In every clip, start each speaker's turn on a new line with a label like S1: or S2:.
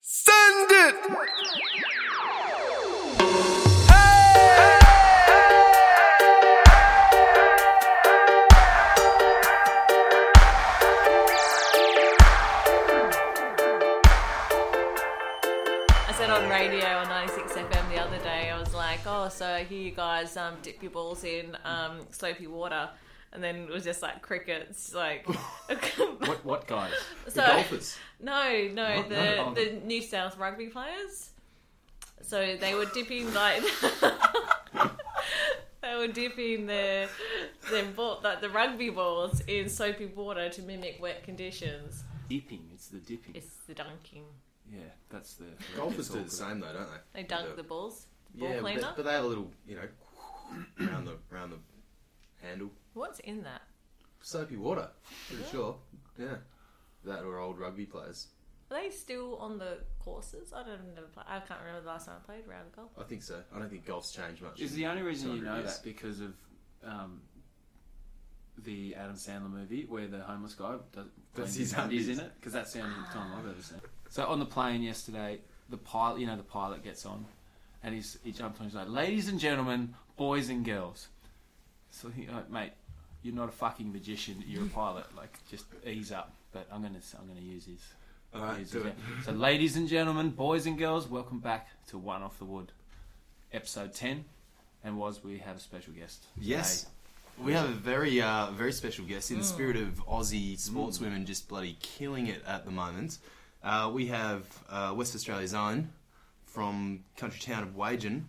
S1: send it. Hey!
S2: I said on radio on 96 FM the other day, I was like, oh, so I hear you guys um, dip your balls in um, soapy water. And then it was just like crickets, like
S3: What, what guys?
S2: So-
S3: the golfers.
S2: no, no,
S3: Not-
S2: the
S3: no.
S2: the New South rugby players. So they were dipping like they were dipping their their ball, like the rugby balls in soapy water to mimic wet conditions.
S3: Dipping. It's the dipping.
S2: It's the dunking.
S3: Yeah, that's the.
S4: Golfers do the
S3: it's all
S4: same though, don't they?
S2: They dunk
S4: Yeah.
S2: the balls. The ball
S4: Yeah,
S2: cleaner.
S4: but, but they have a little, you know, round the round the handle.
S2: What's in that?
S4: Soapy water, pretty sure. Yeah, that or old rugby players.
S2: Are they still on the courses? I don't know. I can't remember the last time I played round golf.
S4: I think so. I don't think golf's changed much.
S3: good. Is the only reason you
S4: 200
S3: know
S4: years.
S3: that because of um, the Adam Sandler movie where the homeless guy does
S4: Does
S3: cleans
S4: his
S3: his undies
S4: undies.
S3: in it because that's the only time I've ever seen. it. So on the plane yesterday, the pilot, you know, the pilot gets on, and he's he jumps on. He's like, "Ladies and gentlemen, boys and girls." So he, like, mate, you're not a fucking magician. You're a pilot. Like, just ease up. But I'm gonna I'm gonna use his.
S4: All right,
S3: Ladies
S4: do
S3: and
S4: it.
S3: gen- So, ladies and gentlemen, boys and girls, welcome back to One Off the Wood, episode 10. And was we have a special guest. today.
S4: Yes. We have a very, uh, very special guest in the spirit of Aussie sportswomen just bloody killing it at the moment. Uh, we have uh, West Australia's own from country town of Wagen,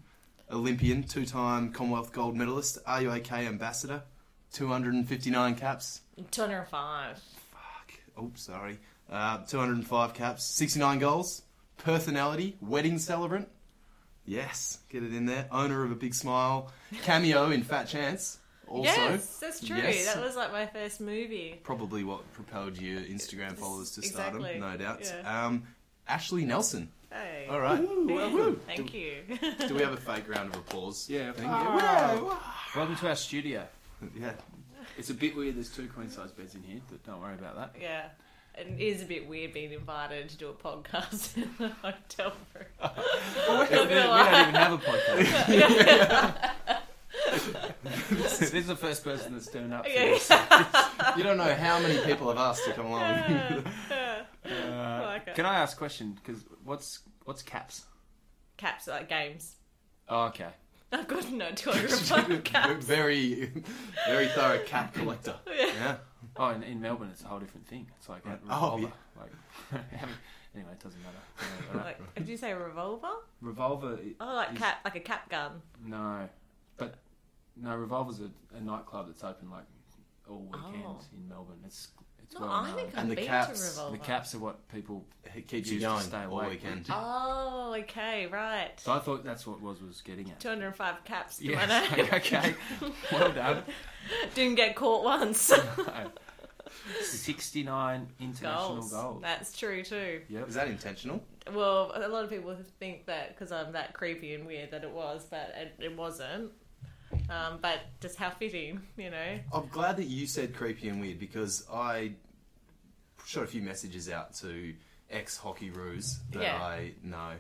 S4: Olympian, two-time Commonwealth gold medalist, RUAK ambassador, 259 caps.
S2: Two hundred five.
S4: Fuck. Oops, sorry. Uh, 205 caps, 69 goals, personality, wedding celebrant. Yes, get it in there. Owner of a big smile, cameo in Fat Chance. Also,
S2: Yes, that's true.
S4: Yes.
S2: That was like my first movie.
S4: probably what propelled your Instagram followers to stardom,
S2: Exactly,
S4: no doubt.
S2: yeah.
S4: Um, Ashley Nelson.
S2: Hey.
S4: All right.
S2: Thank you.
S4: Do we have a fake round of applause?
S3: Yeah.
S4: Thank
S3: Welcome to our studio.
S4: you. Yeah.
S3: It's a bit weird, there's two queen size beds in here, but don't worry about that.
S2: yeah. It is a bit weird being invited to do a podcast in a hotel room.
S3: we, don't even have a podcast. this is the first person that's turned up. for
S2: Yeah.
S3: this.
S4: You don't know how many people have asked to come along.
S3: Uh,
S2: like it.
S3: Can I ask a question? Because what's, what's caps?
S2: Caps like games.
S3: Oh, okay.
S2: I've got no two hundred five caps.
S4: very, very thorough cap collector. Yeah.
S3: Oh, in, in Melbourne, it's a whole different thing. It's like a
S4: Oh,
S3: revolver. Like, anyway, it doesn't matter.
S2: Like, did you say revolver?
S3: revolver. i-
S2: Oh, like
S3: Is-
S2: cap, like a cap gun.
S3: No, but no, revolver's a, a nightclub that's open like all weekend
S2: Oh.
S3: in Melbourne. It's it's
S2: No,
S3: well
S2: I
S3: known.
S2: think
S4: And
S2: I've
S4: the
S2: been
S4: caps,
S2: to
S4: the
S2: revolver.
S3: the caps are what people.
S4: It keeps you
S3: Choose to
S4: going
S3: stay
S4: all
S3: awake.
S4: weekend.
S2: Oh, okay, right.
S3: So I thought that's what was was getting at.
S2: Two hundred five caps. Do I
S3: Yes.
S2: know?
S3: okay. Well done.
S2: Didn't get caught once.
S3: Sixty-nine international
S2: goals.
S3: goals.
S2: That's true too.
S3: Yep.
S4: Is that intentional?
S2: Well, a lot of people think that because I'm that creepy and weird that it was, but it, it wasn't. Um, but just how fitting, you know?
S4: I'm glad that you said creepy and weird because I shot a few messages out to ex hockey roos that
S2: Yeah.
S4: I know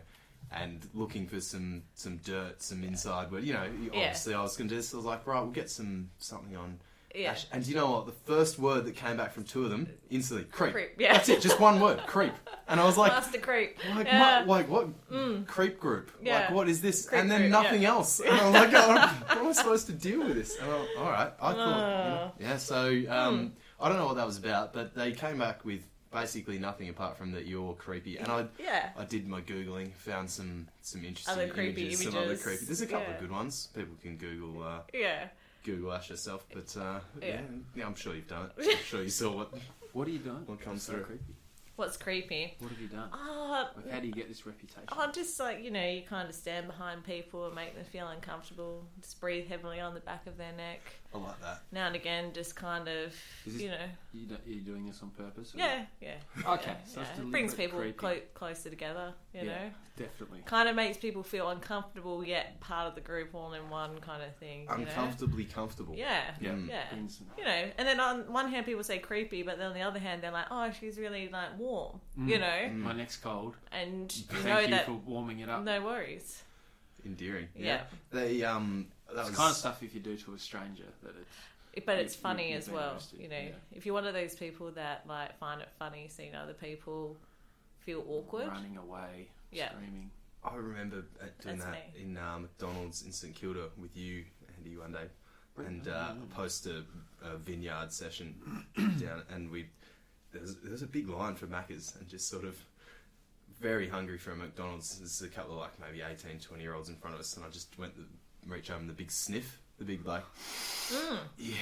S4: and looking for some some dirt, some inside. But you know, you-
S2: Yeah.
S4: obviously, I was going to just I was like, right, we'll get some something on.
S2: Yeah.
S4: Ash. And do you know what? The first word that came back from two of them instantly creep.
S2: Creep, yeah.
S4: That's it, just one word, creep. And I was like.
S2: Master creep.
S4: Like,
S2: yeah. Mm.
S4: what, like what creep group? Like
S2: Yeah.
S4: what is this?
S2: Creep
S4: and then
S2: group,
S4: nothing else. And I'm like, oh, how am I supposed to deal with this? And I'm, all right, I
S2: Ah.
S4: thought, you know. yeah. So um,
S2: Hmm.
S4: I don't know what that was about, but they came back with basically nothing apart from that you're creepy. And I,
S2: yeah.
S4: I did my googling, found some some interesting
S2: Other creepy
S4: images, some other
S2: images.
S4: creepy. There's a couple
S2: Yeah.
S4: of good ones. People can Google uh,
S2: Yeah.
S4: Google Ash yourself, but uh, yeah.
S2: Yeah.
S4: yeah, I'm sure you've done it. I'm sure you saw what
S3: What are you doing?
S4: What comes
S3: That's so
S4: through?
S3: creepy.
S2: What's creepy?
S3: What have you done?
S2: Oh,
S3: Like, how do you get this reputation?
S2: oh, just like, you know, you kind of stand behind people and make them feel uncomfortable. Just breathe heavily on the back of their neck.
S4: I like that.
S2: Now and again, just kind of,
S3: Is this-
S2: you know.
S3: You do, are you doing this on purpose? or-
S2: Yeah, yeah.
S3: Okay. So
S2: yeah.
S3: it's
S2: It brings
S3: deliberate
S2: people
S3: creepy.
S2: clo- closer together, you
S3: Yeah.
S2: know?
S3: Definitely.
S2: kind of makes people feel uncomfortable yet part of the group all in one kind of thing. You know?
S4: Uncomfortably comfortable.
S2: Yeah.
S4: Yeah.
S2: Yeah.
S3: Brings-
S2: You know, and then on one hand people say creepy, but then on the other hand they're like, oh, she's really like warm warm, you know,
S4: Mm.
S3: My neck's cold.
S2: and you
S3: Mm. Thank
S2: know
S3: you
S2: that
S3: for warming it up.
S2: no worries.
S4: Endearing.
S2: Yeah.
S4: They um. That
S3: It's
S4: was
S3: kind of stuff if you do to a stranger that it's
S2: But
S3: You-
S2: it's
S3: you-
S2: funny
S3: you've
S2: as
S3: been
S2: well,
S3: roasted,
S2: you know.
S3: yeah.
S2: If you're one of those people that like find it funny seeing other people feel awkward,
S3: running away,
S2: Yeah.
S3: screaming.
S4: I remember uh, doing
S2: That's
S4: that
S2: me.
S4: in uh, McDonald's in St Kilda with you, Andy, one day, and uh, post a, a vineyard session down, and we there was, there was a big line for Macca's, and just sort of very hungry for a McDonald's. There's a couple of like maybe 18, 20 year olds in front of us, and I just went the, reach over and the big sniff, the big like, yeah,
S2: mm,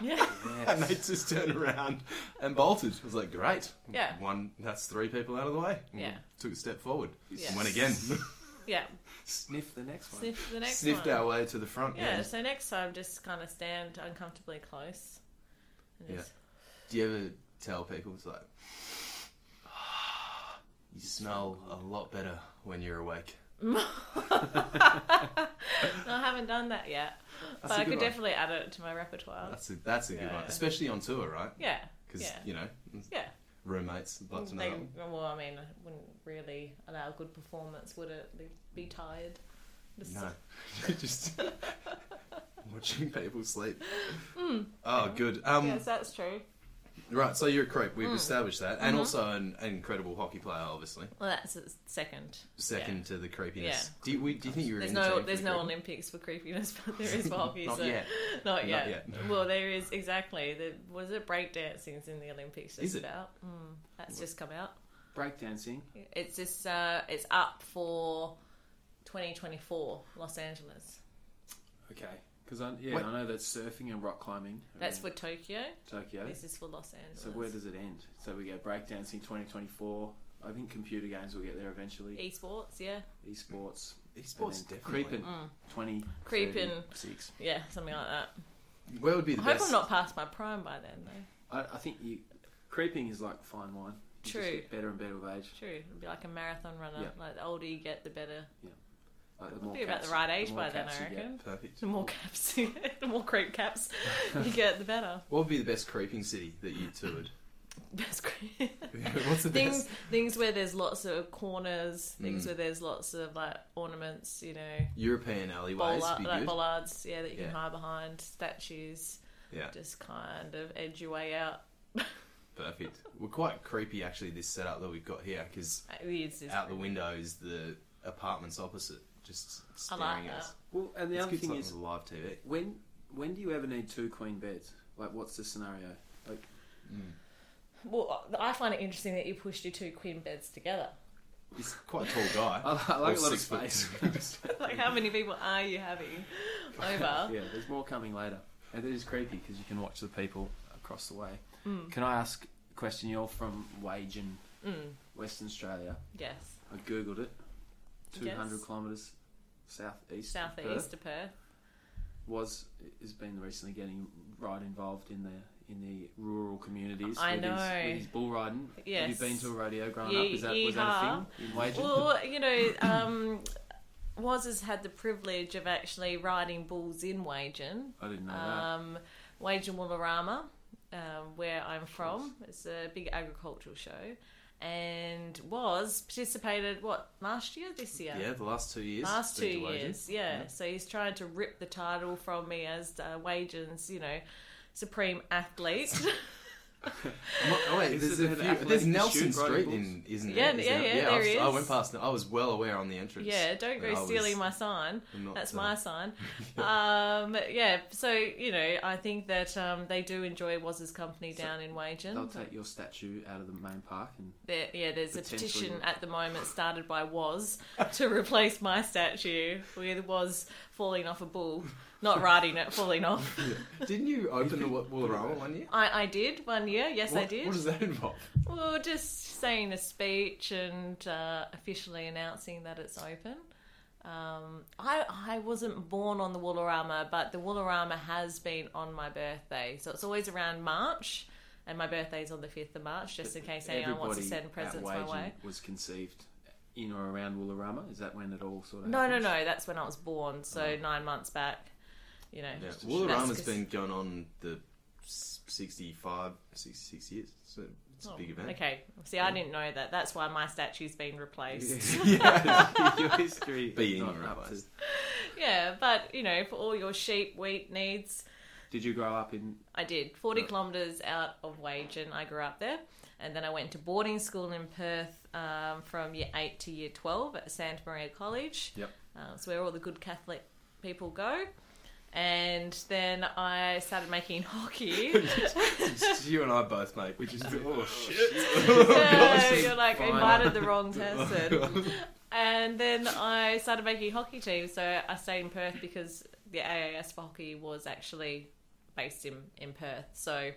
S2: yeah,
S4: and they just turned around and bolted. I was like, great,
S2: Yeah.
S4: one that's three people out of the way.
S2: Yeah.
S4: took a step forward
S2: Yeah.
S4: and went again.
S2: yeah,
S3: Sniff the next one.
S2: sniff the next
S4: sniffed
S2: one.
S4: our way to the front.
S2: Yeah,
S4: Yeah.
S2: so next time just kind of stand uncomfortably close. And
S4: Yeah.
S2: just-
S4: Do you ever tell people it's like you smell a lot better when you're awake?
S2: No, I haven't done that yet, but
S4: a
S2: I
S4: good
S2: could
S4: one.
S2: definitely add it to my repertoire.
S4: That's a that's a good
S2: Yeah.
S4: one, especially on tour, right?
S2: Yeah,
S4: Because
S2: yeah,
S4: you know
S2: yeah.
S4: roommates would love to know.
S2: They,
S4: that one.
S2: well, I mean, it wouldn't really allow a good performance, would it? They'd be tired. Just-
S4: No, just watching people sleep.
S2: Hmm.
S4: Oh, good. Um,
S2: Yes, that's true.
S4: Right, so you're a creep.
S2: Hmm.
S4: We've established that,
S2: Mm-hmm.
S4: and also an, an incredible hockey player, obviously.
S2: Well, that's a second.
S4: Second
S2: Yeah.
S4: to the creepiness.
S2: Yeah.
S4: Do you, we, do you think you were
S2: There's
S4: in the team
S2: no,
S4: for
S2: there's
S4: the
S2: no
S4: creep?
S2: Olympics for creepiness, but there is for hockey.
S4: Not
S2: so
S4: yet.
S2: Not yet.
S4: yet.
S2: Well, there is exactly. There was it breakdancing's in the Olympics just
S4: Is it?
S2: about? Mm, that's just come out.
S3: Breakdancing.
S2: It's just uh, it's up for 2024 Los Angeles.
S3: Okay. Because I, yeah,
S4: Wait.
S3: I know that surfing and rock climbing. are
S2: That's
S3: in
S2: for Tokyo.
S3: Tokyo.
S2: This is for Los Angeles.
S3: Mm. So where does it end? So we go breakdancing 2024. I think computer games will get there
S2: E
S3: eventually.
S2: esports? Yeah,
S3: Esports.
S4: Esports,
S3: and then
S4: definitely.
S3: Creeping. 20.
S2: Creepin'.
S3: Six.
S2: yeah, something like that.
S4: Where would be
S2: I
S4: the
S2: hope
S4: best?
S2: I'm not past my prime by then, though.
S3: I, I think you. Creeping is like fine wine. You just
S2: True.
S3: get better and better with age.
S2: True, it'll be like a marathon runner.
S3: Yeah.
S2: Like the older you get, the better.
S3: Like, the
S2: I'll
S3: more
S2: be about
S3: cats-
S2: the right age
S3: more
S2: by then,
S3: cats
S2: I
S3: you get.
S2: reckon.
S4: Perfect.
S2: The more caps, you get, the more creep caps you get, the better.
S4: What would be the best creeping city that you toured?
S2: Best creep.
S4: What's the
S2: things
S4: best?
S2: things where there's lots of corners, things
S4: Mm.
S2: where there's lots of like ornaments, you know,
S4: European alleyways
S2: bollard,
S4: be
S2: like
S4: good.
S2: bollards, yeah, that you
S4: Yeah.
S2: can hide behind statues.
S4: Yeah,
S2: Just kind of edge your way out.
S4: perfect. We're quite creepy actually. This setup that we've got here because
S2: It's just-
S4: out the window is the apartments opposite, just
S2: I
S4: staring
S2: like
S4: at us.
S2: that.
S3: Well, and the
S4: it's
S3: other
S4: good
S3: thing
S4: something
S3: is,
S4: with live TV.
S3: when when do you ever need two queen beds? Like, what's the scenario? Like,
S2: Well, I find it interesting that you pushed your two queen beds together.
S4: He's quite a tall guy.
S3: I, I like
S4: Or
S3: a lot of
S4: six foot.
S3: space.
S2: like, how many people are you having over?
S3: yeah, there's more coming later. And it is creepy because you can watch the people across the way.
S2: Mm,
S3: Can I ask a question? You're from Wagen, Western Australia.
S2: mm, Yes,
S3: I googled it. 200
S2: Yes.
S3: kilometres southeast. of
S2: southeast
S3: Perth.
S2: of Perth.
S3: was has been recently getting right involved in the in the rural communities.
S2: I
S3: with
S2: know.
S3: His, with his bull riding. Have you
S2: Yes.
S3: been to a rodeo growing
S2: Ye-
S3: up? Is that was that a thing in Wagen?
S2: Well, you know, um, Woz has had the privilege of actually riding bulls in Wagen.
S3: I didn't know that.
S2: Um, Wagen Woolarama, um, where I'm from, it's a big agricultural show, and was participated what last year, this year,
S4: Yeah, the last two years.
S2: last two
S4: been to Wagen.
S2: years, yeah. So he's trying to rip the title from me as uh, Wagen's, you know, supreme athlete.
S4: Oh wait,
S3: Is
S4: there's
S3: it
S4: a
S3: an
S4: few.
S3: athletic
S4: There's
S3: shoot
S4: Nelson
S3: riding
S4: Street
S3: balls?
S4: in, isn't
S2: Yeah,
S4: there? Is
S2: yeah,
S4: there-
S2: yeah,
S4: I,
S2: there
S4: was, I
S2: is.
S4: went past. I was well aware on the entrance.
S2: Yeah, don't
S4: And I
S2: go
S4: was-
S2: stealing my sign.
S4: I'm not,
S2: That's
S4: uh,
S2: my sign. Um, yeah, so you know, I think that um, they do enjoy Woz's company
S3: So-
S2: down in
S3: They'll
S2: Wagen.
S3: take your statue out of the main park and
S2: There, yeah, there's a
S3: Potentially.
S2: petition at the moment started by Woz to replace my statue with Woz falling off a bull, not riding it, falling off.
S4: Didn't you open the Wa- Woollarama one year?
S2: I, I did one year. Yes, I
S4: What-
S2: did.
S4: What does that involve?
S2: Well, just saying a speech and uh, officially announcing that it's open. Um, I I wasn't born on the Woolarama, but the Woolarama has been on my birthday, so it's always around March, and my birthday's on the fifth of March. Just in case anyone wants to
S3: everybody
S2: send
S3: at
S2: presents my
S3: Wagen
S2: way.
S3: Was conceived in or around Woolarama. Is that when it all sort of?
S2: No, no,
S3: happens?
S2: no. That's when I was born, so nine months back. You know,
S4: Yeah,
S2: that's
S4: Woolarama's
S2: just-
S4: been going on the s- 65, 66 years. So It's a big event.
S2: Oh, Okay. See, I didn't know that. That's why my statue's been replaced.
S3: yeah, your history
S4: Being
S3: not up to-
S4: revised.
S2: yeah, but you know, for all your sheep, wheat needs,
S3: Did you grow up in?
S2: I did. 40 kilometres out of Wagen, I grew up there. And then I went to boarding school in Perth um, from year 8 to year 12 at Santa Maria College.
S3: Yep.
S2: Uh, it's where all the good Catholic people go. And then I started making hockey.
S4: you and I both, mate. Which is oh shit.
S2: Yeah, you're like
S3: Fine.
S2: invited the wrong person. and then I started making hockey teams. So I stayed in Perth because the AAS for hockey was actually based in, in Perth. So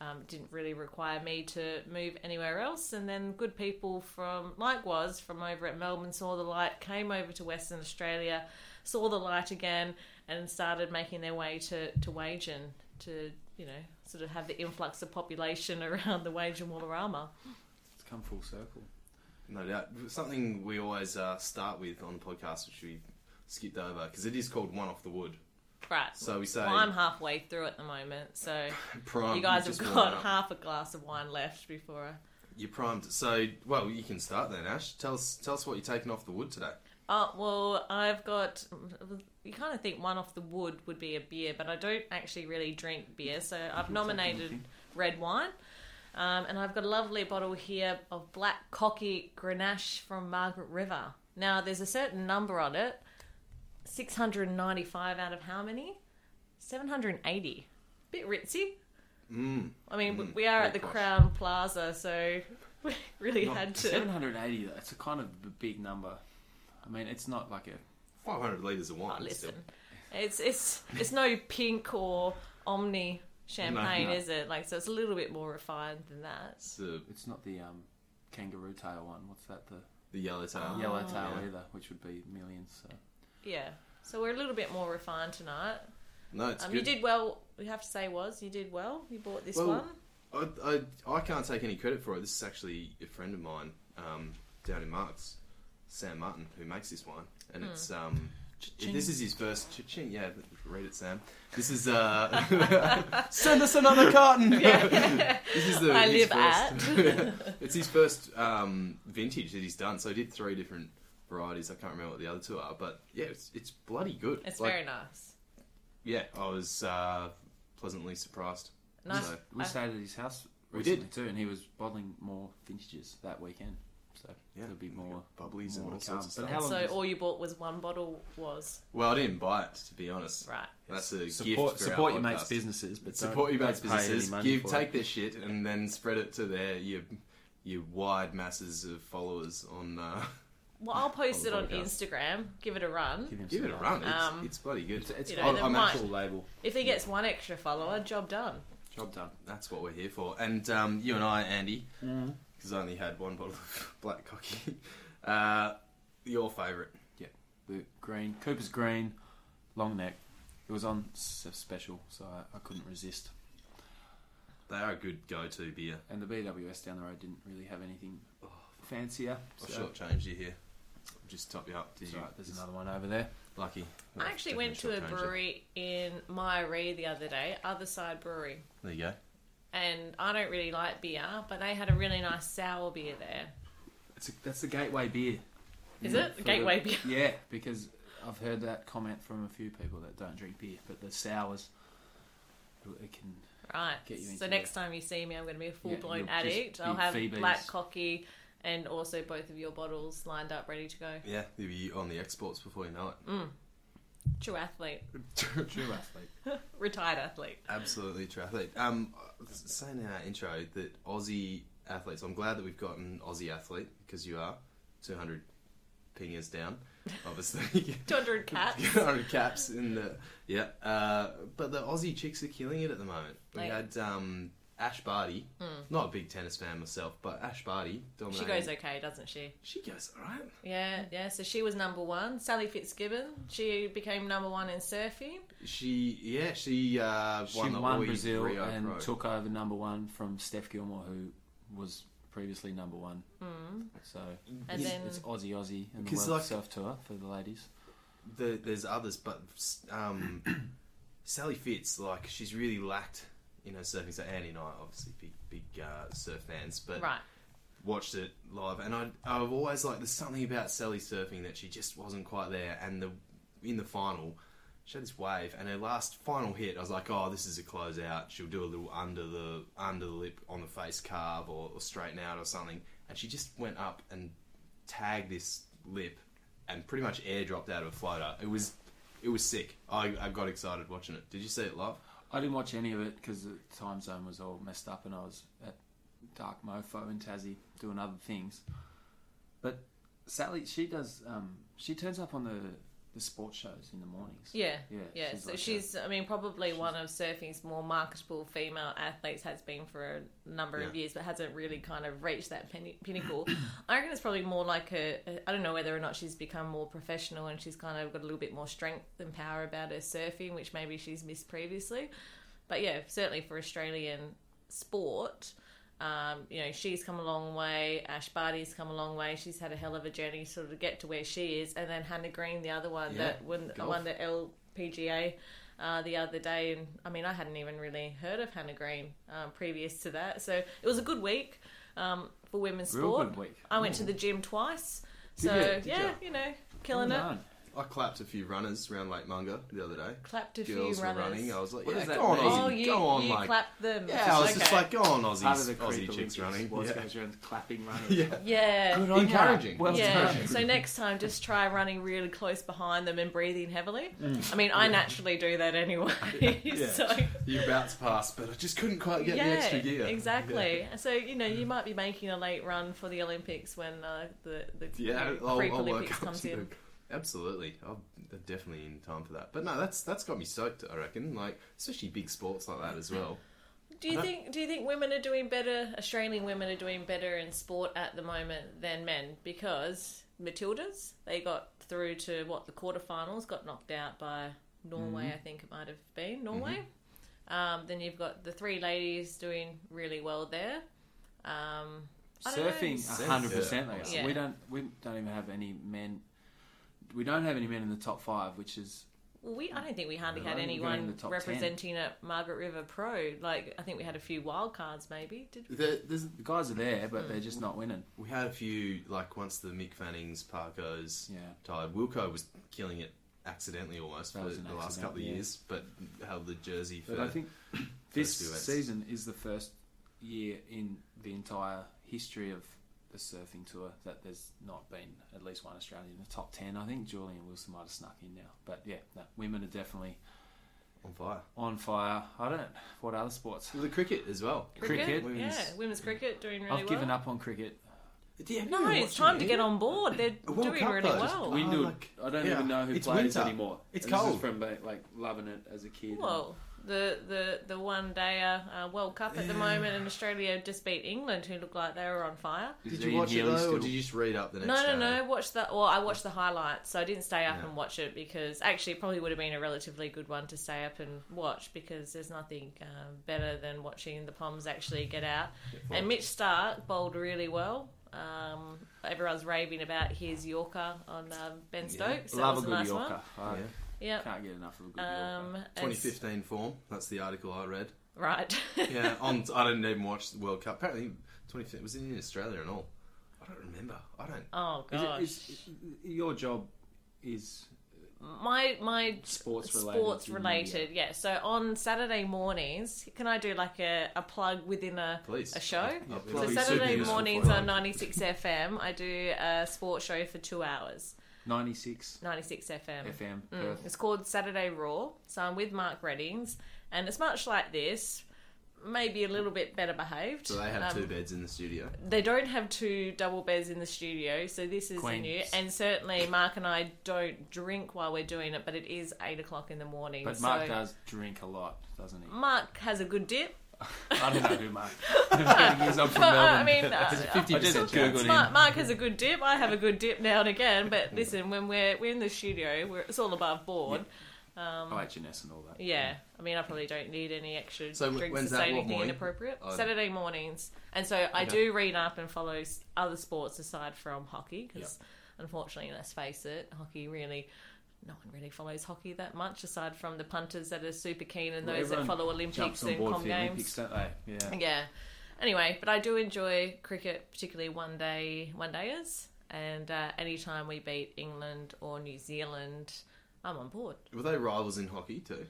S2: um, it didn't really require me to move anywhere else. And then good people from, likewise, from over at Melbourne saw the light, came over to Western Australia, saw the light again, and started making their way to, to Wagen to, you know, sort of have the influx of population around the Wagen Wallarama.
S3: It's come full circle.
S4: No doubt. Something we always uh, start with on the podcast, which we skipped over, because it is called One Off the Wood.
S2: Right.
S4: So we say
S2: Well, I'm halfway through at the moment, so
S4: prime.
S2: you guys have
S4: just warm
S2: got
S4: up.
S2: half a glass of wine left before I.
S4: You're primed. So, well, you can start then, Ash. Tell us, tell us what you're taking off the wood today.
S2: Oh, well, I've got. You kind of think one off the wood would be a beer, but I don't actually really drink beer, so I've nominated red wine. Um, and I've got a lovely bottle here of black cocky Grenache from Margaret River. Now, there's a certain number on it 695 out of how many? 780. Bit ritzy.
S4: Mm.
S2: I mean, w we are
S4: very
S2: at the
S4: posh.
S2: Crown Plaza, so we really
S3: Not-
S2: had to.
S3: 780. That's a kind of a big number. I mean, it's not like a
S4: 500 litres of wine.
S2: Oh, listen,
S4: still.
S2: it's it's it's no pink or Omni champagne,
S4: No, no.
S2: is it? Like, so it's a little bit more refined than that.
S4: It's the,
S3: It's not the um, kangaroo tail one. What's that? The
S4: the yellow tail.
S3: Ah. yellow tail
S4: Oh, Yeah.
S3: either, which would be millions. So.
S2: Yeah, so we're a little bit more refined tonight.
S4: No, it's
S2: Um, you
S4: good.
S2: did well. We have to say, was you did well. You bought this
S4: Well,
S2: one.
S4: I, I, I can't take any credit for it. This is actually a friend of mine um, down in Marks, Sam Martin, who makes this wine. And
S2: Hmm.
S4: it's. Um, This is his first cha-ching. Yeah, read it, Sam. This is uh, send us another carton. this is the
S2: I
S4: his
S2: live
S4: first, it's his first um, vintage that he's done. So he did three different varieties. I can't remember what the other two are, but yeah, it's it's bloody good.
S2: It's
S4: Like,
S2: very nice.
S4: Yeah, I was uh, pleasantly surprised.
S2: Nice. Uh,
S4: So,
S3: We
S2: I-
S3: stayed at his house
S4: We
S3: recently
S4: did.
S3: too, and he was bottling more vintages that weekend. So
S4: Yeah,
S3: there'll be more.
S4: bubblies and
S3: more
S4: all
S3: to come.
S4: sorts of stuff.
S3: But how long
S2: so
S3: does-
S2: all you bought was one bottle. Was
S4: Well, I didn't buy it to be honest.
S2: right.
S4: That's a
S3: support
S4: gift for
S3: support
S4: our
S3: your mates'
S4: podcast.
S3: businesses, but
S4: support
S3: don't-
S4: your mates'
S3: don't pay any
S4: businesses.
S3: money
S4: Give
S3: for
S4: take
S3: it.
S4: their shit and then spread it to their your your wide masses of followers on. Uh,
S2: Well, I'll post
S4: the
S2: it on
S4: podcast.
S2: Instagram. Give it a run.
S3: Give him
S4: give
S3: some
S4: it a run.
S3: love.
S4: It's,
S2: Um,
S4: it's bloody good.
S3: It's, it's
S2: You know,
S3: I'm-
S2: they
S3: I'm
S2: might-
S3: actual label.
S2: If he gets one extra follower, job done.
S3: Job done.
S4: That's what we're here for. And um, you and I, Andy, because I only had one bottle of black cocky. Uh, your favourite.
S3: The green Cooper's green, long neck. It was on s- special, so I, I couldn't resist.
S4: They are a good go-to beer.
S3: And the BWS down the road didn't really have anything fancier.
S4: I've
S3: so-
S4: shortchanged you here. Just top you up. Oh, Did
S3: It's
S4: you?
S3: alright, there's another one over there.
S4: Lucky.
S2: I actually went to a
S4: Shortchanged you.
S2: brewery in Myrie the other day, Other Side Brewery,
S4: There you go.
S2: and I don't really like beer, but they had a really nice sour beer there.
S3: It's a, that's the gateway beer.
S2: Is
S3: Mm,
S2: it
S3: for
S2: gateway
S3: the-
S2: beer?
S3: Yeah, because I've heard that comment from a few people that don't drink beer, but the sours, it can.
S2: Right.
S3: Get you into
S2: So
S3: the-
S2: next time you see me, I'm going to be a full
S3: you'll
S2: blown
S3: just
S2: addict.
S3: be
S2: I'll have
S3: Phoebe's.
S2: black cocky and also both of your bottles lined up, ready to go.
S4: Yeah, you'll be on the exports before you know
S2: True athlete,
S4: it.
S3: True athlete.
S2: retired athlete.
S4: Absolutely, true athlete. Um, I was saying in our intro that Aussie athletes. I'm glad that we've got an Aussie athlete because you are 200 pingers down, obviously.
S2: 200 cats.
S4: 200 caps in the yeah. Uh, but the Aussie chicks are killing it at the moment. We
S2: Like- Hmm.
S4: had um, Ash Barty, not a big tennis fan myself, but Ash Barty
S2: She
S4: dominating.
S2: goes okay, doesn't she?
S4: She goes all right.
S2: Yeah, yeah. So she was number one. Sally Fitzgibbon. She became number one in surfing.
S4: She yeah she uh,
S3: She
S4: won
S3: won,
S4: the Oi
S3: Brazil
S4: Rio
S3: and
S4: Pro.
S3: took over number one from Steph Gilmore, who was previously number one.
S2: Hmm.
S3: So
S2: And
S3: it's,
S2: then-
S3: it's Aussie Aussie and the
S4: 'Cause,
S3: World
S4: like-
S3: Surf Tour for the ladies.
S4: the, there's others, but um, Sally Fitz, like she's really lacked you know, surfing. So Andy and I, obviously, big big uh, surf fans, but
S2: Right.
S4: watched it live, and I I've always like there's something about Sally surfing that she just wasn't quite there, and the in the final. She had this wave, and her last final hit, I was like, "Oh, this is a closeout. She'll do a little under the under the lip on the face carve or, or straighten out or something." And she just went up and tagged this lip, and pretty much airdropped out of a floater. It was it was sick. I, I got excited watching it. Did you see it live?
S3: I didn't watch any of it because the time zone was all messed up and I was at Dark Mofo in Tassie doing other things. But Sally, she does. Um, she turns up on the the sports shows in the mornings.
S2: Yeah.
S3: Yeah,
S2: Yeah.
S3: she's
S2: so
S3: like a-
S2: she's, I mean, probably one of surfing's more marketable female athletes has been for a number of
S4: Yeah.
S2: years, but hasn't really kind of reached that pin- pinnacle. I reckon it's probably more like a, I don't know whether or not she's become more professional and she's kind of got a little bit more strength and power about her surfing, which maybe she's missed previously. But yeah, certainly for Australian sport, um, you know, she's come a long way. Ash Barty's come a long way. She's had a hell of a journey sort of to get to where she is. And then Hannah Green, the other one
S4: Yeah,
S2: that won,
S4: golf.
S2: won the LPGA uh, the other day. And I mean, I hadn't even really heard of Hannah Green um, previous to that. So it was a good week um, for women's
S3: Real
S2: sport.
S3: good week.
S2: I went to the gym twice.
S3: Did
S2: So,
S3: you? Did
S2: yeah,
S3: you?
S2: you? know, killing it.
S3: Done.
S4: I clapped a few runners around Lake Munga the other day.
S2: Clapped a
S4: Girls
S2: few
S4: were
S2: runners.
S4: running. I was like,
S3: What
S4: yeah,
S3: does that
S4: go on,
S3: mean?
S4: Aussie,
S2: Oh, you,
S4: go on,
S2: you
S4: mate.
S2: clapped them.
S4: Yeah, I was just
S2: Okay.
S4: like, go on,
S3: Out of
S4: Aussies,
S3: the
S4: Aussie
S3: creek,
S4: chicks running.
S3: Was
S4: Yeah.
S3: goes around clapping running.
S4: Yeah.
S2: yeah.
S3: Good on her.
S4: Encouraging.
S3: Well
S2: yeah.
S3: done.
S2: So next time, just try running really close behind them and breathing heavily.
S4: Mm.
S2: I mean, I naturally do that anyway. so
S4: You're about to pass, but I just couldn't quite get
S2: yeah,
S4: the extra gear. Mm.
S2: exactly. So you know, you might be making a late run for the Olympics when uh, the the
S4: Yeah,
S2: you know,
S4: I'll,
S2: freak
S4: I'll
S2: Olympics
S4: work up
S2: comes
S4: to
S2: in.
S4: it. Absolutely, I'll, I'm definitely in time for that. But no, that's that's got me soaked. I reckon, like especially big sports like that as well.
S2: Do you
S4: I-
S2: think do you think women are doing better? Australian women are doing better in sport at the moment than men because Matildas they got through to what the quarterfinals, got knocked out by Norway,
S3: Mm-hmm.
S2: I think it might have been Norway. Um, then you've got the three ladies doing really well there. Um, I don't know.
S3: Surfing,
S4: Surf,
S3: hundred percent.
S4: yeah.
S3: Like
S2: Yeah.
S3: we don't, we don't even have any men. We don't have any men in the top five, which is
S2: well, we I don't think we hardly
S3: Well,
S2: had
S3: we're going in the
S2: anyone
S3: top 10.
S2: representing at Margaret River Pro. Like I think we had a few wild cards, maybe. Did we?
S4: There, there's,
S3: the guys are there,
S4: Hmm.
S3: but they're just not winning.
S4: we had a few like once the Mick Fannings, Parkos,
S3: Yeah.
S4: tired. Wilco was killing it accidentally almost
S3: That
S4: for
S3: was an
S4: the last
S3: accident,
S4: couple of
S3: yeah.
S4: years, but held the jersey for.
S3: But I think this
S4: few weeks.
S3: season is the first year in the entire history of the surfing tour that there's not been at least one Australian in the top ten. I think Julian Wilson might have snuck in now, but yeah, no, women are definitely
S4: on fire.
S3: on fire. I don't. What other sports?
S4: Well, the cricket as well.
S3: Cricket.
S4: Women's-
S2: yeah, women's cricket doing really
S3: I've
S2: well.
S3: given up on cricket.
S4: Yeah,
S2: No, it's time to get on board. They're
S4: World
S2: doing
S4: Cup,
S2: really
S4: though.
S2: well.
S4: We-
S3: Winded.
S4: Oh, like-
S3: I don't
S4: yeah.
S3: even know who
S4: It's
S3: plays
S4: winter.
S3: anymore.
S4: It's
S3: And this is
S4: cold.
S3: from like like, loving it as a kid.
S2: well, the the the one day uh, uh, World Cup at the
S4: Yeah.
S2: moment, and Australia just beat England, who looked like they were on fire.
S3: Is
S4: Did you
S3: Ian
S4: watch it
S3: Healy
S4: though, or
S3: still-
S4: did you just read up the next
S2: No, no,
S4: day?
S2: no. Watch the well. I watched the highlights, so I didn't stay up
S4: Yeah.
S2: and watch it because actually it probably would have been a relatively good one to stay up and watch because there's nothing um, better than watching the Poms actually get out.
S4: fucked.
S2: and Mitch Stark bowled really well. Um, everyone's raving about his Yorker on um, Ben Stokes. That
S3: Love
S2: was
S3: a
S2: a
S3: good
S2: nice
S3: Yorker.
S2: one.
S3: I
S4: Yeah.
S2: Yeah.
S3: can't get enough of a good
S2: Um,
S3: Yorker.
S2: and-
S4: 2015 form. That's the article I read.
S2: Right.
S4: Yeah, on I didn't even watch the World Cup. Apparently, 2015 it was in Australia and all. I don't remember. I don't.
S2: oh
S3: Is it-
S2: gosh.
S3: is- your job is
S2: my my
S3: Sports related,
S2: sports
S3: yeah.
S2: related, yeah. So on Saturday mornings, can I do like a, a plug within a
S4: Please.
S2: a show?
S4: Yeah,
S2: So
S4: That'd be super
S2: Saturday
S4: useful
S2: mornings
S4: for
S2: on
S4: you.
S2: 96 FM, I do a sports show for two hours.
S3: 96
S2: 96 FM.
S3: FM
S2: Mm.
S3: Perth.
S2: It's called Saturday Raw. So I'm with Mark Reddings, and it's much like this, maybe a little bit better behaved.
S4: So they have
S2: Um,
S4: two beds in the studio.
S2: they don't have two double beds in the studio, so this is
S3: Queens.
S2: new. And certainly, Mark and I don't drink while we're doing it, but it is eight o'clock in the morning.
S3: But
S2: so
S3: Mark does drink a lot, doesn't he?
S2: Mark has a good dip.
S3: I don't know who Mark is. I'm from
S2: Well, I
S3: Melbourne.
S2: mean, uh,
S3: I just Googled him.
S2: Mark, Mark has a good dip. I have a good dip now and again. But listen, when we're we're in the studio, we're, it's all above board.
S3: OHS and all that.
S2: Yeah, I mean, I probably don't need any extra
S4: So wh-
S2: drinks
S4: when's
S2: to
S4: that?
S2: say
S4: What
S2: anything
S4: morning?
S2: inappropriate.
S4: Oh.
S2: Saturday mornings, and so I
S4: Okay.
S2: do read up and follow s- other sports aside from hockey because, unfortunately, let's face it, hockey really no one really follows hockey that much, aside from the punters that are super keen and
S3: Well,
S2: those that
S3: everyone
S2: follow
S3: Jumps
S2: Olympics
S3: on
S2: and
S3: board
S2: com
S3: for the Olympics,
S2: games.
S3: don't they? Yeah.
S2: Yeah. Anyway, but I do enjoy cricket, particularly one day one dayers, and uh, anytime we beat England or New Zealand, I'm on board.
S4: Were they rivals in hockey too?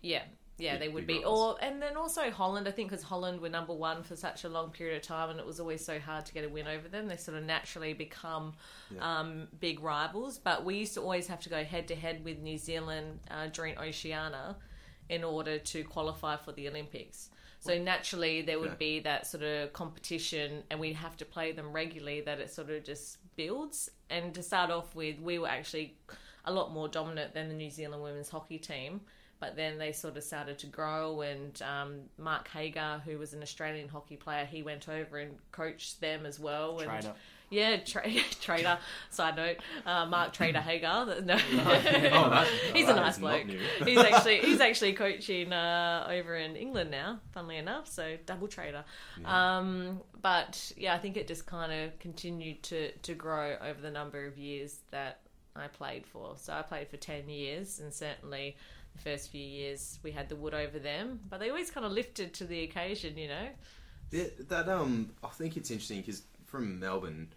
S2: Yeah, yeah,
S4: Big-
S2: they would
S4: big
S2: be.
S4: rivals.
S2: Or and then also Holland, I think, because Holland were number one for such a long period of time, and it was always so hard to get a win over them. They sort of naturally become
S4: Yeah.
S2: um, big rivals. But we used to always have to go head to head with New Zealand uh, during Oceania in order to qualify for the Olympics. So naturally, there would
S4: Okay.
S2: be that sort of competition, and we'd have to play them regularly. That it sort of just builds. And to start off with, we were actually a lot more dominant than the New Zealand women's hockey team. But then they sort of started to grow, and um, Mark Hagar, who was an Australian hockey player, he went over and coached them as well. and-
S3: Trader.
S2: yeah, tra- trader. Side note, uh, Mark Trader Hagar. No,
S4: Oh, that-
S2: he's
S4: that
S2: a nice
S4: is not
S2: bloke.
S4: new.
S2: He's actually he's actually coaching uh, over in England now. Funnily enough, so double trader. Um, but yeah, I think it just kind of continued to to grow over the number of years that I played for. So I played for ten years, and certainly. The first few years we had the wood over them, but they always kind of lifted to the occasion, you know.
S4: Yeah, that um, I think it's interesting because from Melbourne,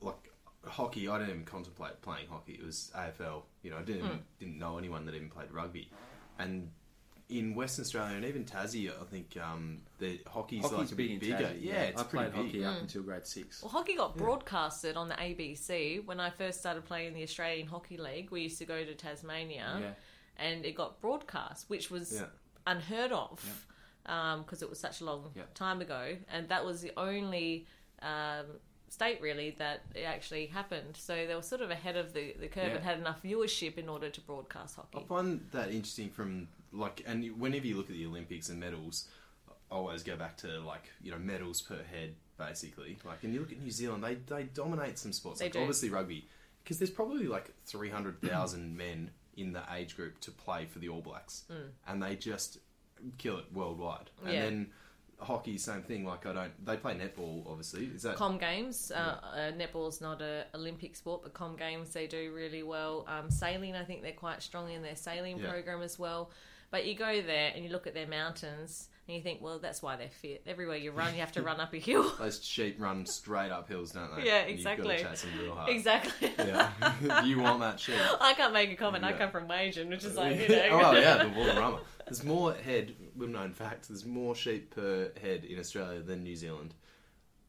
S4: like hockey, I didn't even contemplate playing hockey. It was AFL. You know, I didn't
S3: Hmm.
S4: didn't know anyone that even played rugby, and in Western Australia and even Tassie, I think um, the hockey's,
S3: Hockey's
S4: like a
S3: big
S4: bit
S3: in
S4: bigger.
S3: Tassie.
S4: yeah, it's
S3: I
S4: pretty big.
S3: played hockey
S2: Mm.
S3: up until grade six.
S2: Well, hockey got broadcasted on the ABC when I first started playing in the Australian Hockey League. We used to go to Tasmania,
S3: Yeah.
S2: and it got broadcast, which was
S4: Yeah.
S2: unheard of because it was such a long
S3: Yeah.
S2: time ago. And that was the only um, state really that it actually happened. So they were sort of ahead of the, the curve
S3: Yeah.
S2: and had enough viewership in order to broadcast hockey.
S4: I find that interesting from like, and whenever you look at the Olympics and medals, I always go back to like you know medals per head basically. Like, and you look at New Zealand, they they dominate some sports.
S2: They
S4: like,
S2: do.
S4: Obviously rugby, because there's probably like three hundred thousand men in the age group to play for the All Blacks, and they just kill it worldwide. And
S2: Hmm. Yeah.
S4: then hockey, same thing. Like, I don't. They play netball, obviously. Is that
S2: Com Games. Uh, uh, netball's not a Olympic sport, but Com Games they do really well. Um, sailing, I think they're quite strong in their sailing
S4: Yeah.
S2: program as well. But you go there and you look at their mountains and you think, well, that's why they're fit. Everywhere you run, you have to run up a hill.
S4: those sheep run straight up hills, don't they?
S2: Yeah,
S4: And You've
S2: exactly.
S4: got to chase them real hard.
S2: exactly.
S4: Yeah, you want that sheep.
S2: I can't make a comment. I
S4: Yeah.
S2: come from Wagen, which is like, you know.
S4: oh well, yeah, the Wallarama. There's more head. Well known fact. There's more sheep per head in Australia than New Zealand.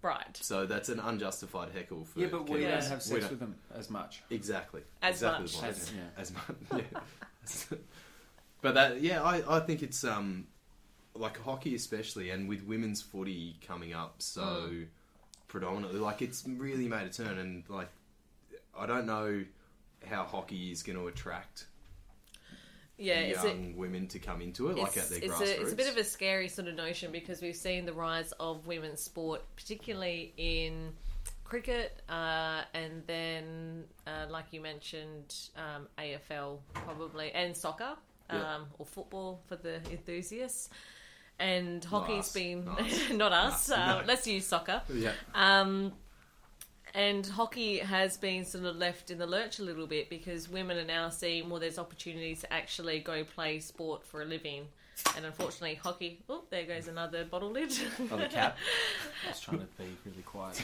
S2: Right.
S4: So that's an unjustified heckle for.
S3: Yeah, but we
S4: Kiwis.
S2: Yeah.
S3: don't have
S4: We
S3: sex
S4: don't-
S3: with them as much.
S4: Exactly.
S2: As
S4: exactly
S2: much.
S4: the point.
S3: As- yeah.
S4: As much. Yeah. but that, yeah, I, I think it's um, like hockey especially, and with women's footy coming up so
S2: Mm.
S4: predominantly, like it's really made a turn, and like I don't know how hockey is going to attract
S2: Yeah, it's a,
S4: young women to come into it, like at their
S2: it's
S4: grassroots.
S2: A, it's a bit of a scary sort of notion because we've seen the rise of women's sport, particularly in cricket, uh, and then, uh, like you mentioned, um, AFL probably, and soccer um,
S4: Yeah.
S2: or football for the enthusiasts. And hockey's
S4: us.
S2: been
S4: Not us.
S2: not us.
S4: No,
S2: uh,
S4: no.
S2: Let's use soccer.
S4: yeah.
S2: Um, and hockey has been sort of left in the lurch a little bit because women are now seeing, well, there's opportunities to actually go play sport for a living. And unfortunately, hockey. Oh, there goes another bottle lid.
S3: Other Oh, cap. I was trying to be really quiet.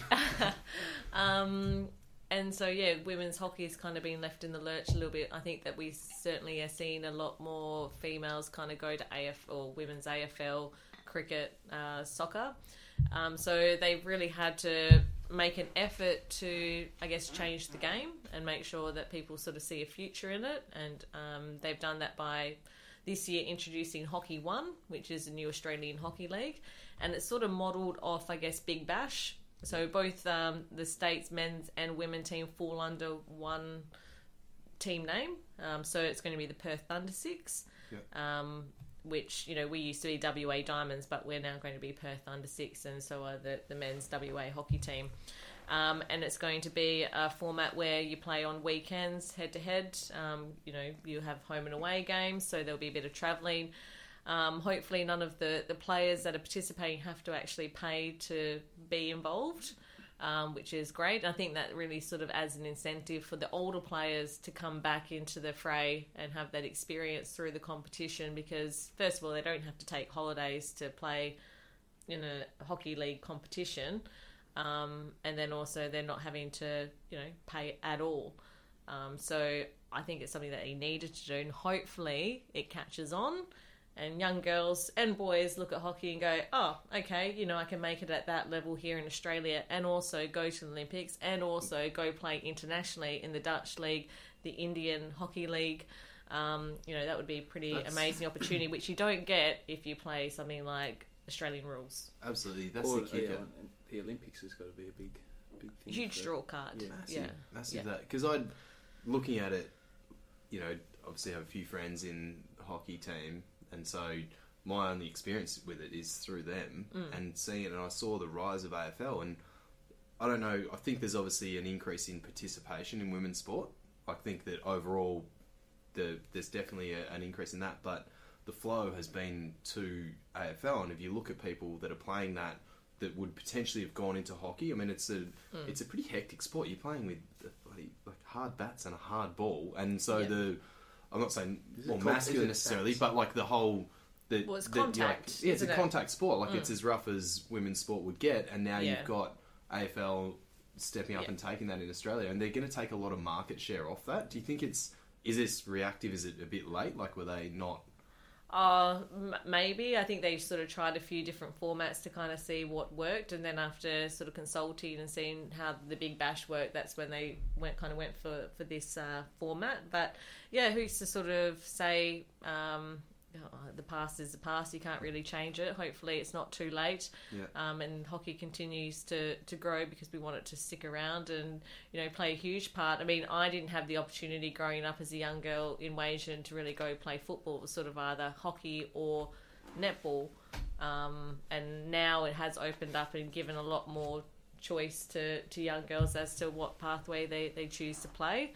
S2: Um, and so, yeah, women's hockey has kind of been left in the lurch a little bit. I think that we certainly are seeing a lot more females kind of go to AF or women's AFL, cricket, uh, soccer. Um, so they've really had to make an effort to, I guess, change the game and make sure that people sort of see a future in it. And um, they've done that by this year introducing Hockey One, which is a new Australian hockey league, and it's sort of modelled off, I guess, Big Bash. So both um, the states' men's and women team fall under one team name. Um, so it's going to be the Perth Thunder Six, um, which you know we used to be WA Diamonds, but we're now going to be Perth Under Six, and so are the, the men's WA hockey team. Um, and it's going to be a format where you play on weekends, head to head. Um, You know, you have home and away games, so there'll be a bit of travelling. Um, hopefully, none of the, the players that are participating have to actually pay to be involved. um, which is great. I think that really sort of adds an incentive for the older players to come back into the fray and have that experience through the competition because, first of all, they don't have to take holidays to play in a hockey league competition, um, and then also they're not having to you know pay at all. Um, so I think it's something that they needed to do, and hopefully it catches on. And young girls and boys look at hockey and go, oh, okay, you know, I can make it at that level here in Australia and also go to the Olympics and also go play internationally in the Dutch League, the Indian Hockey League. Um, you know, that would be a pretty
S4: That's-
S2: amazing opportunity, which you don't get if you play something like Australian rules.
S4: Absolutely, that's
S5: Or,
S4: the kicker.
S5: yeah, and the Olympics has got to be a big, big thing.
S2: huge
S5: for-
S2: draw card.
S5: Yeah.
S4: Massive,
S2: Yeah.
S4: massive
S2: Yeah.
S4: that because I'd looking at it, you know, obviously I have a few friends in the hockey team, and so my only experience with it is through them
S2: Mm.
S4: and seeing it. And I saw the rise of AFL, and I don't know. I think there's obviously an increase in participation in women's sport. I think that overall, the there's definitely a, an increase in that, but the flow has been to AFL, and if you look at people that are playing that, that would potentially have gone into hockey. I mean, it's a
S2: Hmm.
S4: it's a pretty hectic sport. You're playing with the bloody like hard bats and a hard ball, and so
S2: Yeah.
S4: the I'm not saying
S5: Is it
S4: more
S5: con- is
S4: masculine
S5: it
S4: necessarily,
S5: bats?
S4: but like the whole. The,
S2: Well, it's
S4: the- you're like-
S2: contact,
S4: yeah, it's
S2: isn't
S4: a
S2: it?
S4: contact sport. Like it's as rough as women's sport would get, and now
S2: Mm. Yeah.
S4: you've got AFL stepping up
S2: Yeah.
S4: and taking that in Australia, and they're going to take a lot of market share off that. Do you think it's is this reactive? Is it a bit late? Like were they not?
S2: Uh, m- maybe. I think they sort of tried a few different formats to kind of see what worked, and then after sort of consulting and seeing how the Big Bash worked, that's when they went kind of went for for this uh, format. But yeah, who's to sort of say? Um, oh, the past is the past. You can't really change it. Hopefully, it's not too late.
S4: Yeah.
S2: Um, and hockey continues to, to grow because we want it to stick around and you know play a huge part. I mean, I didn't have the opportunity growing up as a young girl in Wasian to really go play football. It was sort of either hockey or netball. Um, and now it has opened up and given a lot more choice to, to young girls as to what pathway they, they choose to play.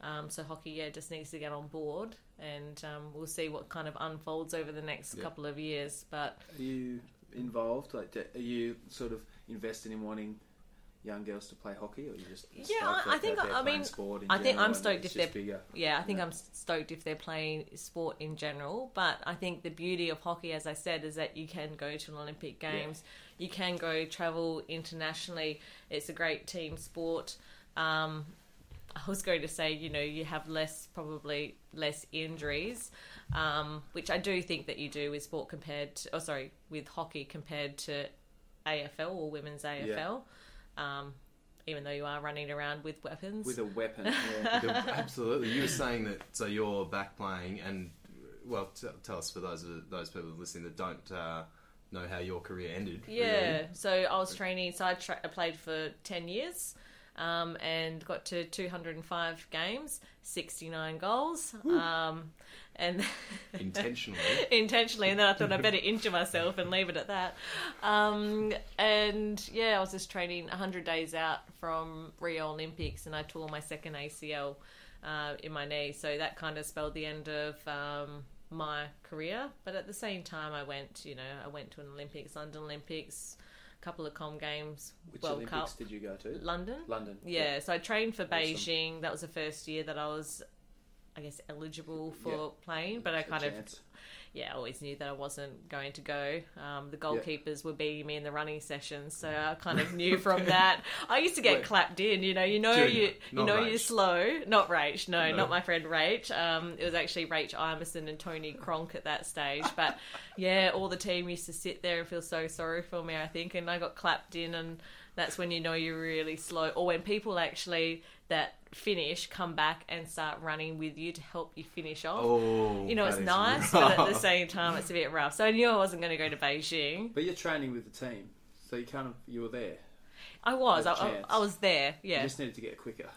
S2: Um, so hockey, yeah, just needs to get on board, and um, we'll see what kind of unfolds over the next
S4: Yeah.
S2: couple of years. But
S5: Are you involved? Like, do- are you sort of invested in wanting young girls to play hockey, or you just
S2: Yeah,
S5: stoked
S2: I-
S5: that
S2: I think-
S5: they're
S2: I
S5: playing
S2: mean,
S5: sport in
S2: I think
S5: general
S2: I'm
S5: and
S2: stoked
S5: it's
S2: if
S5: just
S2: they're-
S5: bigger.
S2: Yeah, I think
S5: Yeah.
S2: I'm stoked if they're playing sport in general. But I think the beauty of hockey, as I said, is that you can go to an Olympic Games, you can go travel internationally. It's a great team sport. Um, I was going to say, you know, you have less probably less injuries, um, which I do think that you do with sport compared to, oh sorry, with hockey compared to AFL or women's AFL. Um, even though you are running around with weapons,
S5: with a weapon. Yeah.
S4: The- absolutely, you were saying that. So you're back playing, and well, t- tell us for those those people listening that don't uh, know how your career ended.
S2: Yeah.
S4: really.
S2: So I was training. So I, tra- I played for ten years, um, and got to two hundred and five games, sixty nine goals, um, and
S4: intentionally.
S2: intentionally. And then I thought I better injure myself and leave it at that. Um, and yeah, I was just training hundred days out from Rio Olympics, and I tore my second ACL uh, in my knee. So that kind of spelled the end of um, my career. But at the same time, I went, you know, I went to an Olympics, London Olympics, a couple of Com Games,
S5: Which
S2: World
S5: Olympics
S2: Cup,
S5: did you go to?
S2: London.
S5: London.
S2: Yeah, so I trained for
S5: Awesome.
S2: Beijing. That was the first year that I was, I guess, eligible for playing. But I
S5: It's a
S2: kind of
S5: chance.
S2: yeah, I always knew that I wasn't going to go. Um, the
S5: Yeah.
S2: goalkeepers were beating me in the running sessions, so I kind of knew from that. I used to get
S4: Mm. Wait.
S2: clapped in, you know. You know
S4: Junior,
S2: you you
S4: not
S2: know
S4: Rach.
S2: you're slow. Not Rach, no,
S4: No.
S2: not my friend Rach. Um, it was actually Rach Imerson and Tony Cronk at that stage. But yeah, all the team used to sit there and feel so sorry for me. I think, and I got clapped in, and that's when you know you're really slow, or when people actually that finish come back and start running with you to help you finish off
S4: Oh,
S2: you know,
S4: that
S2: it's
S4: is
S2: nice, but at the same time, it's a bit rough. So I knew I wasn't going to go to Beijing.
S5: But you're training with the team, so you kind of you were there.
S2: I was, I,
S5: Good
S2: I,
S5: chance.
S2: I was there.
S5: You
S2: Yeah,
S5: just needed to get quicker.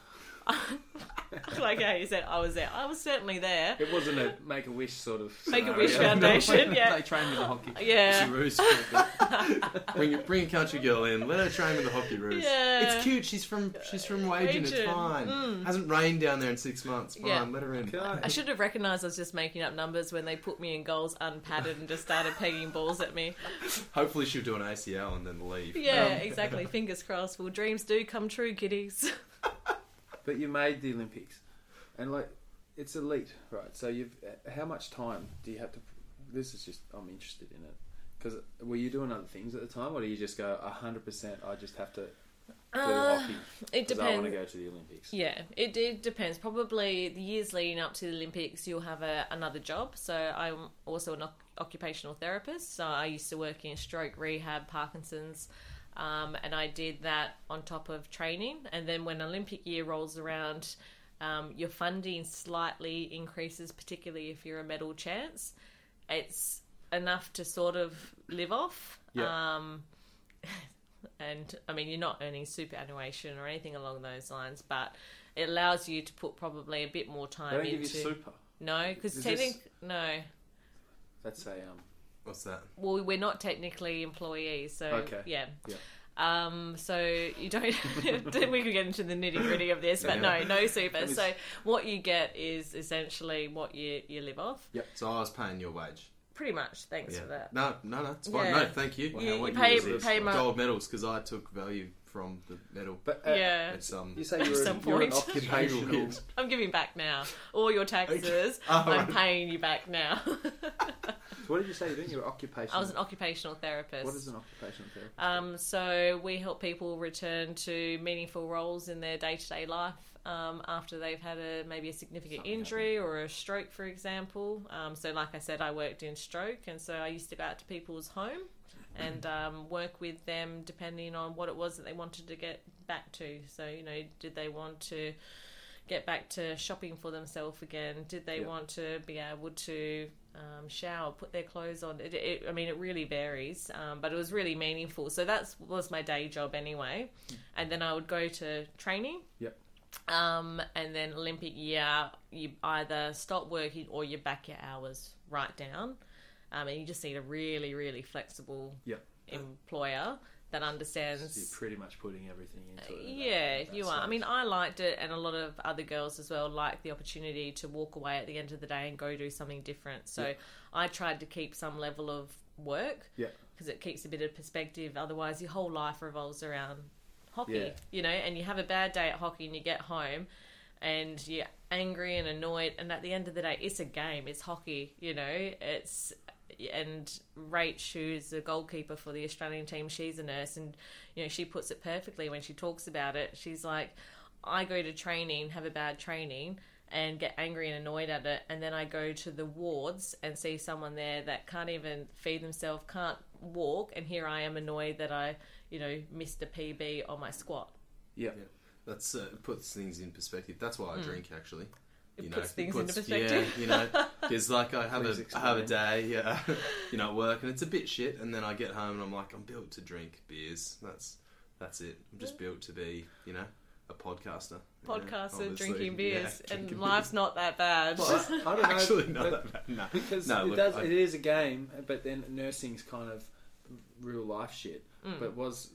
S2: like how you said, I was there. I was certainly there.
S5: It wasn't a make a wish sort of
S2: Make a
S5: scenario.
S2: Wish Foundation, yeah.
S3: They train with the hockey.
S2: Yeah.
S5: She roost for a bit.
S4: Bring, a- bring a country girl in. Let her train with the hockey roos.
S2: Yeah.
S4: It's cute. She's from she's from Wagen. It's
S2: Wagen.
S4: fine. Hasn't rained down there in six months. Fine.
S2: Yeah.
S4: Let her in.
S5: Okay.
S2: I should have recognised I was just making up numbers when they put me in goals unpadded and just started pegging balls at me.
S4: Hopefully she'll do an ACL and then leave.
S5: Um,
S2: Yeah, exactly. Fingers crossed. Well, dreams do come true, kiddies.
S5: But you made the Olympics, and like it's elite, right? So you've uh, how much time do you have to? This is just I'm interested in it because were you doing other things at the time, or do you just go hundred percent? I just have to do
S2: Uh,
S5: hockey
S2: It
S5: because I want
S2: depends.
S5: to go to the Olympics.
S2: Yeah, it, it depends. Probably the years leading up to the Olympics, you'll have a, another job. So I'm also an oc- occupational therapist. So I used to work in stroke rehab, Parkinson's, um, and I did that on top of training. And then when Olympic year rolls around, um, your funding slightly increases, particularly if you're a medal chance. It's enough to sort of live off.
S5: Yeah.
S2: Um, and I mean, you're not earning superannuation or anything along those lines, but it allows you to put probably a bit more
S5: They
S2: time
S5: don't give
S2: into.
S5: you super.
S2: no, because
S5: Is
S2: technically, no.
S5: That's a um.
S4: What's that?
S2: Well, we're not technically employees, so
S5: Okay.
S2: yeah.
S5: Yeah.
S2: Um, so you don't. we could get into the nitty gritty of this, but no, no super.
S5: Let me
S2: So what you get is essentially what you you live off,
S4: So I was paying your wage.
S2: pretty much. Thanks for that.
S4: No, no, no. It's fine.
S2: Yeah.
S4: No, thank you.
S2: Well, You- how- what you
S4: what
S2: pay-
S5: year was this? pay
S2: my-
S4: gold medals because I took value from the medal.
S5: But uh,
S2: Yeah,
S4: It's um.
S5: you say
S2: At
S5: you're,
S2: some
S5: an, you're an
S2: point.
S5: occupational.
S2: I'm giving back now. All your taxes,
S4: Oh,
S2: I'm
S4: right.
S2: paying you back now.
S5: what did you say you're doing? You're an occupational.
S2: I was an occupational therapist.
S5: what is an occupational therapist?
S2: Um, so we help people return to meaningful roles in their day-to-day life um, after they've had a maybe a significant
S5: Something
S2: injury or a stroke, for example. Um, so, like I said, I worked in stroke, and so I used to go out to people's home and um, work with them depending on what it was that they wanted to get back to. So, you know, did they want to get back to shopping for themselves again? Did they
S5: Yeah.
S2: want to be able to um, shower, put their clothes on? It, it, I mean, it really varies, um, but it was really meaningful. So that was my day job anyway, and then I would go to training.
S5: Yep.
S2: Um, and then Olympic year, you either stop working or you back your hours right down, um, and you just need a really, really flexible
S5: Yep.
S2: employer that
S5: So you're
S2: understands
S5: pretty much putting everything into it.
S2: Uh, yeah,
S5: That-
S2: you
S5: that
S2: are. I
S5: sort
S2: mean,
S5: of-
S2: I liked it, and a lot of other girls as well liked the opportunity to walk away at the end of the day and go do something different. So
S5: Yeah.
S2: I tried to keep some level of work
S5: Yeah.
S2: because it keeps a bit of perspective. Otherwise, your whole life revolves around hockey,
S5: Yeah.
S2: you know, and you have a bad day at hockey and you get home and you're angry and annoyed. And at the end of the day, it's a game, it's hockey, you know, it's. And Rach, who's the goalkeeper for the Australian team, she's a nurse, and you know she puts it perfectly when she talks about it. She's like, I go to training, have a bad training, and get angry and annoyed at it, and then I go to the wards and see someone there that can't even feed themselves, can't walk, and here I am annoyed that I, you know, missed a PB on my squat.
S5: yeah.
S4: Yeah. That's uh, it puts things in perspective. That's why I drink actually.
S2: Hmm. It puts things into perspective.
S4: Yeah, you know, because like I have
S5: Please
S4: a I have a
S5: explain.
S4: day, uh, you know, at work and it's a bit shit, and then I get home and I'm like, I'm built to drink beers. That's that's it. I'm just built to be, you know, a podcaster. you know,
S2: Podcasts and
S4: obviously.
S2: drinking
S4: Yeah,
S2: beers, and
S4: drinking
S2: life's not that bad.
S5: Well, I, I don't know.
S4: Actually, not
S5: but-
S4: that bad. No,
S5: because
S4: no,
S5: it
S4: look,
S5: does.
S4: I-
S5: it is a game, but then nursing's kind of real life shit.
S2: Hmm. Mm.
S5: But was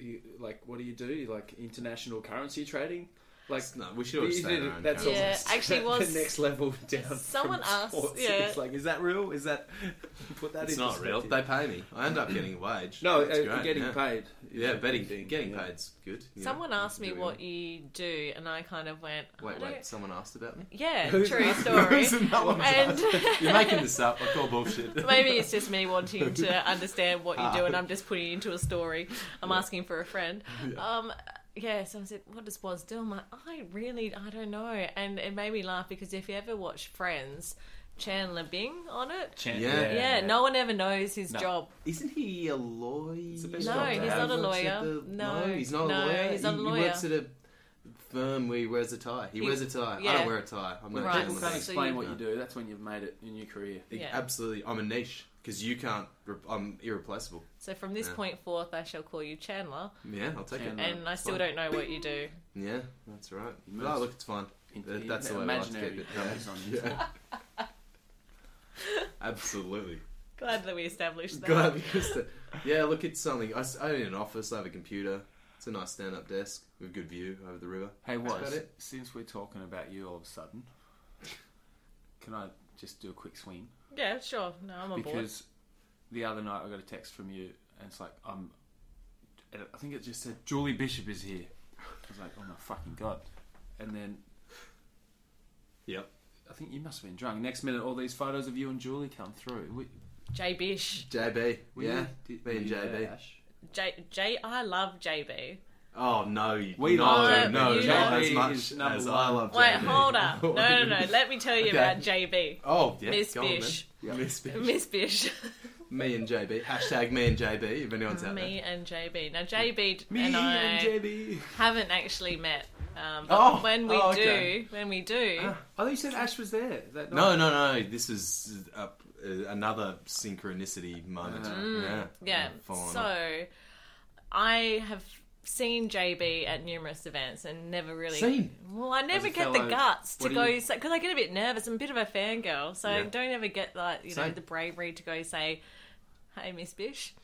S5: you, like, what do you do? You, Like international currency trading? Like
S4: no, we should all just
S5: you
S4: stay
S5: did
S4: in
S5: it-
S4: our own
S5: that's
S4: camp.
S2: Yeah,
S5: almost
S2: actually
S5: the
S2: was-
S5: next level down.
S2: Someone
S5: from
S2: asked,
S5: sports.
S2: yeah.
S5: it's like, is that real? Is that put that?
S4: It's
S5: in
S4: not real.
S5: perspective.
S4: They pay me. I end up getting a wage.
S5: no,
S4: That's
S5: uh,
S4: great,
S5: getting
S4: yeah.
S5: paid.
S4: Yeah, betting, getting
S5: yeah.
S4: paid's good. you know.
S2: Someone asked me
S4: Doing
S2: what you do, and I kind of went, I
S4: Wait,
S2: don't-
S4: wait. Someone asked about me.
S2: Yeah,
S5: Who's
S2: true
S5: asked-
S2: story.
S4: That one was-
S2: and
S4: You're making this up. I call bullshit.
S2: Maybe it's just me wanting to understand what you do, and I'm just putting it into a story. I'm asking for a friend. Um, yeah, so I said, "What does Woz do?" I'm like, "I really, I don't know." And it made me laugh because if you ever watch Friends, Chandler Bing on it,
S3: Chan-
S4: Yeah.
S2: yeah, no one ever knows his
S3: No.
S2: job.
S4: Isn't he a lawyer?
S5: It's the
S2: No,
S5: best
S2: he's
S5: job to have.
S2: not a
S4: He works
S2: lawyer.
S4: at the-
S2: No,
S4: he's not
S2: no,
S4: a lawyer.
S2: he's not a
S4: He-
S2: lawyer.
S4: He works at a firm where he wears a tie. He,
S2: He-
S4: wears a tie. I
S2: yeah.
S4: don't wear a tie. I'm
S5: When
S4: not
S2: Right,
S5: people
S4: Chandler
S5: can't
S2: so
S4: Bing.
S5: explain
S2: you-
S5: what you do, that's when you've made it in your career.
S2: Yeah.
S4: Absolutely, I'm a niche. because you can't. Re- I'm irreplaceable.
S2: So from this
S4: Yeah.
S2: point forth, I shall call you Chandler,
S4: Yeah, I'll take
S3: Chandler.
S4: it.
S2: and I still
S4: fine.
S2: don't know what you do.
S4: Yeah, that's right.
S5: You
S4: No,
S5: must-
S4: look, it's fine. That- that's the way I like to
S3: imaginary
S4: keep it.
S3: numbers on you.
S4: Yeah. Absolutely.
S2: Glad that we established that.
S4: God, because the- yeah, look, it's something. I, s- I own an office. I have a computer. It's a nice stand-up desk with good view over the river.
S3: Hey, what?
S4: about it.
S3: Since we're talking about you all of a sudden, can I just do a quick swing?
S2: Yeah, sure. No, I'm on board.
S3: because the other night I got a text from you, and it's like I'm. and I think it just said Julie Bishop is here. I was like, oh my fucking god! And then
S4: Yep.
S3: I think you must have been drunk. Next minute, all these photos of you and Julie come through. We,
S2: J Bish.
S4: JB.
S3: we
S4: yeah.
S3: did-
S4: Me and
S3: yeah.
S4: JB.
S2: J J I love JB.
S4: Oh no, you,
S3: We
S4: no,
S2: love-
S4: no,
S2: you
S4: not
S3: love-
S4: as
S3: is
S4: much
S3: number
S4: as
S3: one.
S4: I love.
S2: Wait,
S4: JB.
S2: hold up. No, no, no. Let me tell you
S4: Okay.
S2: about JB.
S4: Oh, yeah,
S2: Miss
S4: go on then.
S2: Bish.
S4: Yeah. Miss Bish.
S2: Miss Bish.
S4: Me and JB. Hashtag me and JB. If anyone's out
S2: me and JB. Now JB
S3: Me
S2: and I
S3: JB.
S2: haven't actually met. Um, but
S4: Oh,
S2: when we
S4: oh,
S2: do,
S4: okay. Ah.
S2: when we do,
S5: I thought you said Ash was there. That
S4: there. No, no, no. This is a, uh, another synchronicity moment. yeah.
S2: Mm. yeah.
S4: Following up.
S2: So I have seen JB at numerous events and never really
S4: Seen?
S2: Well, I never
S3: a
S2: get the
S3: fellow-
S2: guts to
S3: what do
S2: go
S3: you-
S2: because I get a bit nervous. I'm a bit of a fangirl, so I
S4: Yeah.
S2: don't ever get like you know
S4: Same.
S2: the bravery to go say, "Hey, Miss Bish."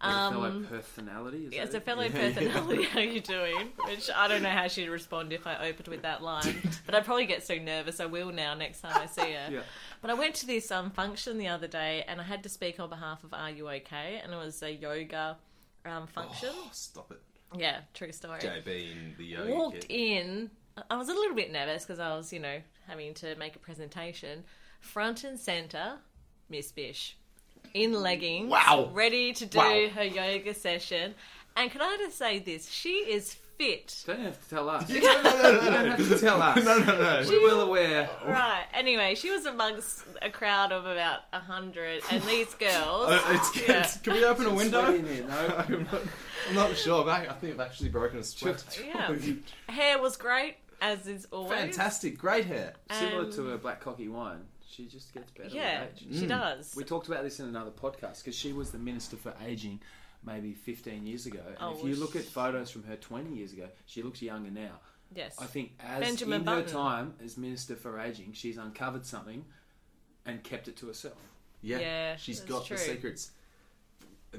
S5: Um, fellow
S2: Um,
S5: personality. Is
S2: As
S5: that
S2: a
S5: it?
S2: fellow
S4: Yeah, yeah.
S2: personality, how you doing? Which I don't know how she'd respond if I opened with that line, but I probably get so nervous. I will now next time I see her.
S5: Yeah.
S2: But I went to this um, function the other day, and I had to speak on behalf of Are You Okay, and it was a yoga um, function.
S4: Oh, stop it.
S2: Yeah, true story.
S4: JB in the yoga
S2: Walked
S4: kit.
S2: in, I was a little bit nervous because I was, you know, having to make a presentation. Front and center, Miss Bish, in leggings,
S4: Wow.
S2: ready to do
S4: Wow.
S2: her yoga session. And can I just say this? She is fit.
S5: Don't have to tell us.
S4: no, no, no, no,
S5: You don't have to tell us.
S4: no, no, no.
S5: We're well aware.
S2: Right. Anyway, she was amongst a crowd of about a hundred, and these girls.
S4: Uh, it's, it's- can we open a window?
S5: Sweaty in here, no.
S4: I'm not, I'm not sure. but I I think I've actually broken a sweat.
S2: Yeah. Hair was great, as is always.
S4: Fantastic. Great hair.
S5: Similar
S2: Um,
S5: to a black cocky wine, she just gets better
S2: Yeah,
S5: with age.
S2: she
S4: Mm.
S2: does.
S5: We talked about this in another podcast because she was the minister for aging maybe 15 years ago. And
S2: Oh,
S5: if you
S2: well,
S5: look at
S2: she-
S5: photos from her 20 years ago, she looks younger now.
S2: yes.
S5: I think as
S2: Benjamin
S5: in
S2: Button.
S5: her time as minister for aging, she's uncovered something and kept it to herself.
S4: Yeah,
S2: Yeah,
S4: she's
S2: that's
S4: got
S2: true.
S4: the secrets.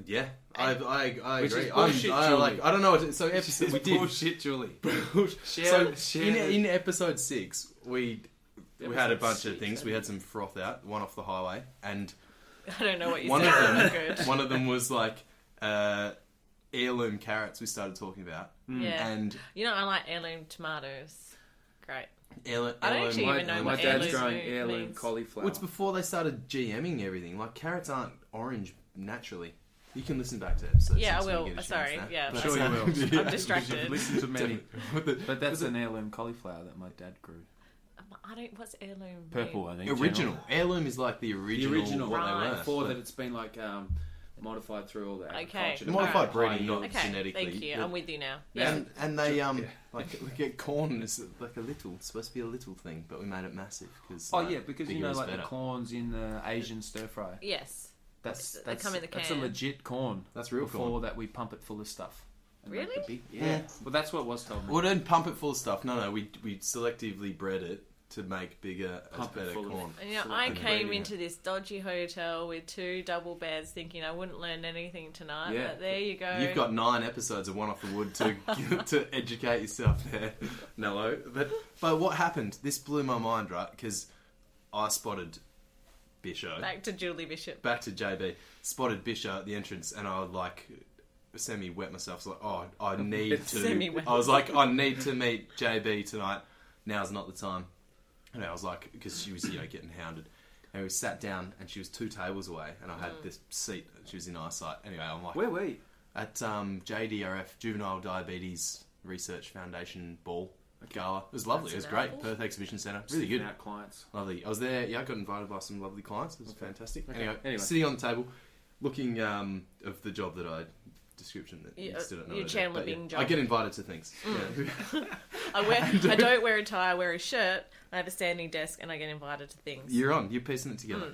S4: Yeah, I I I
S5: Which is
S4: agree.
S5: bullshit,
S4: I'm, I
S5: Julie.
S4: like I don't know. What to, so episode we did.
S5: bullshit, Julie.
S4: so
S5: Share- share
S4: in,
S5: the-
S4: in episode six we we had a
S5: Episode
S4: bunch
S5: six,
S4: of things. We
S5: eh?
S4: had some froth out, one off the highway, and
S2: I don't know what you
S4: one of
S2: said.
S4: them
S2: Good.
S4: one of them was like uh, heirloom carrots. We started talking about
S2: Yeah.
S4: and
S2: You know, I like heirloom tomatoes. Great.
S4: heirloom.
S2: I don't
S4: heirloom-
S2: actually
S5: My,
S2: even know
S5: my
S2: what
S5: dad's
S2: heirloom
S5: growing
S2: means.
S5: heirloom cauliflower.
S4: Well, it's before they started GMing everything. Like carrots aren't orange naturally. You can listen back to episode.
S2: Yeah, I
S4: six when
S2: will.
S4: you get a
S2: Sorry.
S4: chance now.
S2: Yeah,
S4: But-
S2: sure
S5: you will. I'm
S4: Yeah.
S2: distracted.
S3: Listen to many, but that's
S4: Was it-
S3: an heirloom cauliflower that my dad grew.
S2: Um, I don't. What's heirloom?
S3: Purple,
S2: mean?
S3: I think.
S4: Original.
S3: general.
S4: Heirloom is like the
S5: the
S4: original,
S5: original
S4: what
S2: Right.
S4: they were.
S5: before
S4: but
S5: that it's been like um, modified through all that.
S2: Okay.
S4: modified
S2: Alright.
S4: breeding, not
S2: Okay,
S4: genetically.
S2: thank you.
S4: but-
S2: I'm with you now. Yeah.
S4: and, and they um
S5: Yeah.
S4: like look at corn is like a little it's supposed to be a little thing, but we made it massive because
S3: Oh yeah, because you
S4: bigger
S3: know,
S4: is
S3: like the
S4: better.
S3: corns in the Asian stir fry.
S2: yes.
S3: That's
S2: They
S3: that's
S2: come in the
S3: that's a
S2: can.
S3: legit corn.
S4: That's real
S3: Before
S4: corn.
S3: that, we pump it full of stuff. and make
S2: Really?
S3: the big- yeah.
S4: Yeah.
S3: Well, that's what was told me.
S4: we don't pump it full of stuff. No, no, we we selectively bred it to make bigger as
S5: Pump it
S4: better
S5: full of-
S4: corn.
S2: And, you know,
S5: Sort of
S2: I
S4: like
S2: came
S4: breeding
S2: into this dodgy hotel with two double beds, thinking I wouldn't learn anything tonight.
S5: Yeah.
S2: But there you go.
S4: You've got nine episodes of One Off the Wood to to educate yourself there, Nello. But but what happened? This blew my mind, right? Because I spotted Bisho.
S2: back to Julie Bishop.
S4: back to JB. Spotted Bisha at the entrance, and I would like semi wet myself. So like, oh, I need to.
S2: Semi-wet.
S4: I was like, I need to meet JB tonight. Now's not the time. And I was like, because she was you know getting hounded. And we sat down, and she was two tables away, and I had
S2: Mm.
S4: this seat. She was in eyesight. Anyway, I'm like
S5: Where were you?
S4: at um, JDRF Juvenile Diabetes Research Foundation Ball Gala. It was lovely.
S2: That's
S4: it was
S2: an
S4: great.
S2: apple.
S4: Perth Exhibition Centre. Really good.
S5: Out clients.
S4: Lovely. I was there. Yeah, I got invited by some lovely clients. It was fantastic.
S5: Okay.
S4: Anyway,
S5: Anyway.
S4: sitting on the table, looking um, of the job that I description that you,
S2: You-
S4: still don't know.
S2: you
S4: what it is,
S2: Chandler
S4: but yeah,
S2: Bing job. Mm.
S4: I get invited to things. Yeah.
S2: I wear. I don't wear a tie. I wear a shirt. I have a standing desk, and I get invited to things.
S4: You're on. You're piecing it together.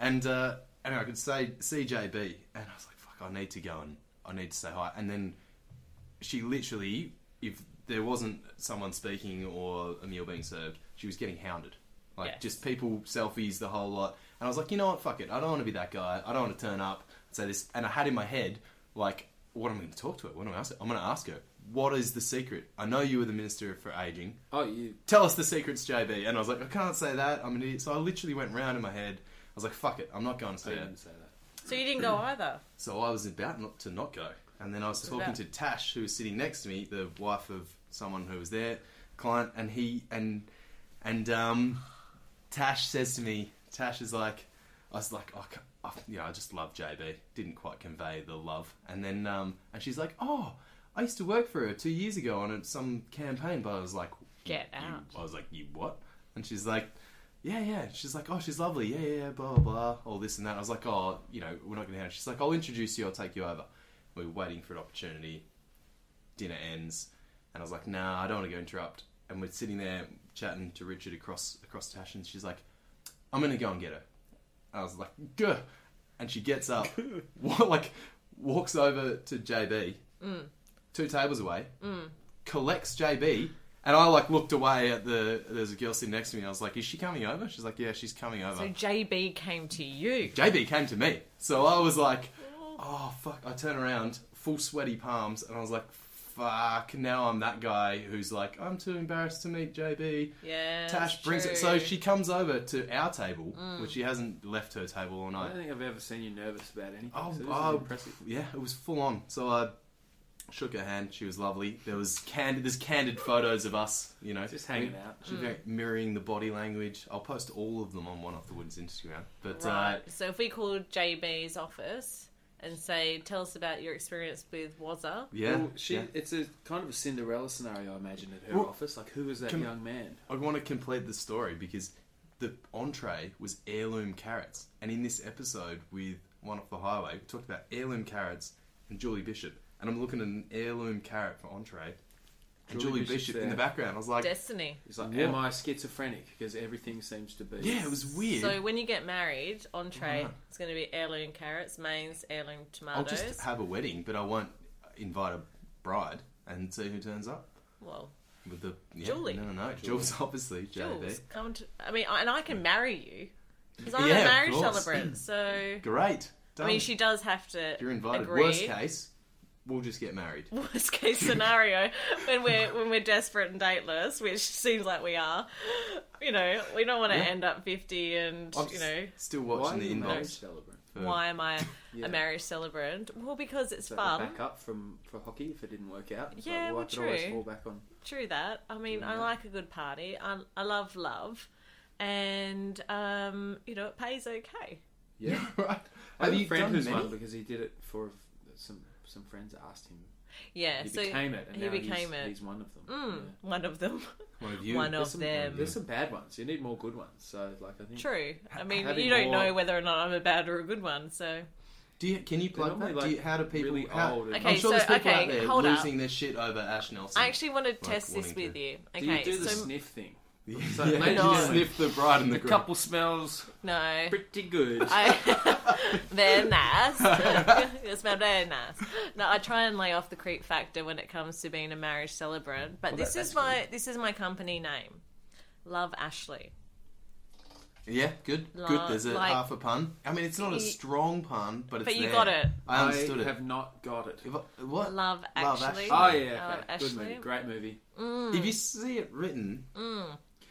S4: And uh, and I could say CJB, and I was like, fuck, I need to go and I need to say hi. And then she literally, if there wasn't someone speaking or a meal being served, she was getting hounded. Like,
S6: Yes.
S4: just people, selfies, the whole lot. And I was like, you know what, fuck it. I don't want to be that guy. I don't want to turn up and say this. And I had in my head, like, what am I going to talk to her? What am I ask her? I'm going to ask her, what is the secret? I know you were the Minister for Aging
S3: Oh, you.
S4: tell us the secrets, JB. And I was like, I can't say that. I'm an idiot. So I literally went round in my head. I was like, fuck it. I'm not going to
S3: I
S4: say
S3: didn't
S4: it.
S3: say that.
S2: So you didn't go either.
S4: So I was about not to not go. And then I was talking
S2: about-
S4: to Tash, who was sitting next to me, the wife of someone who was there, client, and he and and um, Tash says to me, Tash is like, I was like, I, ca- I you know, I just love JB. Didn't quite convey the love. And then um, and she's like, oh, I used to work for her two years ago on a, some campaign, but I was like,
S2: Get
S4: "You-
S2: out.
S4: I was like, you what? And she's like, yeah, yeah. She's like, oh, she's lovely. Yeah, yeah, yeah, blah, blah, blah. All this and that. I was like, oh, you know, we're not going to have. She's like, I'll introduce you. I'll take you over. We were waiting for an opportunity. Dinner ends. And I was like, nah, I don't want to go interrupt. And we're sitting there chatting to Richard across across Tash. And she's like, I'm going to go and get her. And I was like, Gah. And she gets up, wa- like, walks over to JB, two tables away, collects JB. And I like looked away at the. There's a girl sitting next to me. And I was like, "Is she coming over?" She's like, "Yeah, she's coming over."
S2: So JB came to you.
S4: JB came to me. So I was like, oh, fuck. I turn around, full sweaty palms, and I was like, fuck, now I'm that guy who's like, I'm too embarrassed to meet JB.
S2: Yeah.
S4: Tash
S2: that's
S4: brings it.
S2: true.
S4: So
S2: Mm.
S4: she comes over to our table, which she hasn't left her table all
S3: I
S4: night.
S3: don't think I've ever seen you nervous about anything.
S4: Oh,
S3: so this is
S4: oh,
S3: impressive.
S4: yeah, it was full on. So I shook her hand. She was lovely. There was candid, there's candid photos of us, you know,
S3: Just hanging out.
S4: She's very
S2: Mm.
S4: mirroring the body language. I'll post all of them on One Off the Woods Instagram. But uh,
S2: Right. So if we call JB's office and say, "Tell us about your experience with Wazza,"
S4: yeah,
S3: Well, she,
S4: yeah.
S3: It's a kind of a Cinderella scenario, I imagine, at her
S4: Well,
S3: office. Like, who was that
S4: can-
S3: young man?
S4: I want to complete the story because the entree was heirloom carrots, and in this episode with One Off the Highway, we talked about heirloom carrots and Julie Bishop, and I'm looking at an heirloom carrot for entree, and
S3: Julie
S4: Julie,
S3: Bishop's
S4: Bishop in the
S3: there.
S4: background. I was like,
S2: Destiny.
S3: He's like,
S4: What?
S3: am I schizophrenic? Because everything seems to be.
S4: yeah, it was weird.
S2: So when you get married, entree
S4: Wow.
S2: it's going to be heirloom carrots, mains heirloom
S4: I'll
S2: tomatoes.
S4: just have a wedding, but I won't invite a bride and see who turns up
S2: well,
S4: with the yeah,
S2: Julie.
S4: No, no, no, Jules obviously JB.
S2: Jules, come to. I mean, I- and I can marry you because I'm
S4: Yeah,
S2: a
S4: of
S2: marriage
S4: course.
S2: celebrant. So
S4: Great.
S2: I
S4: Done.
S2: mean, she does have to.
S4: You're invited.
S2: Agree.
S4: Worst case, we'll just get married.
S2: worst case scenario when we're when we're desperate and dateless, which seems like we are. You know, we don't want to
S4: Yeah.
S2: end up fifty and
S4: I'm
S2: you know
S4: s- still
S3: Why
S4: watching
S3: are
S4: the
S3: you a marriage
S4: inbox.
S3: celebrant?
S4: for-
S2: why am I
S3: Yeah.
S2: a marriage celebrant? Well, because it's
S3: So
S2: fun.
S3: back up from for hockey if it didn't work out. It's
S2: Yeah,
S3: like, well,
S2: well,
S3: I could always
S2: true.
S3: fall back on.
S2: True that. I mean, I
S3: Yeah.
S2: like a good party. I I love love, and um, you know, it pays okay.
S3: Yeah,
S4: right.
S3: I
S4: Have
S3: have a
S4: you
S3: friend
S4: done
S3: who's
S4: many?
S3: one because he did it for some some friends asked him.
S2: Yeah.
S3: He
S2: so
S3: became it. And
S2: he
S3: now
S2: became
S3: he's,
S2: it.
S3: He's one of them.
S2: mm,
S3: yeah.
S2: one of them.
S4: One of you.
S2: One
S3: There's
S2: of
S3: some,
S2: them.
S3: There's some bad ones. You need more good ones. So like I think
S2: True. I mean,
S3: having
S2: you don't
S3: more-
S2: know whether or not I'm a bad or a good one. So
S4: Do you, can you plug
S3: normally,
S4: that? do you,
S3: like,
S4: how do people?
S3: really
S4: how,
S3: old and-
S4: I'm
S2: Okay,
S4: sure there's
S2: so-
S4: people out
S2: okay,
S4: there
S2: hold up.
S4: losing their shit over Ash Nelson.
S2: I actually want to test this
S4: wanting
S2: with
S4: to-
S2: you.
S3: Do you
S2: Okay.
S3: do the
S2: so
S3: sniff thing?
S4: so
S3: So,
S4: yeah,
S3: ladies
S4: you
S3: and
S4: sniff the bride and the,
S7: The
S4: groom.
S7: couple smells
S2: no.
S3: Pretty good.
S2: I, they're nice. they smell very nice. No, I try and lay off the creep factor when it comes to being a marriage celebrant. But
S3: Well,
S2: this
S3: that-
S2: is
S3: that's
S2: my this is my company name. Love Ashley.
S4: Yeah, good, good.
S2: Like-
S4: There's a
S2: like-
S4: half a pun. I mean, it's not a
S2: You-
S4: strong pun, but it's
S2: But you
S4: there.
S2: got it.
S4: I understood
S3: I
S4: it.
S3: have not got it.
S4: If I- what?
S2: Love
S4: Love
S2: Ashley.
S4: Ashley.
S3: Oh
S2: I
S3: yeah,
S2: love Mm,
S3: okay. good movie, great movie.
S4: If you see it written,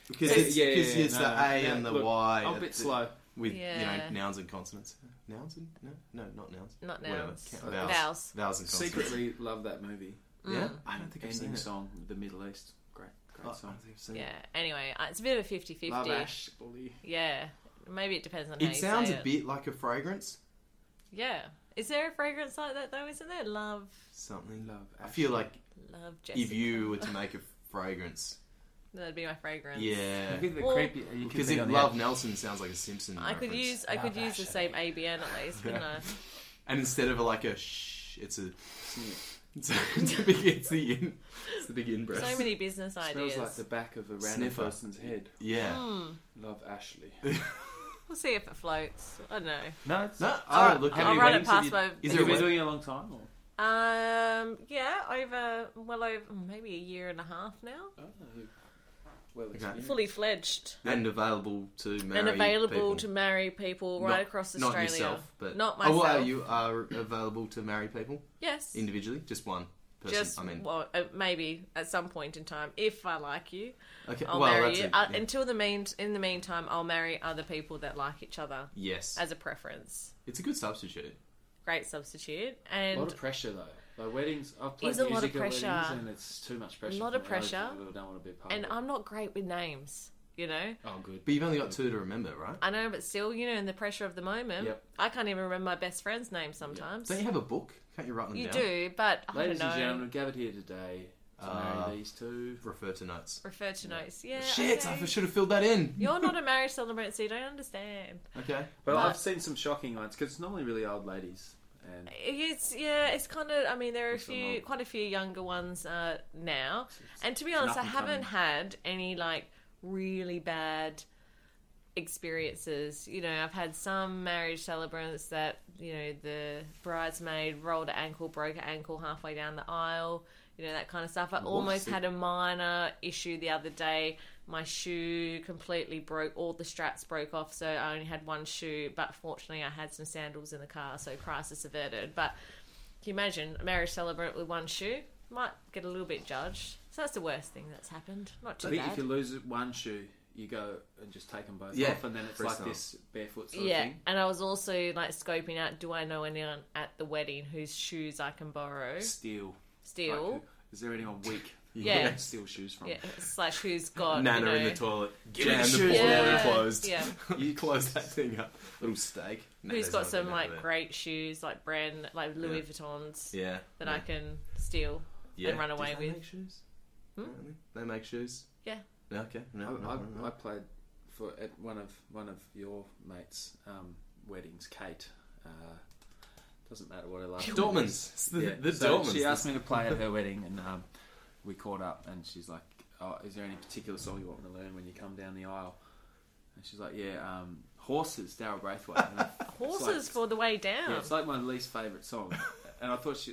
S4: because
S3: Yeah,
S4: it's,
S3: yeah, yeah,
S4: 'cause
S3: yeah,
S4: it's
S3: no,
S4: the
S3: no,
S4: A
S3: no,
S4: and the
S3: look,
S4: Y.
S3: I'm a
S4: at
S3: bit
S4: the-
S3: slow.
S4: with
S2: Yeah.
S4: you know nouns and consonants. Nouns and no, no, not nouns.
S2: Not
S4: Whatever.
S2: nouns.
S4: Ca-
S2: Vowels.
S4: Vowels. Vowels and consonants.
S3: Secretly love that movie.
S2: Mm.
S4: Yeah, I don't think I've seen
S3: Ending
S4: it.
S3: song, The Middle East. Great, great
S4: Oh, I
S3: song.
S4: don't think I've seen it.
S2: Yeah. Anyway, uh, it's a bit of a 50-50.
S3: Love Ashley.
S2: Yeah. Maybe it depends on how
S4: It
S2: you
S4: sounds
S2: say
S4: a bit like a fragrance.
S2: Yeah. Is there a fragrance like that though? Isn't there? Love,
S4: Something.
S3: Love
S4: I feel
S3: Ashley.
S4: like
S2: love Jessica.
S4: if you were to make a fragrance,
S2: that'd be my fragrance.
S4: yeah,
S3: You get a bit
S2: Well-
S3: creepy. uh, You
S4: because
S3: can
S4: if
S3: be on
S4: Love Nelson sounds like a Simpson.
S2: I could
S4: reference.
S2: use I could
S3: Love
S2: use the
S3: Ashley.
S2: same ABN at least, couldn't I?
S4: and instead of like a shh, it's a
S3: the outside.
S4: it's, a, it's, a big, it's the in, it's the big in breath.
S2: So many business
S3: It smells like
S2: ideas.
S3: the back of a random
S4: Sniffer.
S3: person's head.
S4: yeah.
S3: Love Ashley.
S2: We'll see if it floats. I don't know.
S8: No, it's,
S4: No,
S8: All
S4: I'll
S8: right,
S4: look
S8: how
S4: at
S2: I'll
S8: many
S2: run it
S8: weeks have
S2: past
S8: you-
S2: my.
S4: Is
S8: Is
S4: there
S8: you
S4: a
S8: been
S4: way-
S8: doing it a long time? Or?
S2: Um, yeah, over well over oh, maybe a year and a half now.
S3: Oh, you- well,
S4: Okay.
S3: experienced.
S2: Fully fledged
S4: and available to marry
S2: and available
S4: people.
S2: to marry people right
S4: Not-
S2: across
S4: not
S2: Australia.
S4: yourself, but
S2: Not
S4: Oh, well,
S2: myself.
S4: you are available to marry people
S2: Yes.
S4: individually, just one person.
S2: Just
S4: I mean,
S2: well, uh, maybe at some point in time, if I like you,
S4: okay,
S2: I'll
S4: well,
S2: marry
S4: that's
S2: you.
S4: a-
S2: Uh,
S4: yeah.
S2: Until the mean, in the meantime, I'll marry other people that like each other
S4: yes,
S2: as a preference.
S4: it's a good substitute.
S2: Great substitute
S3: A lot
S2: and
S3: of pressure though. Like weddings, I've played
S2: Is a lot
S3: music
S2: of
S3: at weddings,
S2: pressure.
S3: and it's too much pressure.
S2: Lot
S3: for
S2: of
S3: me. I
S2: pressure.
S3: just don't want to be a part
S2: and
S3: of it.
S2: I'm not great with names, you know.
S3: Oh, good.
S4: But you've only got two to remember, right?
S2: I know, but still, you know, in the pressure of the moment,
S3: Yep.
S2: I can't even remember my best friend's name sometimes.
S4: Don't you have a book? Can't you write them
S2: You
S4: down?
S2: do, but I
S3: Ladies
S2: don't
S3: and
S2: know.
S3: gentlemen, gathered here today to
S4: Uh,
S3: marry these two.
S4: Refer to notes.
S2: Refer to notes. Yeah.
S4: Shit,
S2: okay.
S4: I should have filled that in.
S2: You're not a marriage celebrant, so you don't understand.
S4: Okay.
S2: But-
S3: Well, I've seen some shocking ones because it's normally really old ladies. And
S2: It's yeah, it's kind of. I mean, there are a
S3: It's a
S2: few,
S3: lot.
S2: quite a few younger ones uh, now, and to be honest, I
S3: nothing
S2: haven't
S3: coming.
S2: had any like really bad experiences. You know, I've had some marriage celebrants that you know the bridesmaid rolled her ankle, broke her ankle halfway down the aisle. You know that kind of stuff. I almost had a minor issue the other day. My shoe completely broke, all the straps broke off, so I only had one shoe. But fortunately, I had some sandals in the car, so crisis averted. But can you imagine a marriage celebrant with one shoe? Might get a little bit judged. So that's the worst thing that's happened. Not
S3: I
S2: too
S3: think
S2: bad.
S3: if you lose one shoe, you go and just take them both
S4: Yeah,
S3: off, and then it's
S4: freestyle.
S3: like this barefoot sort
S2: yeah,
S3: of thing.
S2: and I was also like scoping out: Do I know anyone at the wedding whose shoes I can borrow?
S3: Steal.
S2: Steal.
S3: Like, is there anyone weak? You
S2: Yeah.
S3: can steal shoes from.
S2: yeah. Slash, who's got
S4: Nana
S2: you know,
S4: in the toilet.
S3: Give me
S4: Jam
S3: the
S4: the
S3: shoes.
S4: portal
S2: Yeah,
S4: closed.
S2: yeah.
S4: you close that thing up. Little steak. No,
S2: Who's
S4: there's
S2: got
S4: nothing
S2: some
S4: over
S2: like
S4: there.
S2: great shoes, like brand, like Louis
S4: Yeah.
S2: Vuittons
S4: Yeah.
S2: that
S4: yeah.
S2: I can steal?
S4: yeah.
S2: run away
S4: Does they
S2: with. Hmm?
S4: Make shoes? Apparently. They make shoes.
S2: Yeah.
S4: No, Okay.
S3: I,
S4: No, no,
S3: I,
S4: no, no.
S3: I played for at one of one of your mates' um, weddings. Kate uh, doesn't matter what her last name is.
S4: Dortmunds. It's the,
S3: Yeah.
S4: the
S3: so
S4: Dortmunds.
S3: She asked me to play at her wedding, and um, we caught up, and she's like, "Oh, is there any particular song you want me to learn when you come down the aisle?" And she's like, "Yeah, um, Horses, Daryl Braithwaite." And I- it's
S2: Horses
S3: like,
S2: for the way down.
S3: Yeah, it's like my least favorite song, and I thought she.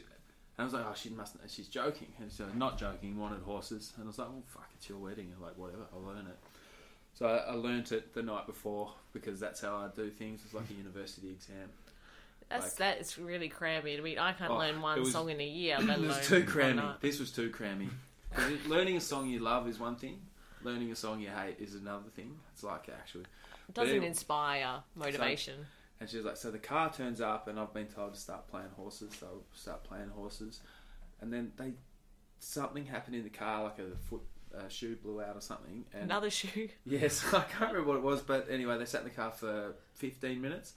S3: And I was like, oh, she mustn't. She's joking. And she's like, not joking. Wanted horses. And I was like, well, fuck, it's your wedding. And like, whatever, I'll learn it. So I, I learnt it the night before because that's how I do things. It's like a university exam.
S2: That's that is really crammy. I mean, I can't
S3: Oh,
S2: learn
S3: it
S2: one
S3: was-
S2: song in a year. Let
S3: it
S2: alone
S3: was too
S2: one
S3: crammy.
S2: night.
S3: This was too crammy. 'Cause it- learning a song you love is one thing. Learning a song you hate is another thing. It's like actually.
S2: It
S3: But
S2: doesn't
S3: anyway,
S2: inspire motivation.
S3: And she was like, so the car turns up, and I've been told to start playing horses, so I'll start playing horses. And then they, something happened in the car, like a foot uh, shoe blew out or something. And
S2: Another shoe.
S3: yes, I can't remember what it was, but anyway, they sat in the car for 15 minutes.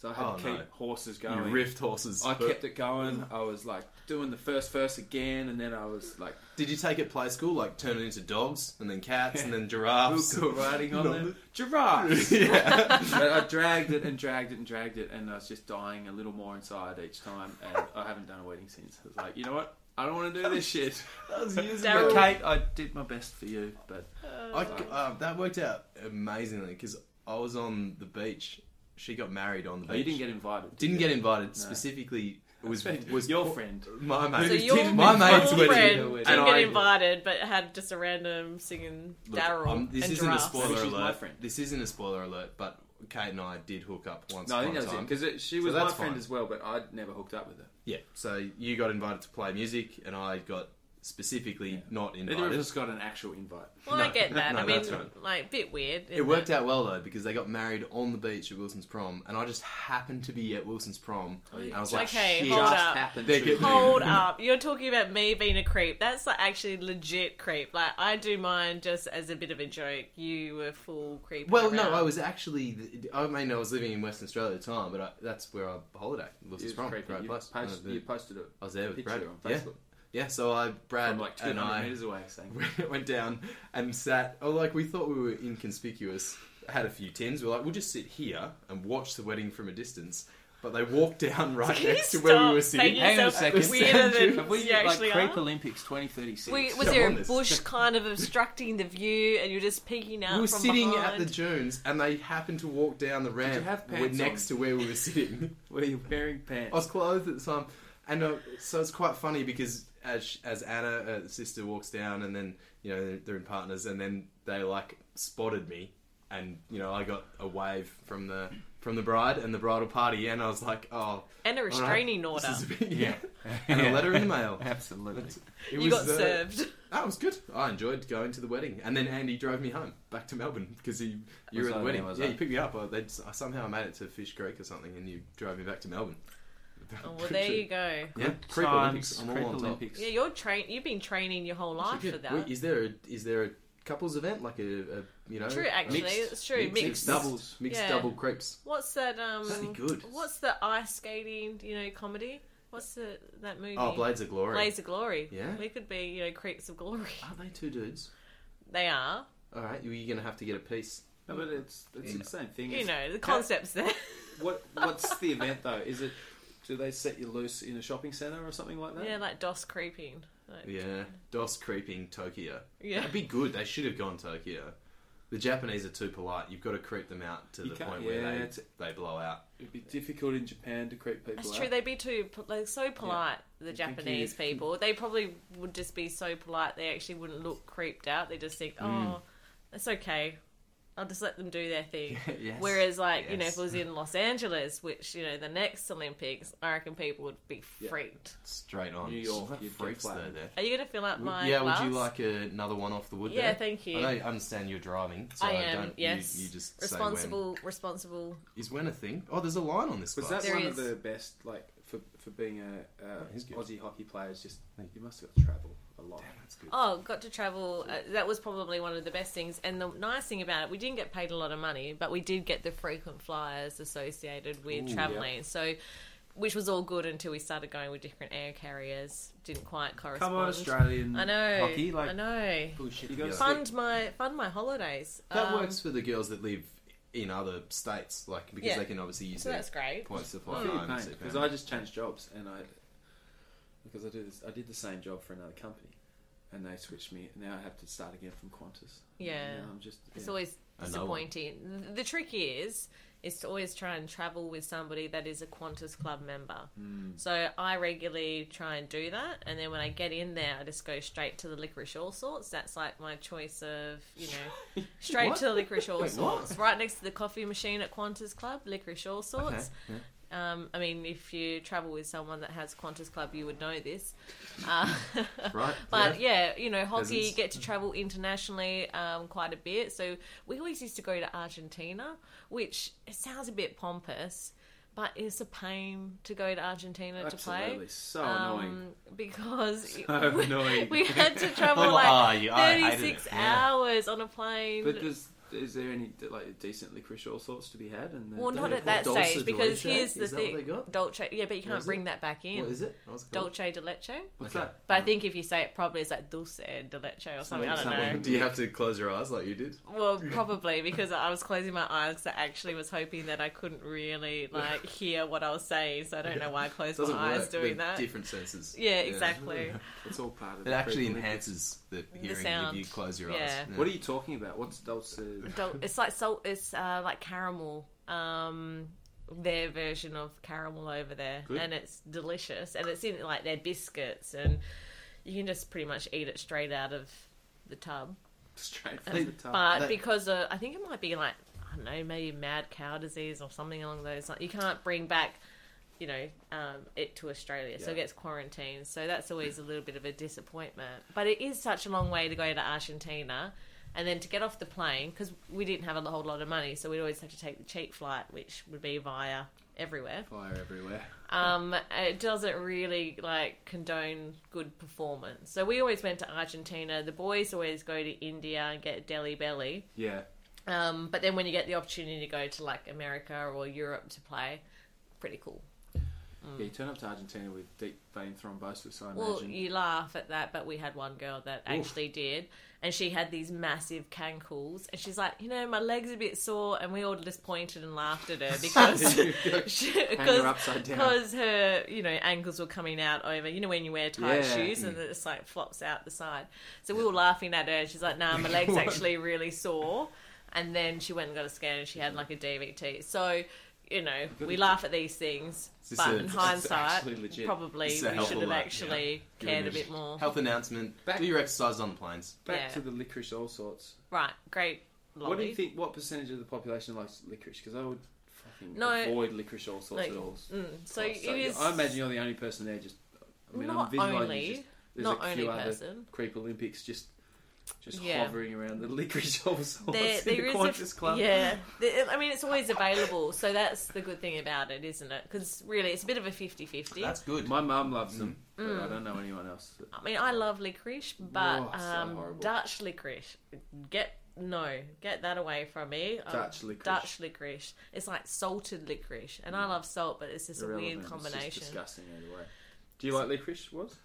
S3: So I had
S4: Oh,
S3: to keep
S4: no.
S3: horses
S4: You
S3: going.
S4: riffed horses.
S3: I
S4: but-
S3: kept it going. I was like doing the first verse again, and then I was like
S4: Did you take it play school? Like turn it into dogs and then cats and then giraffes?
S3: Who riding on
S4: No.
S3: them? Giraffes.
S4: yeah.
S3: But I dragged it and dragged it and dragged it, and I was just dying a little more inside each time. And I haven't done a wedding since. I was like, you know what? I don't want to do this shit.
S4: That was years
S3: But
S2: Daryl-
S4: ago.
S3: Kate, I did my best for you, but
S4: I, uh, that worked out amazingly because I was on the beach. She got married on the beach.
S3: oh, you didn't get invited.
S4: Didn't get invited specifically. It was was
S3: your friend.
S4: my mate.
S2: So your
S4: my mate's
S2: your
S4: wedding.
S2: friend
S3: Wedding.
S2: didn't
S4: And
S2: get
S4: I-
S2: invited, but had just a random singing
S4: Look,
S2: Daryl
S4: um, this
S2: and
S4: isn't
S2: giraffes.
S4: a spoiler
S3: Which is my
S4: alert.
S3: friend.
S4: This isn't a spoiler alert, but Kate and I did hook up once.
S3: No, I
S4: upon
S3: think
S4: a
S3: that was
S4: time.
S3: it because she
S4: So
S3: was my
S4: that's
S3: friend
S4: fine. Oh,
S3: as well, but I'd never hooked up with her.
S4: Yeah. So you got invited to play music, and I got specifically not
S3: Neither of
S4: invited.
S3: us got an actual invite.
S2: Well, I
S4: No,
S2: get that.
S4: no,
S2: I mean,
S4: that's right.
S2: like, bit weird.
S4: It worked out well though because they got married on the beach at Wilson's prom, and I just happened to be at Wilson's prom.
S3: Oh,
S4: And I was like,
S2: Okay,
S4: shit.
S2: hold
S3: Just
S2: up.
S3: happened
S4: They
S3: to
S4: get
S3: me.
S4: married.
S2: Hold up. You're talking about me being a creep. That's like actually legit creep. Like, I do mine just as a bit of a joke. You were full creep.
S4: Well, no,
S2: around.
S4: I was actually. I mean, I was living in Western Australia at the time, but I, that's where I holidayed.
S3: It
S4: Wilson's
S3: was
S4: prom,
S3: creepy.
S4: great
S3: You,
S4: place.
S3: post-
S4: I,
S3: you posted a
S4: I was there with
S3: picture
S4: Brad.
S3: on
S4: Yeah,
S3: Facebook
S4: yeah. So I, Brad,
S3: from like
S4: and
S3: 200
S4: I
S3: metres away saying,
S4: went down and sat. Oh, like we thought we were inconspicuous. Had a few tins. We're like, we'll just sit here and watch the wedding from a distance. But they walked down right
S2: Can you
S4: next to where we
S2: stop
S4: were sitting.
S2: making
S9: Hang on a
S2: yourself
S9: second.
S2: Weirder than
S9: Have we
S2: you
S9: like
S2: actually
S9: Creep
S2: are.
S9: Olympics 2036?
S2: We, was
S4: Come
S2: there
S4: on,
S2: a
S4: this-
S2: bush kind of obstructing the view, and you're just peeking out?
S4: We were
S2: from
S4: sitting
S2: behind?
S4: at the dunes, and they happened to walk down the ramp.
S3: have
S4: were
S3: pants
S4: next to where we were sitting.
S3: Were you wearing pants?
S4: I was clothed at the time, and uh, so it's quite funny because as sh- as Anna, uh, the sister, walks down, and then you know they're, they're in partners, and then they like spotted me, and you know I got a wave from the from the bride and the bridal party, and I was like, oh,
S2: and a
S4: alright,
S2: restraining
S4: this
S2: order.
S4: is a bit- yeah,
S9: Yeah.
S4: and a letter in the mail.
S9: Absolutely.
S4: It
S2: you got
S4: uh,
S2: served.
S4: That was good. I enjoyed going to the wedding, and then Andy drove me home back to Melbourne because he you
S9: Was I
S4: were at the
S9: there,
S4: wedding.
S9: was
S4: yeah,
S9: I?
S4: you picked me up. I, they'd, I somehow made it to Fish Creek or something, and you drove me back to Melbourne.
S2: Oh, well, there you go.
S4: Yeah, Creep Olympics. I'm all
S9: Creep
S4: on top.
S9: Olympics.
S2: Yeah, you're train. You've been training your whole life
S4: Actually,
S2: for that.
S4: Wait, is there a, is there a couples event like a, a you know
S2: True, actually,
S4: mixed,
S2: it's true.
S4: mixed,
S2: Mixed.
S4: doubles mixed
S2: Yeah.
S4: double crepes.
S2: What's that?
S4: That'd
S2: Um,
S4: be good.
S2: what's the ice skating? You know, comedy. What's the that movie?
S4: Oh, Blades of Glory.
S2: Blades of Glory.
S4: Yeah.
S2: we could be you know creeps of glory.
S4: Are they two dudes?
S2: They are.
S4: All right, you're gonna have to get a piece.
S3: No, but it's it's the same thing.
S2: You
S3: It's-
S2: know the concepts there.
S3: What what's the event though? Is it do they set you loose in a shopping center or something like that?
S2: yeah, like DOS creeping. Like,
S4: Yeah, DOS creeping Tokyo.
S2: Yeah.
S4: That'd be good. They should have gone Tokyo. The Japanese are too polite. You've got to creep them out to
S3: You
S4: the
S3: can't-
S4: point where
S3: yeah,
S4: they,
S3: it's-
S4: they blow out.
S3: It'd be difficult in Japan to creep people
S2: That's
S3: out.
S2: true. They'd be too pol- like so polite. The
S3: think
S2: Japanese
S3: you'd-
S2: people, they probably would just be so polite. They actually wouldn't look creeped out. They just think,
S4: Mm.
S2: oh, it's okay. I'll just let them do their thing.
S4: Yes.
S2: Whereas, like you know, if
S4: Yes.
S2: it was in Los Angeles, which you know, the next Olympics, I reckon people would be
S3: Yeah.
S2: freaked.
S4: Straight on.
S3: New York,
S4: What
S3: you'd get
S4: freaks
S3: flattened.
S4: though there.
S2: Are you going to fill up my?
S4: yeah,
S2: glass?
S4: would you like another one off the wood?
S2: Yeah,
S4: there?
S2: thank you.
S4: I know. I understand you're driving, so
S2: I
S4: I,
S2: am,
S4: don't.
S2: yes.
S4: You, you just Say
S2: responsible, responsible.
S4: when. Is when a thing? Oh, there's a line on this.
S3: Was
S4: glass.
S3: that
S2: There
S3: one
S2: is.
S3: of the best, like, for, for being a uh,
S4: he's good.
S3: Aussie hockey player? Is just
S4: Thank
S3: you must have got to travel a lot.
S4: Damn, that's good.
S2: Oh, got to travel. Uh, that was probably one of the best things. And the nice thing about it, we didn't get paid a lot of money, but we did get the frequent flyers associated with
S3: Ooh,
S2: traveling. So, which was all good until we started going with different air carriers. Didn't quite correspond.
S9: Come on, Australian
S2: I know.
S9: hockey. Like,
S2: I know.
S3: You gotta
S4: together.
S3: stick-
S2: Fund my fund my holidays.
S4: That
S2: Um,
S4: works for the girls that live in other states, like because
S2: Yeah.
S4: they can obviously use
S2: So
S4: their
S2: that's great.
S4: points to
S3: I
S4: fly
S3: feel your
S4: home. and
S3: pain,
S4: see
S3: because
S4: family.
S3: I just changed jobs and I because I do this. I did the same job for another company, and they switched me. Now I have to start again from Qantas.
S2: Yeah.
S3: Now I'm just.
S2: It's
S3: yeah.
S2: always
S4: I know one.
S2: disappointing. The- The trick is is to always try and travel with somebody that is a Qantas Club member.
S3: Hmm.
S4: Mm.
S2: So I regularly try and do that, and then when I get in there, I just go straight to the licorice all sorts. That's like my choice of you know, straight to the licorice all
S4: Wait, what?
S2: sorts, right next to the coffee machine at Qantas Club, licorice all sorts.
S4: Okay, yeah.
S2: Um, I mean, if you travel with someone that has Qantas Club, you would know this. Uh,
S4: Right,
S2: But yeah, you know, hockey
S4: Peasants.
S2: get to travel internationally um, quite a bit. So we always used to go to Argentina, which it sounds a bit pompous, but it's a pain to go to Argentina to
S3: absolutely
S2: play.
S3: so annoying.
S2: Um, because
S3: So
S2: we,
S3: annoying.
S2: we had to travel
S4: Oh,
S2: like
S4: you- I hated it,
S2: 36
S4: yeah.
S2: hours on a plane.
S3: But does is there any like decent licorice all sorts to be had? And then-
S2: well,
S4: don't
S2: not
S4: they
S2: at
S4: call
S2: that
S4: Dolce
S2: stage because
S4: Dolce?
S2: here's the
S4: Is that what
S2: thing:
S4: they got?
S2: Dolce, yeah, but you
S4: What
S2: can't
S4: is
S2: bring that back in.
S4: What is it? What's it called?
S2: Dolce de leche.
S3: what's
S4: Okay.
S3: that?
S2: But I think if you say it properly, it's like dulce de leche or something. I don't know.
S4: Do you have to close your eyes like you did?
S2: Well, probably because I was closing my eyes. 'cause I actually was hoping that I couldn't really like hear what I was saying, so I don't know why I closed my
S4: Doesn't
S2: eyes
S4: work
S2: doing
S4: with
S2: that.
S4: different senses.
S2: Yeah, exactly.
S3: It's all part of
S4: It actually
S3: Creep Olympics.
S4: enhances the hearing
S2: sound.
S4: if you close your eyes.
S2: Yeah.
S3: What are you talking about? What's dulce?
S2: Dol- it's like salt. It's uh, like caramel. Um, their version of caramel over there,
S3: Good.
S2: and it's delicious. And it's in like their biscuits, and you can just pretty much eat it straight out of the tub.
S3: Straight from the top.
S2: But
S4: That-
S2: because uh, I think it might be like I don't know, maybe mad cow disease or something along those lines. You can't bring back, you know, um, it to Australia, so it
S3: Yeah.
S2: gets quarantined. So that's always a little bit of a disappointment. But it is such a long way to go to Argentina, and then to get off the plane because we didn't have a whole lot of money, so we'd always have to take the cheap flight, which would be via everywhere.
S3: Fire everywhere.
S2: Um, it doesn't really like condone good performance. So we always went to Argentina. The boys always go to India and get deli belly.
S3: Yeah.
S2: Um, but then when you get the opportunity to go to like America or Europe to play, pretty cool.
S3: Yeah, you turn up to Argentina with deep vein thrombosis, I
S2: Mm. Well,
S3: imagine.
S2: you laugh at that, but we had one girl that actually did, and she had these massive cankles, and she's like, you know, my legs are a bit sore, and we all just pointed and laughed at her because she,
S10: Hang her
S2: because
S10: upside down.
S2: because her you know ankles were coming out over you know when you wear tight
S10: Yeah.
S2: shoes and
S3: Mm.
S2: it just like flops out the side so we were laughing at her and she's like nah my leg's actually really sore and then she went and got a scan and she had like a dvt so you know we laugh at these things
S4: this
S2: but
S4: a-
S2: in
S4: it's
S2: hindsight
S10: actually legit.
S2: probably we
S4: It's a
S2: should
S4: hell of a
S2: have
S4: lot,
S2: actually cared a bit more
S4: Health announcement.
S3: Back-
S4: Do your exercise on the planes.
S3: Back
S2: Yeah.
S3: to the licorice all sorts.
S2: right great lolly.
S3: What do you think? What percentage of the population likes licorice? Because I would fucking
S2: No.
S3: avoid licorice all sorts
S2: Like,
S3: at all.
S2: Mm, so
S3: costs.
S2: it is
S3: Oh, I imagine you're the only person there. Just I mean,
S2: Not
S3: I'm visualizing
S2: only-
S3: just, there's
S2: not
S3: a
S2: only
S3: few other
S2: person
S3: creep Olympics just just
S2: Yeah.
S3: hovering around the licorice all sorts
S2: there,
S3: in
S2: there
S3: the
S2: is
S3: Qantas
S2: a,
S3: Club.
S2: Yeah, There- I mean it's always available, so that's the good thing about it, isn't it? Because really, it's a bit of a 50-50.
S4: That's good.
S3: My mum loves them,
S2: Mm.
S3: but I don't know anyone else. that-
S2: I mean, I love licorice, but
S3: Oh, so
S2: um,
S3: horrible.
S2: Dutch licorice, get no, get that away from me. Um,
S3: Dutch licorice. Mm.
S2: Dutch licorice. It's like salted licorice, and I love salt, but it's just a
S3: irrelevant.
S2: weird
S3: It's just
S2: combination.
S3: disgusting either way. Do you like licorice? Was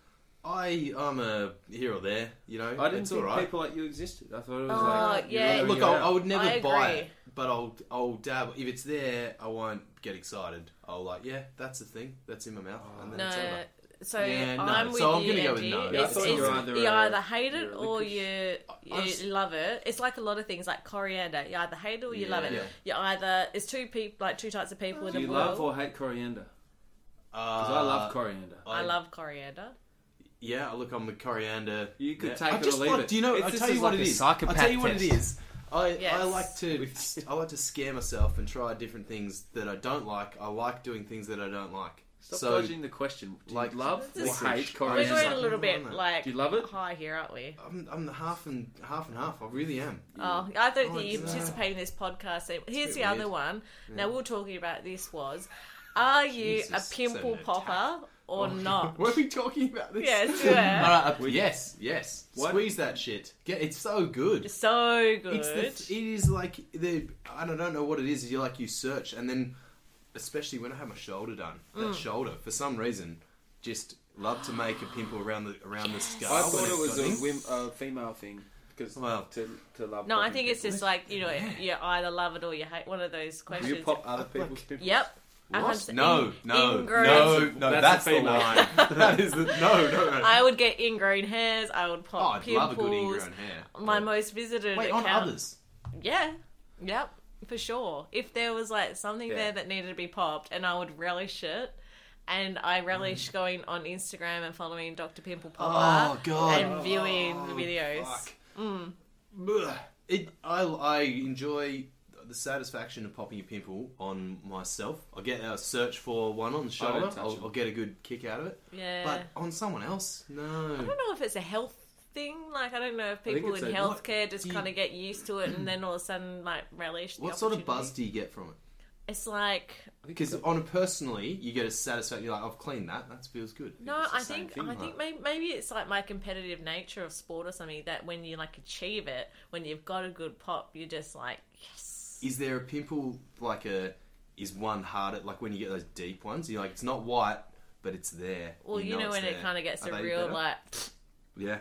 S4: I I'm a here or there. You know,
S3: I didn't
S4: it's
S3: think
S4: all right.
S3: people like you existed. I thought it was
S2: Oh,
S3: like
S2: yeah.
S3: you're
S4: Look,
S3: going
S4: I'll,
S3: out.
S4: I would never
S2: I
S4: buy
S2: agree.
S4: it, but I'll I'll dabble. If it's there, I won't get excited. I'll like, yeah, that's the thing. That's in my mouth, and then it's
S2: No,
S4: over.
S2: so
S4: Yeah, no,
S2: I'm with
S4: so I'm
S2: you,
S4: gonna go with
S2: Andy.
S4: no. Yeah, I
S2: It's-
S3: thought you were
S2: it's-
S3: either
S2: you
S3: a-
S2: either hate
S3: you're
S2: it
S3: a
S2: or
S3: licorice-
S2: you
S4: I- I
S2: you
S4: was-
S2: love it. It's like a lot of things, like coriander. You either hate it or you love it.
S4: Yeah.
S2: You either it's two people, like two types of people in
S3: Do
S2: the
S3: you
S2: world.
S3: love or hate coriander?
S4: Because
S3: Because I love coriander.
S2: I love coriander.
S4: Uh, Yeah, look, I'm the coriander.
S3: You could
S4: Yeah.
S3: take
S4: I
S3: it or
S4: just
S3: leave
S4: like,
S3: it.
S4: Do you know?
S3: It's-
S4: I'll
S3: this
S4: tell you
S3: is
S4: what
S10: like
S4: it
S10: a
S4: is. I'll tell you
S10: psychopath
S4: what it is. I, I
S2: Yes.
S4: like to I like to scare myself and try different things that I don't like. I like doing things that I don't like.
S3: Stop
S4: so
S3: dodging the question. Do you
S4: like-
S3: love or
S4: This is-
S3: hate
S2: We're
S4: Coriander's
S3: coriander?
S2: going
S4: like-
S2: a little
S4: I
S2: bit
S4: don't know.
S2: like
S3: Do you love it?
S2: high here, aren't we?
S4: I'm, I'm half and half and half. I really am.
S2: Oh, I don't
S4: Oh,
S2: think you
S4: it's-
S2: participate in this podcast. anymore. Here's
S4: bit
S2: the other
S4: weird.
S2: one. Now we we're talking about this was, are you
S4: Jesus,
S2: a
S4: so
S2: pimple
S4: no Oh,
S2: popper or not?
S4: What are we talking about this?
S2: Yes, you
S4: All
S2: are.
S4: right, uh, yes, yes.
S3: What?
S4: Squeeze that shit. Get it's so good.
S2: so good.
S4: It's the, it is like the I don't, I don't know what it is. You like you search and then, especially when I had my shoulder done, that
S2: Mm.
S4: shoulder for some reason, just love to make a pimple around the around
S2: Oh.
S4: the scar.
S3: I
S4: when
S3: thought it
S4: it's
S3: was
S4: got
S3: a
S4: in.
S3: whim, a female thing because
S4: Well.
S3: to, to love.
S2: No, I
S3: popping
S2: think it's
S3: pimples.
S2: just like you know, you either love it or you hate. One of those
S3: Do
S2: questions.
S3: you pop other people's pimples?
S2: Yep.
S4: What?
S2: 100%
S4: No,
S2: in-
S4: no,
S2: ingrown-
S4: no,
S3: That's a-
S4: no. That's,
S3: that's a
S4: the
S3: female.
S4: line. that is the no, no. no.
S2: I would get ingrown hairs. I would
S4: oh,
S2: pop
S4: I'd
S2: pimples.
S4: love a good ingrown hair.
S2: My most visited
S4: Wait, on
S2: account.
S4: others.
S2: Yeah. Yep. For sure. If there was like something
S3: Yeah.
S2: there that needed to be popped, and I would relish it. And I relish going on Instagram and following Dr. Pimple Popper
S4: Mm. Oh, God.
S2: and viewing the
S4: Oh,
S2: videos. Mm.
S4: fuck. Ugh. It, I, I enjoy the satisfaction of popping a pimple on myself. I'll get a search for one on the
S3: I don't
S4: shoulder.
S3: touch
S4: I'll,
S3: them.
S4: I'll get a good kick out of it.
S2: Yeah.
S4: But on someone else,
S2: I
S4: no.
S2: don't know if it's a health thing. Like, I don't know if
S3: think
S2: people
S3: it's
S2: in
S3: a-
S2: healthcare just
S4: do you-
S2: kind of get used to it and then all of a sudden, like, relish. The
S4: What sort of
S2: opportunity.
S4: buzz do you get from it?
S2: It's like
S4: Because on a personally, you get a satisfaction. You're like, I've cleaned that. That feels good.
S2: no,
S3: it's the
S2: I
S3: same
S2: think
S3: thing,
S2: I think maybe, maybe it's like my competitive nature of sport or something that when you like achieve it, when you've got a good pop, you're just like yes.
S4: Is there a pimple like a? Is one harder? Like when you get those deep ones, you're like, it's not white, but it's there.
S2: Well, you, know,
S4: it's
S2: when it
S4: there.
S2: kind of gets
S4: Are
S2: a
S4: they
S2: real
S4: better?
S2: like.
S4: yeah.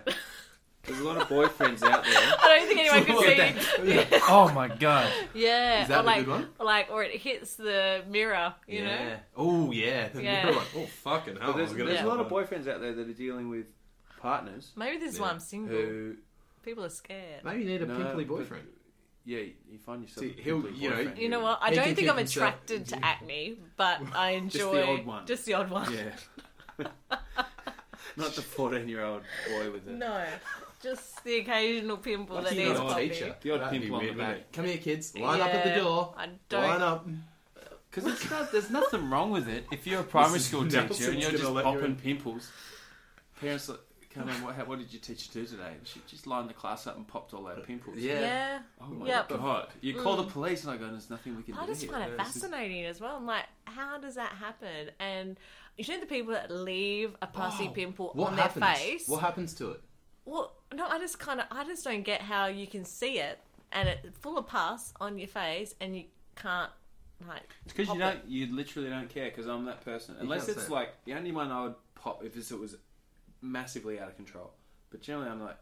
S3: There's a lot of boyfriends out there.
S2: I don't think anyone could see.
S10: Oh my god.
S2: Yeah,
S4: Is that
S2: or
S4: a
S2: like,
S4: good one?
S2: or like, or it hits the mirror. You know.
S4: yeah. Oh yeah. The
S2: Yeah.
S4: middle one. Oh fucking hell.
S3: But there's
S4: I was gonna-
S3: there's a lot
S4: Yeah.
S3: of boyfriends out there that are dealing with partners
S2: Maybe this is why
S4: Yeah.
S2: I'm single.
S3: who,
S2: People are scared.
S4: Maybe you need a
S3: No,
S4: pimply
S3: but-
S4: boyfriend.
S3: yeah, you find yourself.
S4: See,
S3: a
S4: he'll-
S3: pimply
S4: you know,
S3: boyfriend
S2: You know
S3: who-
S2: what? I
S4: He
S2: don't
S4: can
S2: think
S4: keep
S2: I'm
S4: himself-
S2: attracted to acne, but I
S3: Just the
S2: enjoy
S3: odd one.
S2: Just the odd one.
S3: Yeah. Not the 14 year old boy with it.
S2: No, just the occasional pimple
S4: What
S2: that
S4: if you're
S2: needs
S4: not a
S2: popping.
S4: teacher?
S3: The odd
S4: That'd be
S3: pimple on
S4: weird,
S3: the
S4: wouldn't
S3: back.
S4: it? Come here, kids. Line up at the
S2: Yeah,
S4: door.
S2: I don't.
S4: Line up.
S10: Because there's nothing wrong with it. If you're a primary
S4: Mrs.
S10: school
S4: Nelson's
S10: teacher and you're
S4: gonna
S10: just
S4: let you
S10: popping
S4: in.
S10: pimples, parents are like, come on, what, what did your teacher do today? She just lined the class up and popped all our pimples.
S4: Yeah.
S2: yeah.
S10: Oh my
S2: Yep.
S10: god. You call the police and I go, there's nothing we can
S2: I
S10: do
S2: just
S10: here.
S2: find it
S10: This is-
S2: fascinating as well. I'm like, how does that happen? And you know the people that leave a pussy pimple
S4: What
S2: on
S4: happens?
S2: their face.
S4: What happens to it?
S2: Well, no, I just kind of, I just don't get how you can see it and it's full of pus on your face and you can't like.
S3: Because you
S2: pop
S3: don't, you literally don't care. Because I'm that person. Unless
S4: can't
S3: it's
S4: say.
S3: like the only one I would pop if this- it was massively out of control. But generally, I'm like,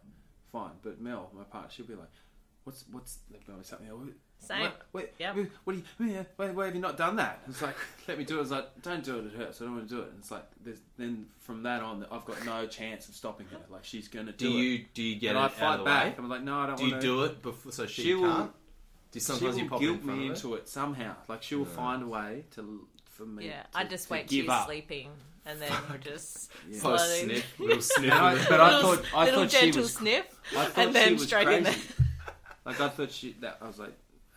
S11: fine. But Mel, my partner, she'll be like, "What's what's?" They'll be like, something. "Oh,
S2: Same.
S11: Wait, wait,
S2: Yep.
S11: wait, what do you, yeah, why, why have you not done that? It's like, let me do it. It's like, don't do it, it hurts. I don't want to do it. And it's like, there's, then from that on, I've got no chance of stopping her. Like, she's going to do,
S4: Do
S11: it.
S4: you do you get
S11: and
S4: it
S11: I
S4: out of
S11: fight
S4: the
S11: back.
S4: way?
S11: I'm like, no, I don't
S4: Do you
S11: want to.
S4: do it before so she,
S11: She will-
S4: can't? Do you- sometimes
S11: she
S4: you
S11: will
S4: pop it in
S11: guilt
S4: front
S11: me
S4: of her?
S11: into it somehow. Like, she will find a way to for me.
S2: Yeah,
S11: to-
S2: I just
S11: to
S2: wait till
S11: give
S2: you're
S11: up.
S2: sleeping and then just
S11: Yeah.
S4: Little
S2: slowly-
S4: sniff, little sniff.
S11: And I- but I
S2: little,
S11: thought I
S2: little
S11: thought she
S2: gentle
S11: was
S2: sniff.
S11: I thought
S2: and then
S11: she was
S2: straight
S11: crazy.
S2: in there.
S11: Like I thought she that I was like,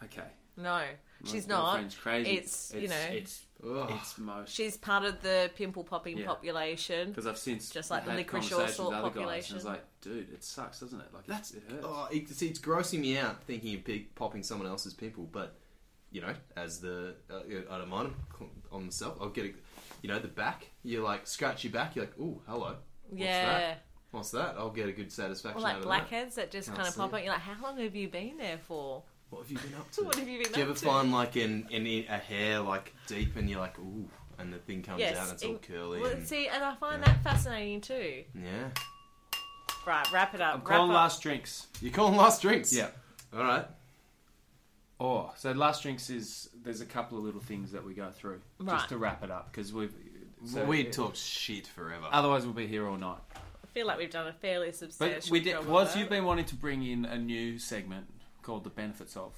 S11: okay,
S2: No,
S11: my
S2: she's not.
S11: girlfriend's Crazy.
S2: It's, you know-
S11: it's
S4: Ugh.
S11: it's most
S2: She's part of the pimple popping
S11: Yeah.
S2: population.
S11: because I've since
S2: Just like the
S11: had
S2: licorice
S11: conversations
S2: all
S11: with
S2: sort
S11: other guys, and it's
S2: population.
S11: like, dude, it sucks, doesn't it? Like
S4: That's
S11: it hurts.
S4: oh, it's, it's grossing me out thinking of pig popping someone else's pimple, but you know, as the uh, I don't mind 'em on myself. I'll get it. You know, the back. You like scratch your back. You're like, oh, hello. What's
S2: yeah.
S4: That? What's that? I'll get a good satisfaction. out
S2: Or like
S4: of That.
S2: blackheads that just
S4: Can't
S2: kind of
S4: see
S2: pop
S4: it.
S2: up. You're like, how long have you been there for?
S4: What have you been up to?
S2: What have you been
S4: Do you
S2: up
S4: ever
S2: to?
S4: find like an, an a hair like deep and you're like, ooh, and the thing comes
S2: Yes,
S4: out and it's all
S2: in-
S4: curly.
S2: Well,
S4: and,
S2: see, and I find
S4: Yeah.
S2: that fascinating too.
S4: yeah.
S2: Right, wrap it up.
S3: I'm
S2: wrap
S3: calling
S2: up.
S3: last drinks.
S4: You call them last drinks.
S3: Yeah.
S4: All right.
S3: Oh, so last drinks is there's a couple of little things that we go through
S2: Right.
S3: just to wrap it up because we've so- Uh,
S4: we talked shit forever.
S3: Otherwise, we'll be here all night.
S2: I feel like we've done a fairly substantial.
S3: But we did.
S2: job
S3: Was
S2: of
S3: you've
S2: that.
S3: been wanting to bring in a new segment called the benefits of?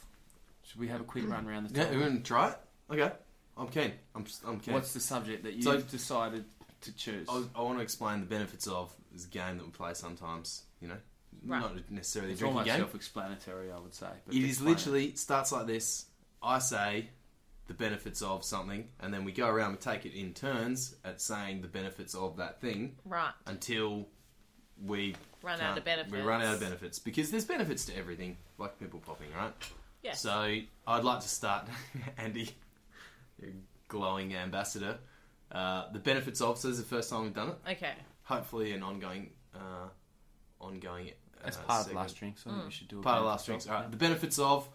S3: Should we have a quick run around the
S4: Yeah,
S3: table?
S4: you want to try it? Okay. I'm keen. I'm, I'm keen.
S3: What's the subject that you've
S4: So-
S3: decided to choose?
S4: I, I want to explain the benefits of this game that we play sometimes, you know?
S2: Right.
S4: Not necessarily a
S3: it's
S4: drinking
S3: almost
S4: game.
S3: self-explanatory, I would say. but
S4: It is
S3: explain
S4: literally, it starts like this. I say the benefits of something, and then we go around and take it in turns at saying the benefits of that thing
S2: right.
S4: until we
S2: Run out
S4: can't-
S2: of benefits.
S4: We run out of benefits because there's benefits to everything, like pimple popping, right?
S2: Yes.
S4: So I'd like to start, Andy, your glowing ambassador. Uh, the benefits of so this is the first time we've done it.
S2: Okay.
S4: Hopefully, an ongoing, uh, ongoing. Uh,
S3: As part of
S4: segment.
S3: last drinks, I
S2: Mm.
S3: think we should do a
S4: Part of
S3: benefits
S4: last drinks. All right. The benefits of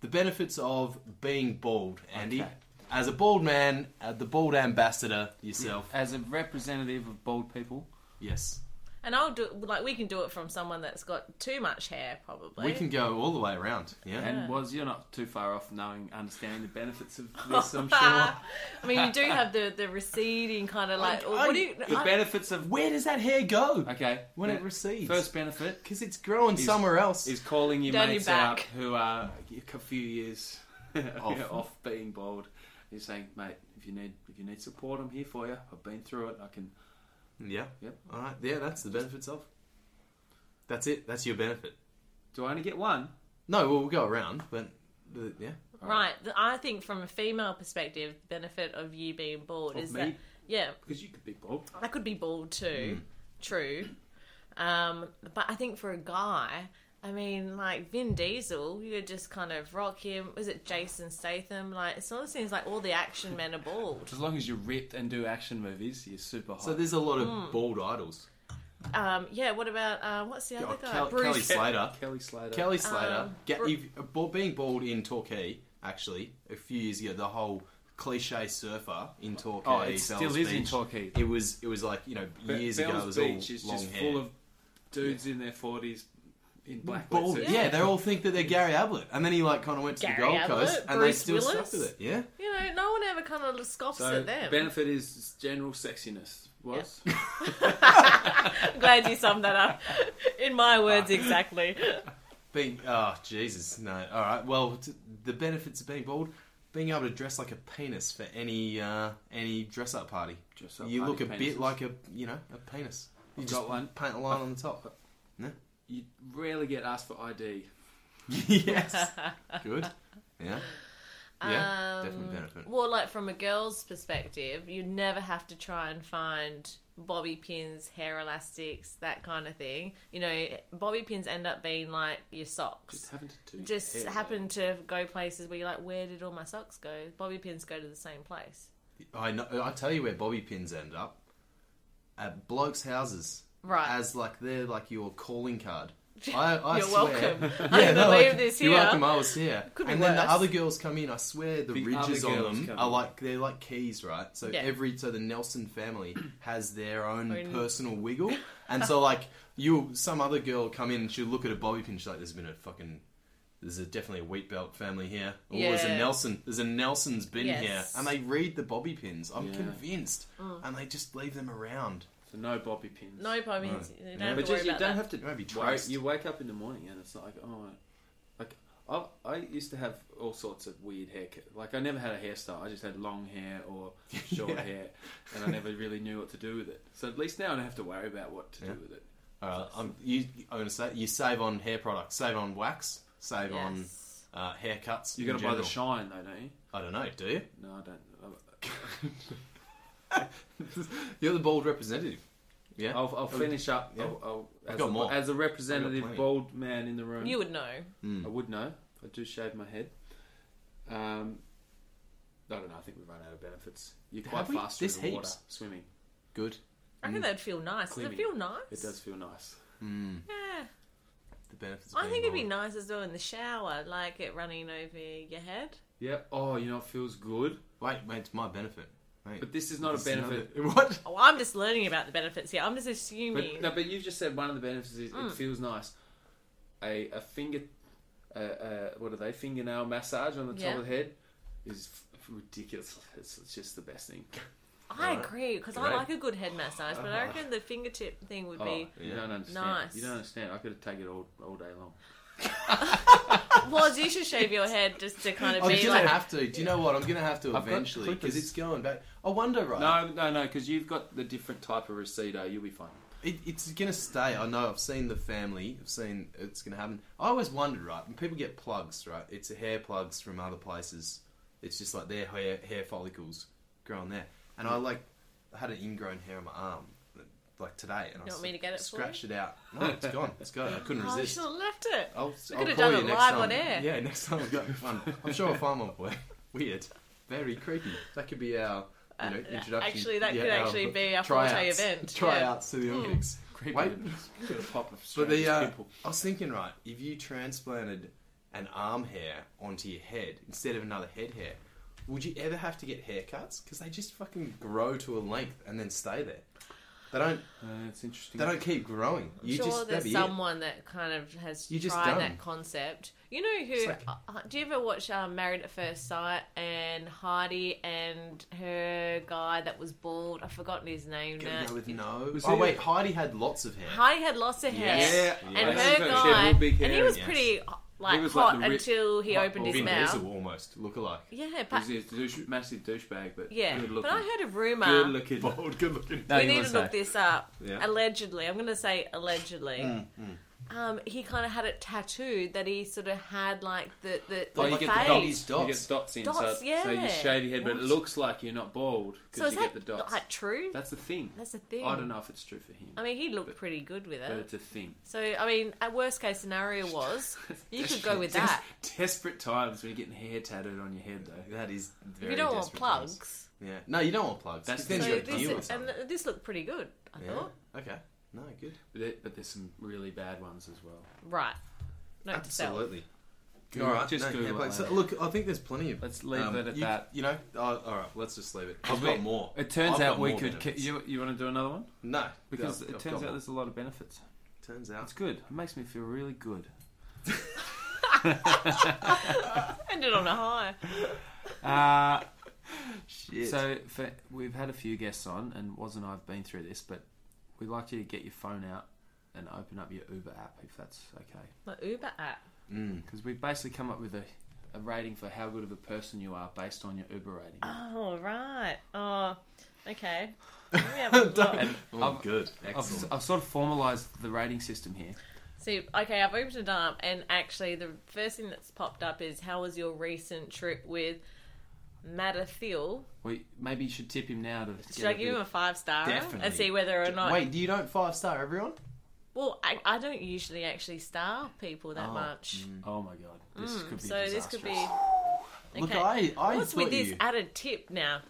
S4: the benefits of being bald, Andy.
S3: Okay.
S4: As a bald man, uh, the bald ambassador yourself.
S3: As a representative of bald people,
S4: Yes,
S2: And I'll do like we can do it from someone that's got too much hair, probably.
S4: we can go all the way around. Yeah.
S3: and was you're not too far off knowing, understanding the benefits of this. I'm sure
S2: Ah, I mean, you do have the the receding kind of like.
S4: I-
S2: or what do you?
S3: the
S2: I-
S3: benefits of
S4: Where does that hair go?
S3: okay
S4: When it
S3: the
S4: recedes.
S3: First benefit
S4: Because it's growing
S3: Is-
S4: somewhere else.
S3: is calling your
S2: Down your
S3: mates
S2: back.
S3: out who are a few years off. off being bald. You're saying, mate, if you need if you need support, I'm here for you. I've been through it. I can.
S4: Yeah.
S3: Yep.
S4: All right. Yeah, that's the benefits of. That's it. That's your benefit.
S3: Do I only get one?
S4: No, well, we'll go around, but the, yeah.
S2: Right. th- I think from a female perspective, the benefit of you being bald
S3: Of
S2: is
S3: me?
S2: that yeah,
S3: Because you could be bald.
S2: I could be bald too. True. Um, but I think for a guy, I mean, like Vin Diesel, you could just kind of rock him. Was it Jason Statham? Like, it sort of seems like all the action men are bald.
S3: As long as you're ripped and do action movies, you're super hot.
S4: So there's a lot of bald idols.
S2: Um, yeah. What about uh, what's the
S4: Oh,
S2: other guy?
S4: Kel- Kelly
S2: Bruce.
S4: Slater.
S11: Kelly Slater.
S4: Kelly Slater.
S2: Um,
S4: Ga-
S2: Bru-
S4: if- bald- being bald in Torquay, actually, a few years ago, the whole cliche surfer in Torquay.
S3: oh, it still
S4: Bells
S3: is in
S4: Beach,
S3: Torquay.
S4: It was. It was like you know
S11: Be-
S4: years ago.
S11: Bell's
S4: It was
S11: Beach
S4: all
S11: is
S4: long
S11: just
S4: hair.
S11: full of dudes in their forties in black
S4: Bald,
S11: wetsuits.
S4: yeah. they all think that they're Gary Ablett, and then he like kind of went to the
S2: Gary
S4: Gold Coast,
S2: Ablett,
S4: and
S2: Bruce
S4: they still
S2: Willis.
S4: stuck with it. Yeah,
S2: You know, no one ever kind of scoffs
S11: So
S2: at them.
S11: benefit is general sexiness. Was
S2: I'm glad you summed that up in my words exactly.
S4: Being oh Jesus no all right well t- the benefits of being bald being able to dress like a penis for any uh, any dress up party
S11: Dress up
S4: you
S11: party
S4: look a
S11: penises.
S4: bit like a you know a penis you
S11: I've
S4: just
S11: got one.
S4: paint a line on the top
S11: you rarely get asked for ID.
S4: yes good yeah yeah
S2: Um,
S4: definitely benefit
S2: Well, like from a girl's perspective, you never have to try and find bobby pins, hair elastics, that kind of thing. You know, bobby pins end up being like your
S11: Just
S2: socks.
S11: happened to do
S2: Just
S11: hair,
S2: happen to go places where you're like, where did all my socks go? Bobby pins go to the same place.
S4: I know I tell you where bobby pins end up at blokes houses
S2: Right.
S4: as like they're like your calling card I, I
S2: You're
S4: swear.
S2: welcome.
S4: yeah,
S2: I'm
S4: they're
S2: gonna leave
S4: like,
S2: this
S4: You're
S2: here."
S4: welcome. I was here.
S2: Could be
S4: and then
S2: worse.
S4: the other girls come in. I swear the,
S3: The
S4: ridges
S3: other
S4: on
S3: girls
S4: them
S3: come
S4: are
S3: in.
S4: like they're like keys, right? So
S2: Yeah.
S4: every so the Nelson family has their own
S2: Own-
S4: personal wiggle, and so like you, some other girl will come in and she'll look at a bobby pin. She's like, "There's been a fucking." There's a, definitely a wheat belt family here. Oh, there's a
S2: Yeah.
S4: Nelson. There's a Nelson's been here,
S2: Yes. Oh.
S4: and they read the bobby pins. I'm
S3: Yeah.
S4: convinced, and they just leave them around.
S3: So no bobby pins.
S2: No, but I mean, you don't have
S3: but
S2: to
S3: just,
S2: worry
S3: you
S2: about
S3: don't
S2: that.
S3: have to.
S4: It might be
S3: wake-
S4: traced.
S3: you wake up in the morning and it's like, oh, like I, I used to have all sorts of weird haircut. Like I never had a hairstyle. I just had long hair or short
S4: Yeah.
S3: hair, and I never really knew what to do with it. So at least now I don't have to worry about what to
S4: Yeah.
S3: do with it.
S4: All right, I'm, you, I'm gonna say you save on hair products, save on wax, save on
S2: Yes.
S4: uh, haircuts.
S3: You
S4: in
S3: got to buy the
S4: general.
S3: shine though, don't you?
S4: I don't know. Do you?
S3: No, I don't.
S4: You're the bald representative. Yeah.
S3: I'll, I'll finish up.
S4: Yeah.
S3: I'll, I'll,
S4: I've
S3: as,
S4: got
S3: a,
S4: more.
S3: as a
S4: I've got
S3: representative
S4: plenty.
S3: bald man in the room,
S2: You would know.
S4: Mm.
S3: I would know. I do shave my head. Um, I don't know. I think we've run out of benefits. You're quite
S4: Have we?
S3: fast through
S4: There's
S3: the water
S4: heaps.
S3: swimming.
S4: Good.
S2: I reckon that'd feel nice. Does
S3: Cleaning.
S2: it feel nice?
S3: Mm. It does feel nice.
S4: Mm.
S2: Yeah.
S4: The benefits. Of
S2: I think
S4: being
S2: it'd be
S4: bald.
S2: nice as well in the shower, like it running over your head.
S3: Yeah. Oh, you know, it feels good.
S4: Wait, wait, it's my benefit. Wait,
S3: But this is not
S4: this
S3: a
S4: is
S3: benefit.
S4: another- What?
S2: Oh, I'm just learning about the benefits here. I'm just assuming.
S3: But no, but you've just said one of the benefits is
S2: Mm.
S3: it feels nice. A a finger, uh, uh, what are they? Fingernail massage on the
S2: Yeah.
S3: top of the head is f- ridiculous. It's, it's just the best thing.
S2: I
S4: Right.
S2: agree because I
S4: Great. Uh-huh.
S2: like a good head massage, but I reckon the fingertip thing would
S3: Oh,
S2: be.
S3: you
S4: Yeah.
S3: don't understand.
S2: Nice.
S3: You don't understand. I could take it all all day long.
S4: Oh.
S2: Well, you should shave your head just to kind of
S4: I'm
S2: be
S4: gonna
S2: like.
S4: have to. Do you know what? I'm gonna have to
S3: got
S4: eventually because
S3: clippers.
S4: it's going back. I wonder, right?
S3: No, no, no, because you've got the different type of recedo. You'll be fine.
S4: It, it's gonna stay. I know. I've seen the family. I've seen it's gonna happen. I always wondered, right? When people get plugs, right? It's hair plugs from other places. It's just like their hair, hair follicles growing there. And I like I had an ingrown hair on my arm, like today, and I
S2: You want
S4: s-
S2: me to get it for
S4: scratched it out. No, it's gone. It's gone. I couldn't
S2: Oh, I
S4: resist.
S2: should have left it.
S4: I'll,
S2: We
S4: I'll
S2: could have
S4: call
S2: done
S4: you
S2: it
S4: next
S2: live
S4: time.
S2: on air.
S4: Yeah, next time we've got one. I'm sure I'll find one for you. Weird, very creepy. That could be our you know,
S2: Uh,
S4: introduction.
S2: actually, that
S4: yeah,
S2: could actually be our
S4: tryouts.
S2: forte event, yeah. Hmm.
S4: Tryouts to the Olympics.
S3: Creepy.
S4: Wait.
S3: Bit of pop of
S4: But the,
S3: strange
S4: uh,
S3: people.
S4: I was thinking, right, if you transplanted an arm hair onto your head instead of another head hair, would you ever have to get haircuts? Because they just fucking grow to a length and then stay there. They don't.
S3: Uh, it's interesting.
S4: They don't keep growing.
S2: I'm
S4: You
S2: sure
S4: just that'd
S2: there's
S4: be
S2: someone that kind of has
S4: You're just
S2: tried
S4: done.
S2: that concept. You know
S4: It's
S2: who?
S4: like-
S2: uh, uh, do you ever watch um, Married at First Sight and Heidi and her guy that was bald? I've forgotten his name
S4: it.
S2: now.
S4: Gotta go with no.
S3: Was
S4: Oh
S3: he-
S4: wait, Heidi had lots of hair.
S2: Heidi had lots of hair,
S3: Yes. Yeah.
S2: and
S3: Yeah.
S2: her
S3: She's got- she had
S2: guy,
S3: real big
S2: and he
S3: hair,
S2: was
S4: yes.
S2: pretty uh, like
S3: He was like
S2: hot
S3: the rich-
S2: until he
S3: hot
S2: opened
S3: bald
S4: Vin
S2: his mouth.
S4: Diesel almost look alike.
S2: Yeah, but
S3: He's a douche, massive douchebag, but
S2: yeah,
S3: good
S2: but
S3: looking.
S2: I heard a rumor.
S3: good looking.
S4: Bald, good looking.
S3: No,
S2: we
S3: you
S2: need to
S3: must
S2: look
S3: say.
S2: this up.
S4: Yeah.
S2: Allegedly, I'm going to say allegedly.
S3: Mm,
S2: Um, he kind of had it tattooed that he sort of had like the the, the
S4: Like you get the
S2: fade.
S4: doggies
S3: You get
S4: dots.
S3: dots in,
S2: Dots,
S3: so, so you
S2: yeah.
S3: shave your head, but it looks like you're not bald
S2: so
S3: because
S2: is
S3: you get
S2: that
S3: the dots.
S2: like true?
S3: That's a thing.
S2: That's the thing.
S3: I don't know if it's true for him,
S2: I mean, he looked pretty good with
S3: but
S2: it.
S3: it's a thing.
S2: So I mean, at worst case scenario was you could go with
S3: Des-
S2: that.
S3: Desperate times when you're getting hair tattooed on your head, though.
S4: That is.
S2: If
S4: Very
S2: you don't want
S4: desperate times.
S2: plugs,
S4: Yeah. No, you don't want plugs.
S3: That's
S4: Depends
S3: the
S2: so
S4: your
S3: thing.
S4: deal or
S2: this
S4: something.
S2: and this looked pretty good. I
S4: Yeah.
S2: thought
S4: Okay. No, good.
S3: But, there- but there's some really bad ones as well.
S2: right. Note to self.
S4: Absolutely.
S3: Google-
S4: all right,
S3: just
S4: no,
S3: Google
S4: yeah,
S3: it
S4: but- so
S3: later.
S4: look, I think there's plenty of. um,
S3: Let's leave it at
S4: you,
S3: that.
S4: You know, oh, all right, let's just leave it. I've
S3: We-
S4: got more.
S3: It turns
S4: I've
S3: out
S4: got
S3: we
S4: more
S3: could.
S4: benefits.
S3: You, you want to do another one?
S4: no,
S3: Because
S4: I've-
S3: it
S4: I've
S3: turns
S4: got
S3: out
S4: more.
S3: there's a lot of benefits.
S4: turns
S3: That's
S4: out.
S3: good. It makes me feel really good.
S2: Ended on a high.
S12: Uh,
S4: Shit.
S12: So for, we've had a few guests on, and Woz and I've been through this, but we'd like you to get your phone out and open up your Uber app if that's okay,
S2: My Uber app.
S4: Mm.
S12: because we've basically come up with a, a rating for how good of a person you are based on your Uber rating.
S2: Oh right. Oh, okay. Let me have a look.
S4: Oh,
S12: I've-
S4: good.
S12: I've,
S4: Excellent.
S12: I've sort of formalised the rating system here.
S2: See, okay, I've opened it up, and actually, the first thing that's popped up is how was your recent trip with Matterfield?
S12: We maybe you should tip him now to.
S2: Should I give him a five star and
S4: Definitely.
S2: see whether or not?
S4: Wait, do you don't five star everyone?
S2: Well, I, I don't usually actually star people that much,
S4: mm,
S2: Mm,
S12: Oh my god, this could be.
S2: so this could be. Okay.
S4: Look, I, I
S2: What's
S4: thought
S2: with this
S4: you.
S2: added tip now?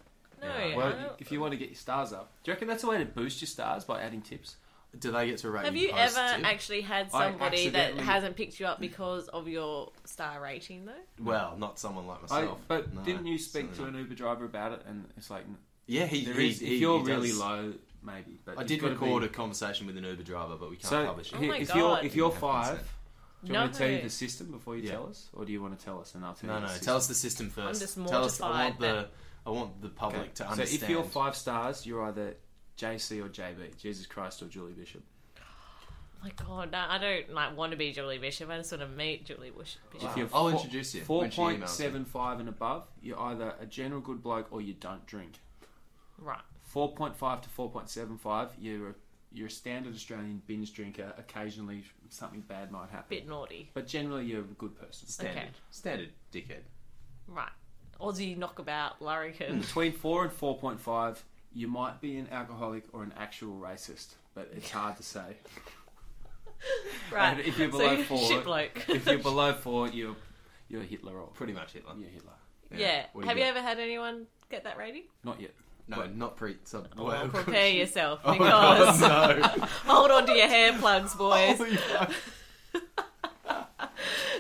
S2: No,
S4: Yeah.
S2: I
S12: Well,
S2: don't-
S12: if you want to get your stars up, do you reckon that's a way to boost your stars by adding tips?
S4: Do they get to rate
S2: Have
S4: you
S2: you
S4: posts
S2: ever
S4: too?
S2: actually had somebody that
S3: accidentally-
S2: hasn't picked you up because of your star rating, though? Oh
S4: Well, not someone like
S3: I,
S4: myself.
S3: but
S4: No,
S3: didn't you speak to
S4: certainly
S3: an Uber driver about it? And it's like,
S4: not. Yeah, he,
S3: there
S4: he,
S3: is,
S4: he-
S3: if you're
S4: he
S3: really
S4: does.
S3: low, maybe. But
S4: I
S3: it's
S4: did
S3: gotta
S4: record
S3: be-
S4: a conversation with an Uber driver, but we can't
S3: So
S4: publish it.
S3: here-
S2: Oh my
S3: if
S2: God.
S3: you're if you're
S4: Didn't have
S3: five,
S4: consent.
S3: do you want me to tell you
S2: No.
S3: the system before you
S4: Yeah.
S3: tell us, or do you want to tell us and I'll tell
S4: No,
S3: you?
S4: no.
S3: the system?
S4: Tell us the system first.
S2: just
S4: tell us. I want
S2: mortified
S4: the. I want the public
S3: Okay.
S4: to understand.
S3: So if you're five stars, you're either JC or JB, Jesus Christ or Julie Bishop.
S2: My God, no, I don't like want to be Julie Bishop. I just want to meet Julie Wish- Bishop.
S4: Wow.
S3: If you're
S4: I'll introduce you
S3: Four
S4: when she emails me.
S3: point seven five and above, you're either a general good bloke or you don't drink.
S2: Right.
S3: Four point five to four point seven five, you're a, you're a standard Australian binge drinker. Occasionally, something bad might happen,
S2: Bit naughty.
S3: but generally you're a good person.
S4: standard,
S2: Okay.
S4: standard dickhead.
S2: Right. Aussie knockabout larrikin.
S3: Between four and four point five, you might be an alcoholic or an actual racist, but it's hard to say.
S2: right.
S3: And if you're
S2: So
S3: below
S2: you're a
S3: four,
S2: shit bloke.
S3: if you're below four, you're you're Hitler or
S4: Pretty much Hitler.
S3: you're Hitler.
S2: yeah.
S4: What do
S2: Have you
S4: got?
S2: ever had anyone get that rating?
S3: Not yet.
S4: No, not pre. So, Oh,
S2: Well,
S4: well,
S2: prepare yourself
S4: Oh,
S2: because
S4: no.
S2: hold on to your hair plugs,
S3: Oh,
S2: boys.
S4: Holy fuck.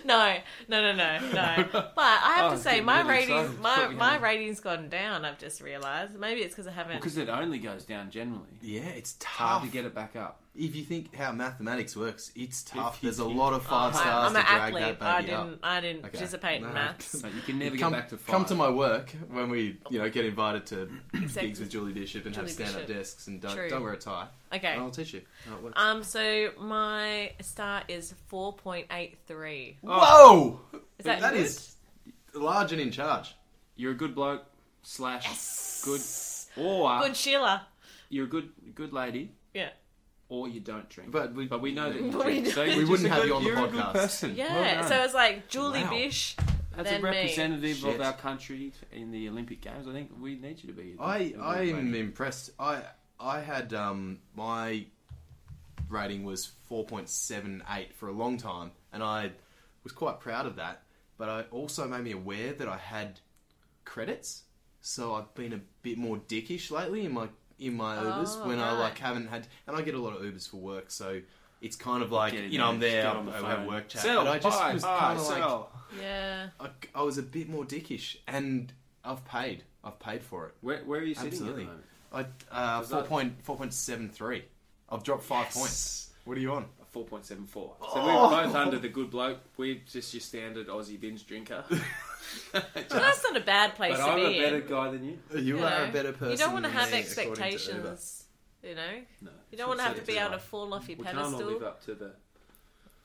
S2: No, no, no, no, no. But I have
S3: I
S2: to
S3: was
S2: say,
S3: getting
S2: my
S3: Oh, really
S2: ratings,
S3: excited.
S2: my
S3: Thought we
S2: my
S3: had-
S2: ratings gone down. I've just realised. Maybe it's because I haven't.
S3: Because it only goes down generally.
S4: Yeah, it's
S3: Hard
S4: tough.
S3: to get it back up.
S4: If you think how mathematics works, it's tough.
S3: If you
S4: There's a
S3: think-
S4: lot of five
S2: I'm-
S4: stars
S2: Oh, I'm
S4: to
S2: an
S4: drag
S2: athlete.
S4: that baby
S2: I
S4: up.
S2: didn't. I didn't
S4: Okay.
S2: participate
S4: No.
S2: in maths.
S3: No, you can never
S4: come,
S3: get back to five.
S4: come to my work when we, you know, get invited to gigs
S2: Except-
S4: with Julie Bishop and have
S2: Julie
S4: stand-up
S2: Bishop.
S4: desks and don't,
S2: True.
S4: don't wear a tie. And
S2: Okay.
S4: I'll teach you how it works.
S2: Um. So my star is four point eight three.
S4: Whoa!
S2: Is that,
S4: That
S2: good?
S4: is large and in charge.
S3: You're a good bloke slash good, or
S2: good, Sheila?
S3: you're a good good lady,
S2: Yeah.
S3: or you don't drink.
S4: But we,
S3: But we know that you
S2: But we
S3: drink.
S2: know-
S3: So
S2: We
S3: you're just
S4: wouldn't
S3: a
S4: have
S3: good-
S4: you on the
S3: you're a good
S4: podcast.
S3: person. Well
S2: Yeah.
S3: done.
S2: so it's like Julie
S4: Wow.
S2: Bish.
S3: as a
S2: than me.
S3: representative
S4: Shit.
S3: of our country in the Olympic Games, I think we need you to be. a good- a
S4: I
S3: good
S4: I'm
S3: lady.
S4: impressed. I I had um my rating was four point seven eight for a long time, and I was quite proud of that. But I also made me aware that I had credits, so I've been a bit more dickish lately in my in my Ubers when I
S2: Oh, right.
S4: like haven't had, and I get a lot of Ubers for work, so. It's kind of like
S3: Get in
S4: you know I'm
S3: just
S4: there.
S3: get on the
S4: I have
S3: phone.
S4: work chat,
S3: Sell,
S4: but I just
S3: buy,
S4: was
S3: buy,
S4: kind of like
S3: sell.
S2: Yeah.
S4: I, I was a bit more dickish, and I've paid. I've paid for it.
S3: Where, where are you sitting
S4: Absolutely.
S3: at the moment?
S4: I uh,
S3: Was
S4: four
S3: that-
S4: point four point seven three. I've dropped five points. What are you on?
S3: Four point seven four. So
S4: Oh!
S3: we're both under the good bloke. We're just your standard Aussie binge drinker.
S2: Well, that's not a bad place
S3: But
S2: to
S3: I'm
S2: be
S3: a
S2: in.
S3: better guy than you.
S4: You,
S2: You
S4: are
S2: know,
S4: a better person.
S2: You don't want to
S4: than
S2: have
S4: me, according to Uber.
S2: expectations. You know,
S3: No,
S2: you don't want to have to
S4: certainly
S2: be able to
S4: not.
S2: fall off your
S3: we can't all live
S2: pedestal.
S3: up to the.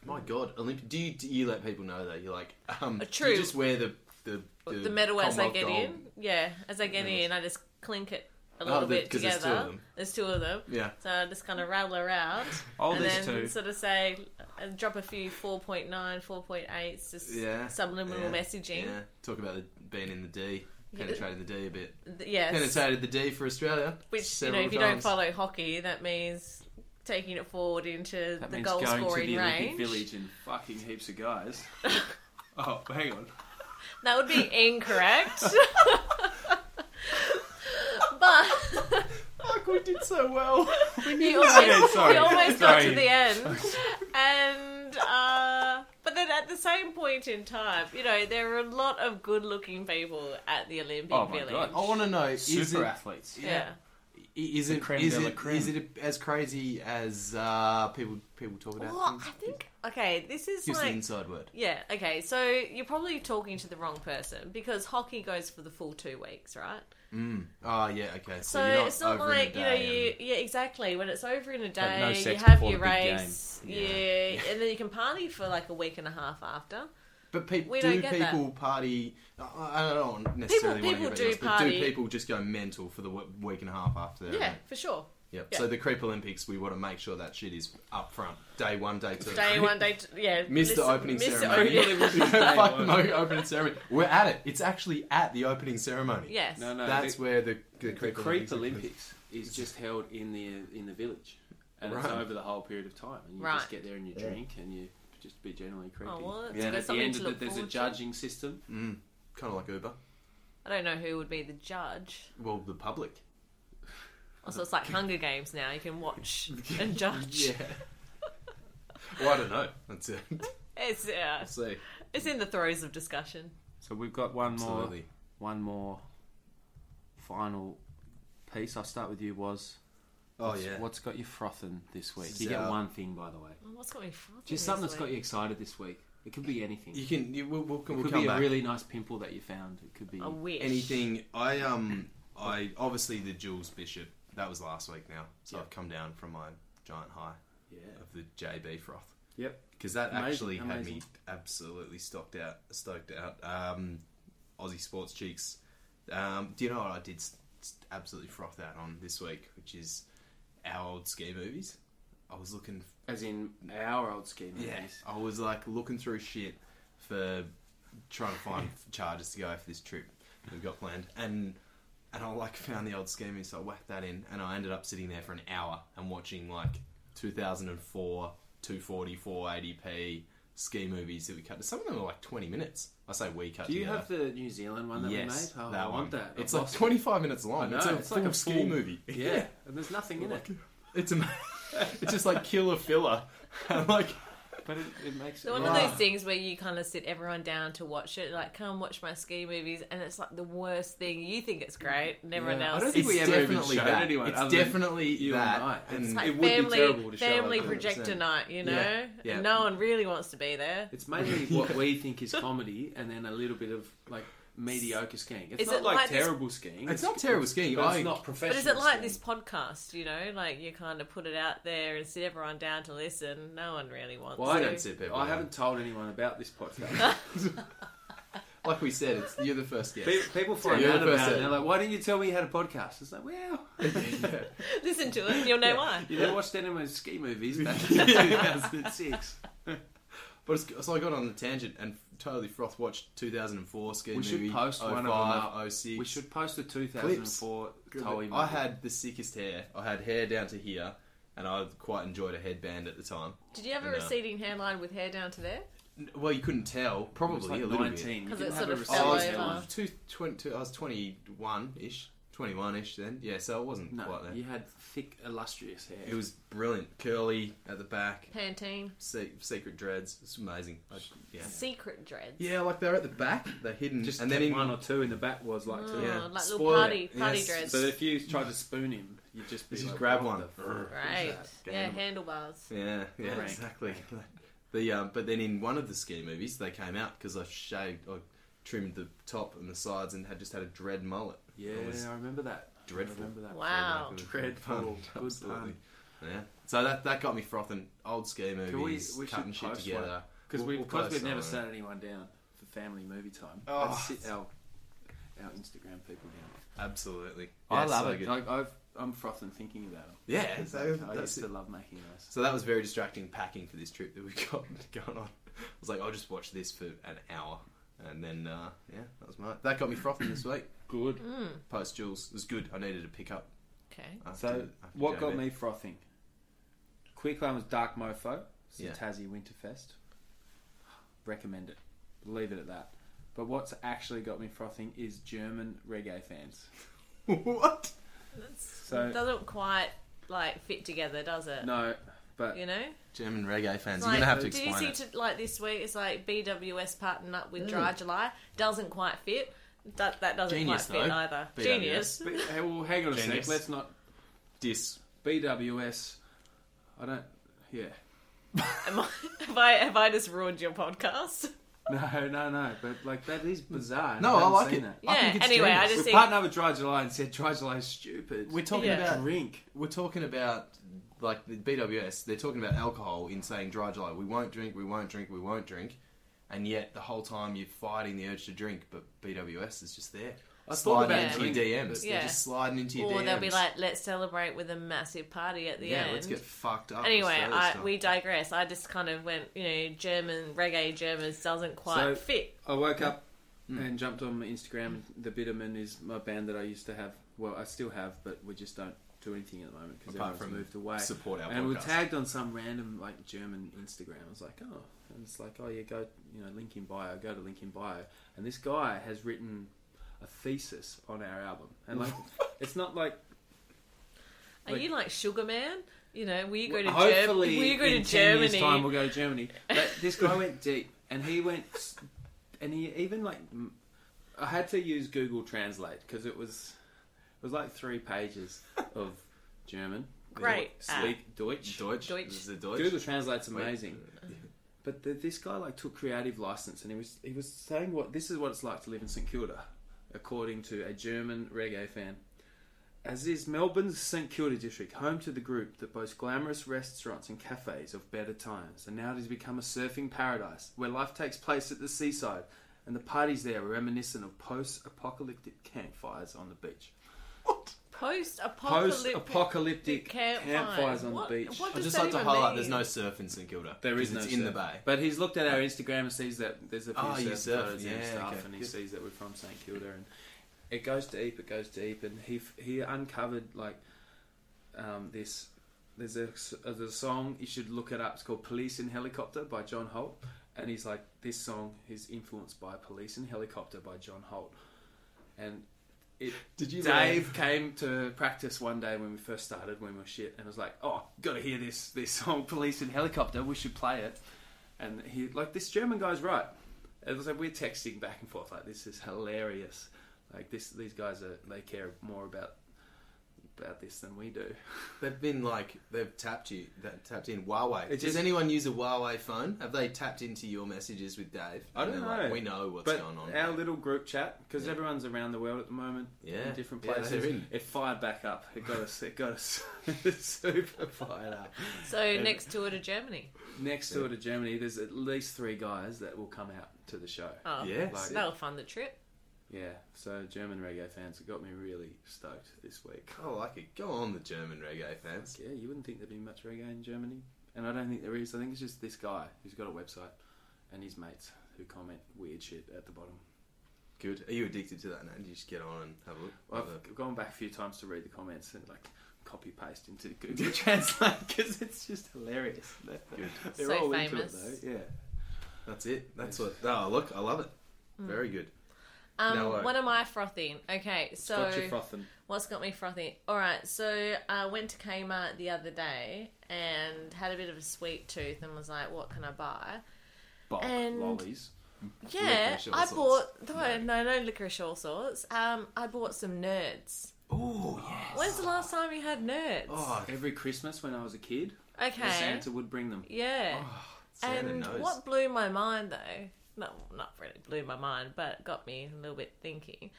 S4: My God, Olympic. Do you, do you let people know that you're like? Um,
S2: Uh, true.
S4: You just wear the the the,
S2: The medal as I
S4: Commonwealth
S2: get
S4: gold. Oh,
S2: in, yeah, as I get in, I just clink it a little
S4: the-
S2: bit
S4: 'cause there's
S2: together.
S4: two of them.
S2: There's two of them.
S4: Yeah.
S2: So I just kind of rattle her out,
S3: Oh,
S2: and
S3: there's
S2: then
S3: two.
S2: sort of say, and drop a few 4.9, 4.8s, just
S4: Yeah.
S2: subliminal
S4: yeah,
S2: messaging.
S4: Yeah. Talk about the, being in the D, penetrating the D a bit.
S2: Th- Yes.
S4: Penetrated the D for Australia.
S2: Which you know,
S4: several
S2: if you don't
S4: times.
S2: follow hockey, that means taking it forward into
S3: That
S2: the
S3: means
S2: goal
S3: going to
S2: scoring
S3: the Olympic
S2: range.
S3: Village and fucking heaps of guys. oh, hang on.
S2: That would be incorrect. but
S4: Fuck, we did so well. We
S2: he
S4: knew
S2: almost,
S3: sorry.
S2: he almost got to
S3: Sorry.
S2: the end. And uh, but then at the same point in time, you know, there were a lot of good-looking people at the Olympic
S3: Oh my
S2: Village.
S3: God.
S4: I want to know. is
S3: Super
S4: it,
S3: athletes.
S2: yeah.
S4: I- Is
S3: The
S4: it,
S3: creme
S4: is,
S3: de la
S4: it
S3: creme.
S4: is it as crazy as uh, people people talk about?
S2: Well, I think okay, this is
S4: Gives the
S2: like
S4: inside word.
S2: yeah, okay. So you're probably talking to the wrong person because hockey goes for the full two weeks, right?
S4: Oh yeah, okay. So,
S2: So
S4: you're not
S2: it's not
S4: over in a
S2: like you know
S4: day
S2: you yeah exactly when it's over in a day
S3: no
S2: you
S3: sex
S2: have
S3: before
S2: your
S3: the big
S2: race yeah. and then you can party for like a week and a half after
S4: and- but pe-
S2: we
S4: do
S2: don't get that.
S4: people party? I I don't necessarily want
S2: People-
S4: to
S2: people
S4: hear
S2: do
S4: about this, but do
S2: party.
S4: people just go mental for the w- week and a half after? their
S2: yeah
S4: event?
S2: for sure
S4: Yep.
S2: Yeah.
S4: So the Creep Olympics, we want to make sure that shit is up front. Day one, day two.
S2: day one day t- yeah
S4: Miss the
S2: listen-
S4: opening
S2: miss the
S4: ceremony.
S2: opening-
S4: Fuck the mo- opening ceremony. We're at it. It's actually at the opening ceremony.
S2: yes
S3: No, no.
S4: That's
S3: the,
S4: where the the
S3: the
S4: Creep,
S3: Creep
S4: Olympics.
S3: Olympics is just held in the in the village, and it's
S4: Right.
S3: over the whole period of time. And you
S2: Right.
S3: just get there and you drink and you just be generally creepy.
S2: Oh, well, that's
S3: and
S2: got
S3: at the
S2: something
S3: end
S2: to
S3: of it,
S2: look
S3: there's a
S2: forward to.
S3: judging system.
S4: Kind of like Uber.
S2: I don't know who would be the judge
S4: Well, the public.
S2: Also, it's like Hunger Games now. You can watch and judge.
S4: Yeah. well, I don't know. That's it.
S2: It's yeah,
S4: We'll see.
S2: it's in the throes of discussion.
S13: So we've got one more,
S4: Absolutely.
S13: one more final piece. I'll start with you. Was
S4: Oh
S13: what's-
S4: yeah. uh,
S13: what's got you frothing this week? You
S4: So-
S13: get one thing, by the way.
S2: What's got me? frothing
S13: Just something
S2: this
S13: that's got
S2: week?
S13: you excited this week. It could be anything.
S4: You can. You, we'll, we'll,
S13: it
S4: we'll
S13: could
S4: come
S13: be
S4: back.
S13: a really nice pimple that you found. It could be.
S2: A wish.
S4: anything i um i obviously the jules bishop that was last week now so
S13: Yeah.
S4: i've come down from my giant high
S13: Yeah.
S4: of the jb froth
S3: Yep.
S4: because that
S3: Amazing,
S4: actually had me
S3: amazing.
S4: absolutely stocked out stoked out um aussie sports cheeks um do you know what i did s- s- absolutely froth out on this week which is our old ski movies i was looking
S3: As in our old ski movies.
S4: yeah, I was like looking through shit for trying to find charges to go for this trip we've got planned, and and I like found the old scheming, so I whacked that in, and I ended up sitting there for an hour and watching like 2004, 240, 480p ski movies that we cut. Some of them are like 20 minutes. I say we cut
S3: Do you
S4: together.
S3: have the New Zealand one that
S4: yes,
S3: we made? Oh,
S4: that
S3: I
S4: one.
S3: want that.
S4: It's
S3: I've
S4: like
S3: lost it.
S4: 25 minutes long.
S3: I know,
S4: it's a
S3: it's
S4: full
S3: like a
S4: ski
S3: full-
S4: movie.
S3: Yeah, and there's nothing in it.
S4: it's a, it's just like killer filler. I'm like
S13: But it, it makes it.
S2: So one of
S13: nice.
S2: those things where you kind of sit everyone down to watch it, like come watch my ski movies, and it's like the worst thing. You think it's great, and everyone
S3: Yeah, I
S2: else.
S3: don't think
S4: It's
S3: we ever even
S4: definitely
S3: showed
S4: that.
S3: anyone
S4: It's
S3: other than
S4: definitely
S3: you and
S4: that.
S3: I. It's
S4: And
S2: It's like
S3: it would be
S2: family,
S3: terrible to show
S2: family
S3: up, 100%.
S2: projector night, you know?
S4: Yeah, yeah.
S2: No one really wants to be there.
S3: It's mainly what we think is comedy, and then a little bit of like mediocre skiing. It's
S2: Is
S3: not
S2: it
S3: like,
S2: like this-
S3: terrible skiing.
S4: it's not terrible skiing.
S3: But
S4: I,
S3: it's not professional.
S2: But is it like
S3: skiing.
S2: this podcast, you know? Like you kind of put it out there and sit everyone down to listen. No one really wants
S3: Well, I
S2: to.
S3: don't
S4: sit people.
S3: I haven't told anyone about this podcast.
S4: Like we said, it's, you're the first guest.
S3: Pe- People find
S4: You're the
S3: out about
S4: first
S3: it.
S4: to-
S3: and They're like, "Why didn't you tell me you had a podcast?" It's like, "Well,
S2: listen to it, and you'll know why.
S3: you never watched any of my ski movies back in 2006."
S4: But it's, so I got on the tangent and totally froth watched 2004 ski
S3: We
S4: movie.
S3: should post one of them
S4: 05,
S3: up.
S4: 06.
S3: We should post a 2004 Toei
S4: I
S3: movie.
S4: had the sickest hair. I had hair down to here, and I quite enjoyed a headband at the time.
S2: Did you have a
S4: No.
S2: receding hairline with hair down to there?
S4: N- Well, you couldn't tell.
S3: It
S4: Probably
S3: was like
S4: a little bit.
S3: 19. You
S2: 'Cause
S3: didn't
S2: it
S3: have
S2: sort
S3: a
S2: of
S3: receipt
S4: I
S2: fell
S4: was,
S2: over.
S3: headline.
S4: two, 20, I was 21 ish, 21 ish then. Yeah, so it wasn't
S3: No,
S4: quite there.
S3: you had thick, illustrious hair.
S4: It was brilliant, curly at the back.
S2: Pantene.
S4: Se- secret dreads. It's amazing. I, yeah.
S2: Secret dreads.
S4: Yeah, like they're at the back. They're hidden.
S3: just
S4: and then in,
S3: one or two in the back was like two.
S2: Oh,
S4: yeah.
S2: like little
S4: Spoiler.
S2: party, party
S4: Yes.
S2: dreads.
S3: So if you tried to spoon him, you'd just be
S4: Just
S3: like,
S4: grab
S3: what
S4: one.
S3: the fuck is
S2: Right.
S3: that?
S2: Yeah,
S4: Damn.
S2: handlebars.
S4: Yeah, yeah,
S3: Rank.
S4: exactly. the um, but then in one of the ski movies, they came out because I shaved, I trimmed the top and the sides, and had just had a dread mullet.
S3: Yeah,
S4: It was
S3: I remember that.
S4: dreadful.
S3: I remember that.
S2: Wow.
S4: It was
S3: Dreadful.
S4: fun.
S3: Good
S4: Absolutely.
S3: pun.
S4: Yeah. So that that got me frothing. Old ski movies,
S3: we- we should
S4: cutting shit
S3: post
S4: together.
S3: Because
S4: We'll-
S3: we've,
S4: we'll
S3: because
S4: post
S3: we've
S4: that
S3: never
S4: one.
S3: sat anyone down for family movie time.
S4: Oh.
S3: Let's sit our, our Instagram people down.
S4: Absolutely.
S13: I
S4: Yeah,
S13: love
S4: so
S13: it.
S4: good.
S3: Like, I've, I'm frothing thinking about them.
S4: Yeah, so
S3: I
S4: that's
S3: used
S4: it.
S3: to love making those.
S4: So that was very distracting packing for this trip that we got going on. I was like, I'll just watch this for an hour, and then uh, yeah, that was my that got me frothing this week.
S3: Good.
S4: Post Jules it was good. I needed to pick up.
S2: Okay.
S4: After,
S3: So,
S4: after
S3: what got
S4: JB.
S3: me frothing? Quick one was Dark Mofo. It's the
S4: Yeah.
S3: Tassie Winterfest. Recommend it. Leave it at that. But what's actually got me frothing is German reggae fans.
S4: what?
S3: So
S2: Doesn't quite like fit together, does it?
S3: no, but
S2: You know?
S4: German reggae fans,
S2: It's
S4: you're gonna
S2: like-
S4: have to explain
S2: Did you
S4: it.
S2: see to, like this week? It's like BWS partnering up with Dry July doesn't quite fit. That that doesn't
S4: Genius,
S2: quite fit
S4: though.
S2: either.
S4: BWS.
S2: Genius.
S3: But, hey, well, hang on a
S4: Genius.
S3: sec. Let's not
S4: Dis.
S3: BWS. I don't. Yeah.
S2: Am I, have I have I just ruined your podcast?
S3: No, no, no. But like that is bizarre.
S4: No, I
S3: haven't
S4: like
S3: seen
S4: it.
S3: That.
S4: I
S2: Yeah,
S4: think it's
S2: anyway, I
S4: genius.
S2: just
S3: We
S2: think
S3: partnered up with Dry July and said Dry July is stupid.
S4: We're talking
S2: Yeah.
S4: about
S3: drink.
S4: we're talking about like the BWS. They're talking about alcohol in saying dry July. We won't drink. We won't drink. We won't drink. And yet the whole time you're fighting the urge to drink, but BWS is just there.
S3: I thought
S4: sliding
S2: about
S4: into your
S3: drink,
S4: DMs.
S3: but-
S4: They're
S2: Yeah.
S4: just sliding into your
S2: or
S4: DMs.
S2: they'll be like, let's celebrate with a massive party at the
S4: yeah,
S2: end.
S4: let's get fucked up.
S2: Anyway,
S4: Australia
S2: I,
S4: style.
S2: we digress. I just kind of went, you know, German reggae Germans doesn't quite
S3: So-
S2: fit.
S3: I woke up
S4: Mm.
S3: and jumped on my Instagram. The Bitterman is my band that I used to have. Well, I still have, but we just don't do anything at the moment because
S4: Apart
S3: everyone's
S4: from
S3: moved away.
S4: support our
S3: and we're
S4: podcast.
S3: tagged on some random like German Instagram. I was like, oh, and it's like, oh, yeah, go, you know, link in bio. Go to link in bio, and this guy has written a thesis on our album, and like, it's not like
S2: Are you like Sugar Man? You know, will you go to Germany? Will
S3: Hopefully,
S2: you go to
S3: in 10 years'
S2: Germany?
S3: time, we'll go to Germany. But this guy went deep, and he went, s- and he even like, m- I had to use Google Translate because it was, it was like three pages of German.
S2: Great.
S3: Sleek Deutsch.
S4: Deutsch.
S2: Deutsch.
S4: This is a Deutsch.
S3: Google Translate's amazing.
S4: Wait.
S3: But the, this guy like took creative license, and he was he was saying what this is what it's like to live in St Kilda, according to a German reggae fan. As is Melbourne's St Kilda district, home to the group that boasts glamorous restaurants and cafes of better times, and now it has become a surfing paradise where life takes place at the seaside, and the parties there are reminiscent of post-apocalyptic campfires on the beach.
S2: Post-apocalyptic.
S3: Post-apocalyptic
S2: campfire.
S3: campfires on
S2: What-
S3: the beach.
S2: what
S4: I'd
S2: does
S4: just
S2: that
S4: like to
S2: even
S4: highlight
S2: mean?
S4: there's no surf in St Kilda.
S3: There is
S4: 'cause
S3: no
S4: it's in the
S3: surf.
S4: bay.
S3: But he's looked at our Instagram and sees that there's a few
S4: Oh, you
S3: surf
S4: surf,
S3: photos and
S4: yeah,
S3: stuff,
S4: okay,
S3: and he
S4: good.
S3: sees that we're from St Kilda, and it goes deep. It goes deep, and he f- he uncovered like um, this. There's a s- uh, there's a song you should look it up. It's called "Police in Helicopter" by John Holt, and he's like this song is influenced by "Police in Helicopter" by John Holt, and it
S4: Did you uh,
S3: Dave came to practice one day when we first started, when we were shit, and was like, "Oh, gotta hear this this song, Police in Helicopter. We should play it." And he like this German guy's right. It was like we're texting back and forth like this is hilarious. Like this, these guys are they care more about about this than we do.
S4: They've been like they've tapped you, that tapped in Huawei.
S3: It
S4: Does
S3: just-
S4: anyone use a Huawei phone? Have they tapped into your messages with Dave?
S3: I don't
S4: And they're
S3: know.
S4: Like, we know what's
S3: but
S4: going on.
S3: our
S4: mate."
S3: little group chat because
S4: Yeah.
S3: everyone's around the world at the moment
S4: Yeah.
S3: in different
S4: Yeah,
S3: places.
S4: they're in.
S3: It fired back up. It got us. It got us super fired up.
S2: So
S3: And-
S2: next tour to Germany.
S3: Next door to Germany, there's at least three guys that will come out to the show.
S2: Oh,
S4: Yeah,
S3: Like-
S2: That'll fund the trip.
S3: Yeah, so German reggae fans have got me really stoked this week.
S4: Oh, I like it. Go on, the German reggae fans.
S3: Yeah, you wouldn't think there'd be much reggae in Germany, and I don't think there is. I think it's just this guy who's got a website and his mates who comment weird shit at the bottom.
S4: Good. Are you addicted to that now? Do you just get on and have a look?
S3: I've
S4: Have
S3: gone back a few times to read the comments and like copy paste into Google Translate because it's just hilarious. They're, they're
S2: So
S3: all
S2: famous.
S3: into it though. Yeah.
S4: a- That's it. That's what. Oh, look, I love it.
S2: Mm.
S4: Very good.
S2: Um,
S4: Now, uh,
S2: what am I frothing? Okay, so
S3: Got you frothing.
S2: What's got me frothy? All right, so I went to Kmart the other day and had a bit of a sweet tooth and was like, "What can I buy?"
S3: Bulk
S2: And-
S3: lollies.
S2: Yeah,
S4: Licorice all
S2: I
S4: sorts.
S2: bought no, no, no licorice all sorts. Um, I bought some nerds.
S4: Oh yes.
S2: When's the last time you had nerds?
S4: Oh,
S3: Every Christmas when I was a kid,
S2: okay,
S3: Santa would bring them.
S2: yeah.
S4: Oh, Santa
S2: and
S4: knows.
S2: what blew my mind though, no, not really blew my mind, but got me a little bit thinking.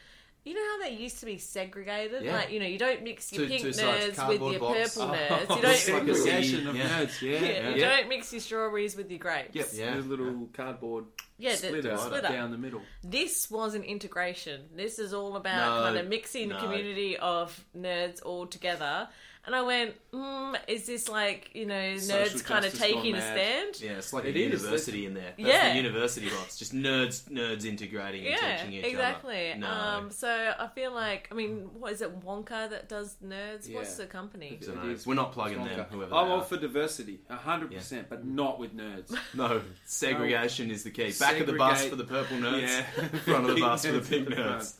S2: You know how they used to be segregated?
S4: Yeah.
S2: Like, you know, you don't mix your
S4: Two-
S2: pink
S4: two sides,
S2: nerds with
S4: cardboard
S2: your
S4: box. Oh,
S2: purple nerds.
S3: Oh,
S2: You
S4: it's
S2: don't
S4: like a
S3: Segregation of
S4: Yeah.
S3: nerds, yeah.
S2: Yeah,
S3: yeah.
S2: you don't mix your strawberries with your grapes.
S3: Yep,
S4: Yeah.
S3: yeah. There's a little cardboard
S2: Yeah, the-
S3: splitter,
S2: the splitter.
S3: down the middle.
S2: This was an integration. This is all about
S4: No,
S2: kind of mixing
S4: no.
S2: the community of nerds all together. And I went, mm, is this like, you know,
S3: Social
S2: nerds kind of
S3: justice gone
S2: taking a
S3: mad.
S2: stand?
S4: Yeah, it's like
S3: It
S4: a
S3: is,
S4: university in there. That's
S2: Yeah.
S4: the university box. Just nerds, nerds integrating and
S2: Yeah,
S4: teaching each
S2: exactly.
S4: other. No.
S2: Um, so I feel like, I mean, what is it, Wonka that does nerds? What's the
S3: Yeah.
S2: company?
S4: Don't
S3: It
S4: know.
S3: is
S4: We're not plugging
S3: Wonka.
S4: them, whoever
S3: I'm
S4: they
S3: all
S4: are.
S3: for diversity, 100%, but not with nerds.
S4: no, segregation is the key. Back of the bus
S3: Segregate-
S4: for the purple nerds.
S3: Yeah.
S4: Front of the
S3: Pink
S4: bus for the
S3: nerds
S4: pink
S3: at the front.
S4: nerds.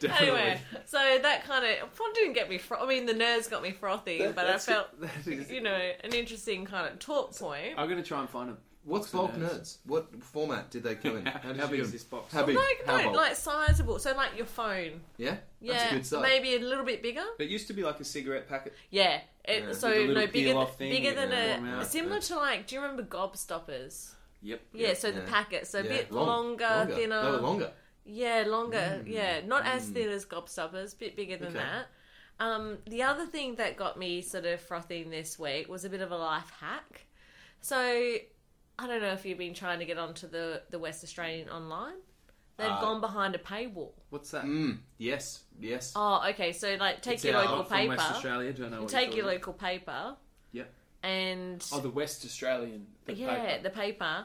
S4: Definitely.
S2: Anyway, so that kind of what didn't get me. Fro- I mean, the nerds got me frothy,
S3: That-
S2: but I
S3: that's-
S2: felt,
S3: that is-
S2: you know, an interesting kind of talk point.
S3: I'm going to try and find them.
S4: What's bulk
S3: Box of
S4: nerds? What format did they come in?
S3: How,
S4: did
S3: how
S4: you
S3: big
S4: get
S3: is
S4: them?
S3: this box?
S4: How big?
S2: Like,
S4: how
S2: no,
S4: bulk?
S2: like sizable. So like your phone.
S4: yeah, that's
S2: Yeah,
S4: a good size.
S2: maybe a little bit bigger.
S3: It used to be like a cigarette packet.
S2: Yeah, it,
S4: Yeah.
S2: so
S3: With the
S2: no
S3: little
S2: bigger, th-
S3: peel-off thing
S2: bigger
S3: and
S2: than
S3: then
S2: a
S3: warm out.
S2: similar
S4: Yeah.
S2: to like. Do you remember Gobstoppers?
S3: Yep.
S2: Yeah, so the
S4: Yeah.
S2: packet, so a
S4: Yeah,
S2: bit
S4: long-
S2: longer, thinner.
S4: They were longer. Mm.
S2: Yeah, longer. Yeah, not as thin as Gobstoppers, bit bigger than
S4: Okay.
S2: that. Um, the other thing that got me sort of frothing this week was a bit of a life hack. So I don't know if you've been trying to get onto the the West Australian online. They've
S4: Uh,
S2: gone behind a paywall.
S3: What's that?
S4: Mm, yes, yes.
S2: Oh, okay. So like, take
S4: It's
S2: your
S4: out
S2: local
S3: I'm uh, from West
S2: paper.
S3: Australia. Don't know what
S2: Take
S3: you're
S2: your local
S3: talking
S2: paper.
S3: Yep.
S2: And
S3: about. Oh, the West Australian. The
S2: yeah,
S3: paper.
S2: the paper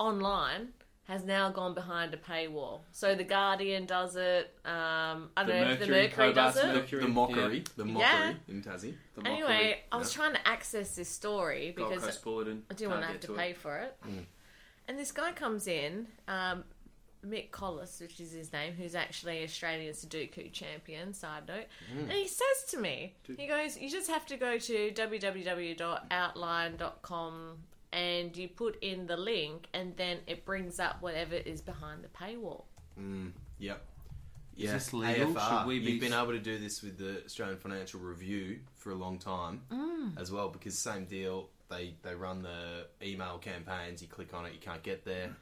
S2: online has now gone behind a paywall. So the Guardian does it. Um, I don't know if the Mercury does
S3: Hobart's
S2: it.
S3: Mercury,
S4: The mockery, the mockery
S2: Yeah.
S4: in Tassie.
S3: yeah, the
S2: Anyway, I was
S4: Yeah.
S2: trying to access this story
S3: mockery, Gold
S2: because
S3: Coast Bulletin.
S2: I didn't want to have
S3: Can't get
S2: to pay
S3: it.
S2: for it. And this guy comes in, um, Mick Collis, which is his name, who's actually Australian Sudoku champion, side note, and he says to me, he goes, You just have to go to www.outline.com and you put in the link, and then it brings up whatever is behind the paywall.
S4: Yep. Yeah.
S3: this legal?
S4: AFR.
S3: Should we be-
S4: You've been able to do this with the Australian Financial Review for a long time
S2: Mm.
S4: as well because same deal. They they run the email campaigns. You click on it, you can't get there.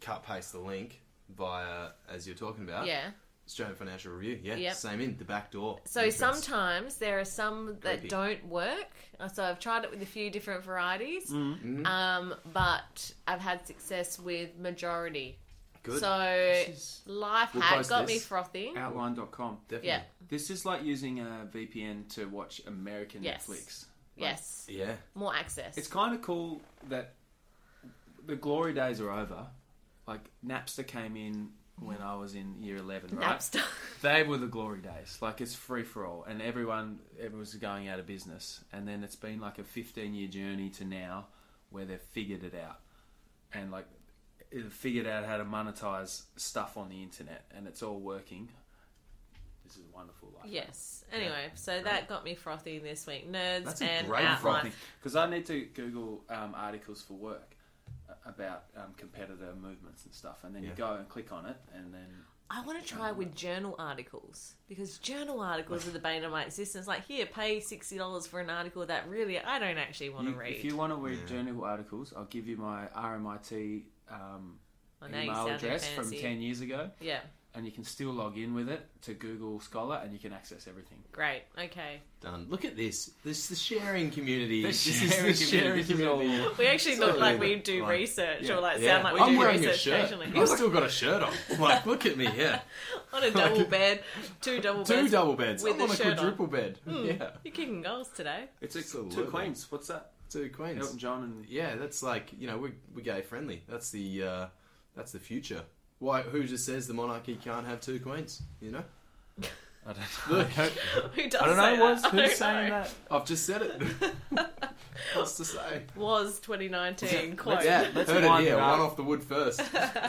S4: Cut paste the link via as you're talking about.
S2: Yeah.
S4: Australian Financial Review. Yeah.
S2: Yep.
S4: Same in the back door.
S2: So
S4: entrance.
S2: sometimes there are some that
S4: Creepy.
S2: don't work. Uh, So I've tried it with a few different varieties,
S14: Mm.
S2: um, but I've had success with majority.
S4: good.
S2: So
S3: This is
S2: life
S14: We'll
S2: hack
S14: post
S2: got me
S14: this.
S2: frothing.
S14: Outline.com.
S4: Definitely.
S2: Yeah.
S14: This is like using a VPN to watch American
S2: Yes.
S14: Netflix.
S2: Yes,
S4: Yeah.
S2: more access.
S14: It's kind of cool that the glory days are over. Like Napster came in when I was in year eleven, right?
S2: Napster.
S14: They were the glory days. Like it's free for all, and everyone everyone's going out of business. And then it's been like a fifteen year journey to now, where they've figured it out, and like they've figured out how to monetize stuff on the internet, and it's all working. This is a wonderful life.
S2: Yes. Anyway, so that got me frothing this week. Nerds
S4: That's a
S2: and
S4: great
S2: outline.
S4: frothing.
S14: Because I need to Google um, articles for work uh, about um, competitor movements and stuff, and then
S4: Yeah.
S14: you go and click on it, and then
S2: I want to try with journal articles because journal articles are the bane of my existence. Like here, pay sixty dollars for an article that really I don't actually want to
S14: you,
S2: read.
S14: if you want to read
S4: Yeah.
S14: journal articles, I'll give you my RMIT um,
S2: Oh, now you
S14: email
S2: sound
S14: address from
S2: fancy.
S14: ten years ago,
S2: Yeah.
S14: and you can still log in with it to Google Scholar, and you can access everything.
S2: Great. Okay.
S4: Done. Look at this. This is the sharing community.
S14: The
S4: this
S14: sharing
S4: is the sharing
S14: community.
S4: community.
S2: We actually look
S4: Totally.
S2: like we do
S4: Like,
S2: research
S14: yeah.
S2: or like
S4: Yeah.
S2: sound like we
S4: I'm
S2: do
S4: wearing a
S2: research
S4: shirt.
S2: occasionally.
S4: I've still got a shirt on. Like, look at me. Yeah.
S2: on a double bed, two double
S4: Two
S2: beds.
S4: double beds.
S2: with
S4: I'm
S2: the
S4: on a
S2: shirt on. Hmm.
S4: quadruple bed. Yeah.
S2: You're kicking goals today.
S14: It's a,
S4: Absolutely.
S14: two queens. What's that?
S4: Two queens.
S14: Elton John and
S4: Yeah, that's like you know we're, we're gay friendly. That's the uh, that's the future. Why? Who just says the monarchy can't have two queens? You know,
S3: I don't
S4: look,
S2: Who does
S3: I don't know.
S2: say that? I
S3: What's who's
S2: don't
S3: saying
S2: know.
S3: that?
S4: I've just said it. What's to say?
S2: Was 2019 quote.
S4: yeah,
S14: let's
S4: heard it
S14: wind
S4: here.
S14: it up.
S4: One off the wood first.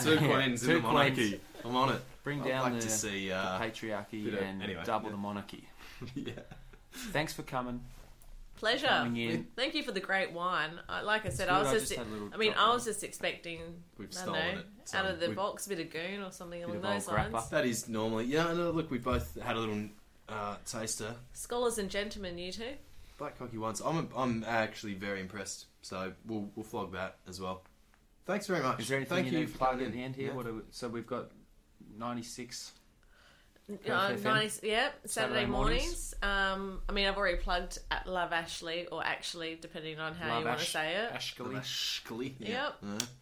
S4: Two queens in
S3: two
S4: the monarchy. I'm on it.
S3: Bring
S4: I'd
S3: down
S4: like
S3: the,
S4: to see.
S3: the
S4: Uh,
S3: patriarchy
S4: bit of-
S3: and
S4: anyway,
S3: double
S4: yeah.
S3: the monarchy.
S4: yeah.
S3: Thanks for coming.
S2: Pleasure.
S3: Coming in.
S2: Thank you for the great wine. I, like I said,
S3: It's
S2: I
S3: good,
S2: was
S3: I
S2: just.
S3: just had a little
S2: I mean,
S3: drop
S2: I
S3: in.
S2: was just expecting.
S4: We've
S2: I don't
S4: stolen
S2: know,
S4: it. So
S2: out of the
S4: we've-
S2: box, bit of goon or something along
S3: of
S2: those
S3: old grappa.
S2: lines.
S4: That is normally yeah. No, look, we both had a little uh, taster.
S2: Scholars and gentlemen, you two.
S4: Black Cocky once. I'm I'm actually very impressed. So we'll we'll flog that as well. Thanks very much.
S3: Is there anything
S4: Thank
S3: you,
S4: you
S3: need
S4: for
S3: to plug
S4: plugging
S3: at the
S4: in.
S3: end here?
S4: Yeah.
S3: What are we, so we've got 96.
S2: Uh,
S3: FM.
S2: 90, yep, Saturday,
S3: Saturday
S2: mornings. Um, I mean, I've already plugged at Love Ashley, or actually, depending on how
S3: Love
S2: you want to
S3: Ash-
S2: say it.
S3: Ashkali.
S4: Ashkley.
S2: Yep.
S4: Yeah.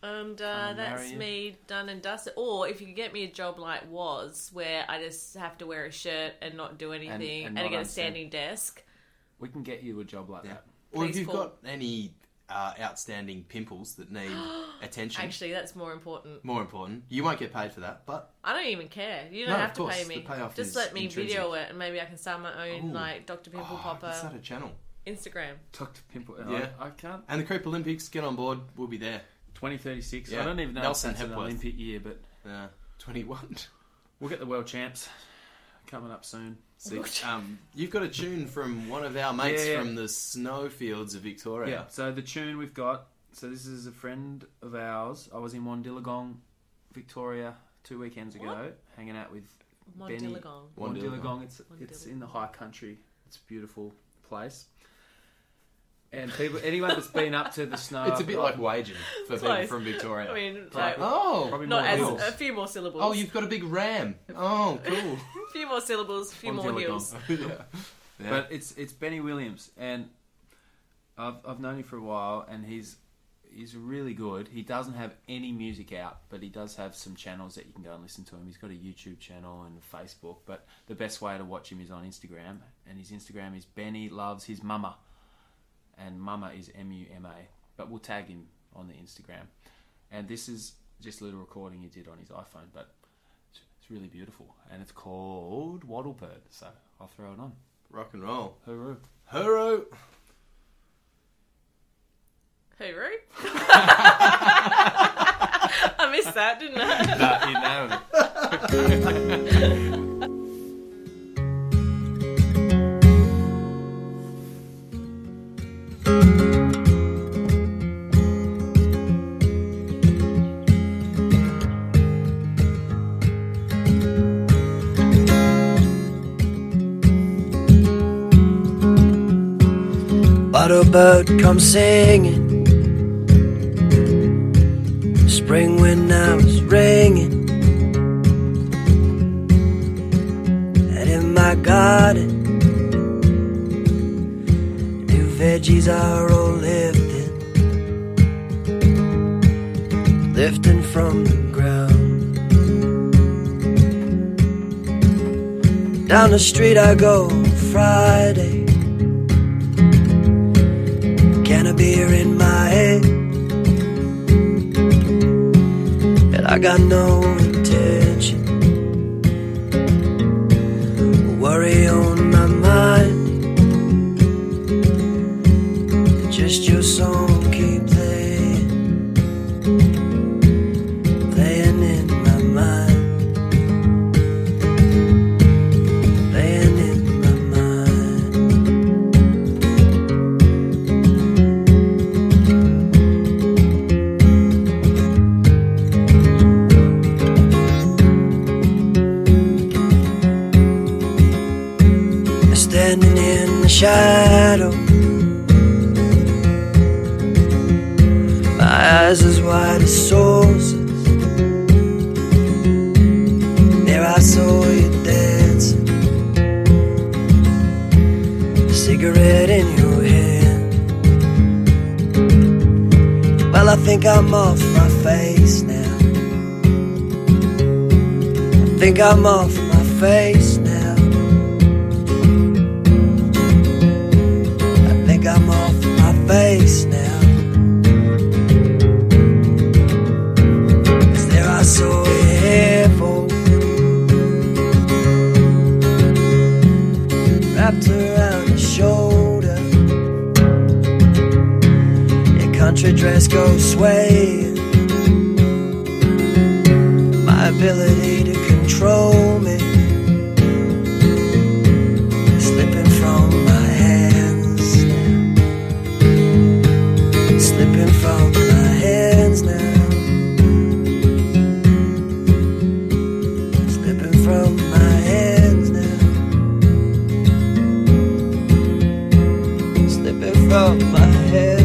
S2: And
S3: Come
S2: uh,
S3: and marry
S2: that's
S3: you.
S2: me done and dusted. Or if you could get me a job like was, where I just have to wear a shirt and not do anything, and,
S3: and not
S2: I get a
S3: understand.
S2: standing desk.
S3: We can get you a job like that.
S4: Or if
S2: Please
S4: you've
S2: call.
S4: got any uh, outstanding pimples that need attention,
S2: Actually, that's more important.
S4: more important, you won't get paid for that. But
S2: I don't even care. You
S4: No,
S2: don't
S4: of
S2: have to
S4: course,
S2: pay
S4: the
S2: me.
S4: payoff
S2: Just
S4: is
S2: let me
S4: intrinsic.
S2: video it, and maybe I can start my own
S4: Ooh.
S2: like Dr. Pimple
S4: oh,
S2: Popper
S4: is that a channel?
S2: Instagram.
S3: Talk to Pimple.
S4: Yeah.
S3: I, I can't.
S4: And the Creep Olympics, get on board. We'll be there.
S3: 2036.
S4: Yeah.
S3: I don't even know
S4: Nelson
S3: if that's
S4: Hepworth.
S3: an Olympic year, but
S4: Uh, Twenty-one.
S3: we'll get the world champs coming up soon.
S4: See, um, you've got a tune from one of our mates
S3: Yeah.
S4: from the snow fields of Victoria.
S3: Yeah. So the tune we've got. So this is a friend of ours. I was in Wandillagong, Victoria, two weekends ago, hanging out with Benny.
S2: Mondilagong.
S4: Wandillagong.
S3: Wandillagong. It's it's
S2: Wandillagong.
S3: in the high country. It's a beautiful place. And people, anyone that's been up to the snow,
S4: It's a bit like waging for people
S2: Close.
S4: from Victoria.
S2: I mean, like,
S3: Right.
S4: oh,
S3: probably
S2: not
S3: more
S2: as
S3: hills.
S2: a few more syllables.
S4: oh, you've got a big ram. Oh, cool.
S2: a few more syllables, a few more
S3: Mondilagong.
S2: hills.
S4: yeah. Yeah.
S3: But it's it's Benny Williams, and I've I've known him for a while, and he's he's really good. He doesn't have any music out, but he does have some channels that you can go and listen to him. He's got a YouTube channel and Facebook, but the best way to watch him is on Instagram, and his Instagram is Benny loves his mama, and mama is M U M A. But we'll tag him on the Instagram, and this is just a little recording he did on his iPhone, but. it's- It's really beautiful, and it's called Wattlebird. So I'll throw it on.
S4: Rock and roll.
S3: Hooroo.
S4: Hurro.
S2: Hooroo. I
S15: missed that, didn't I?
S3: Nah, you nailed it.
S16: Butterbird, come singing. Spring wind now is ringing. And in my garden, new veggies are all lifting, lifting from the ground. Down the street I go Friday. Can a beer in my head. And I got no intention. Worry on my mind. Just your song keep playing. Playing in my mind. Playing in my mind. standing in the shadow. My eyes as wide as saucers. There I saw you dancing, cigarette in your hand. Well, I think I'm off my face now. I think I'm off my face now. I think I'm off my face now. 'Cause there I saw evil wrapped around his shoulder. Your country dress goes swaying. My ability to control me slipping from my hands now. Slipping from my hands now. Slipping from my hands now. Slipping from my hands.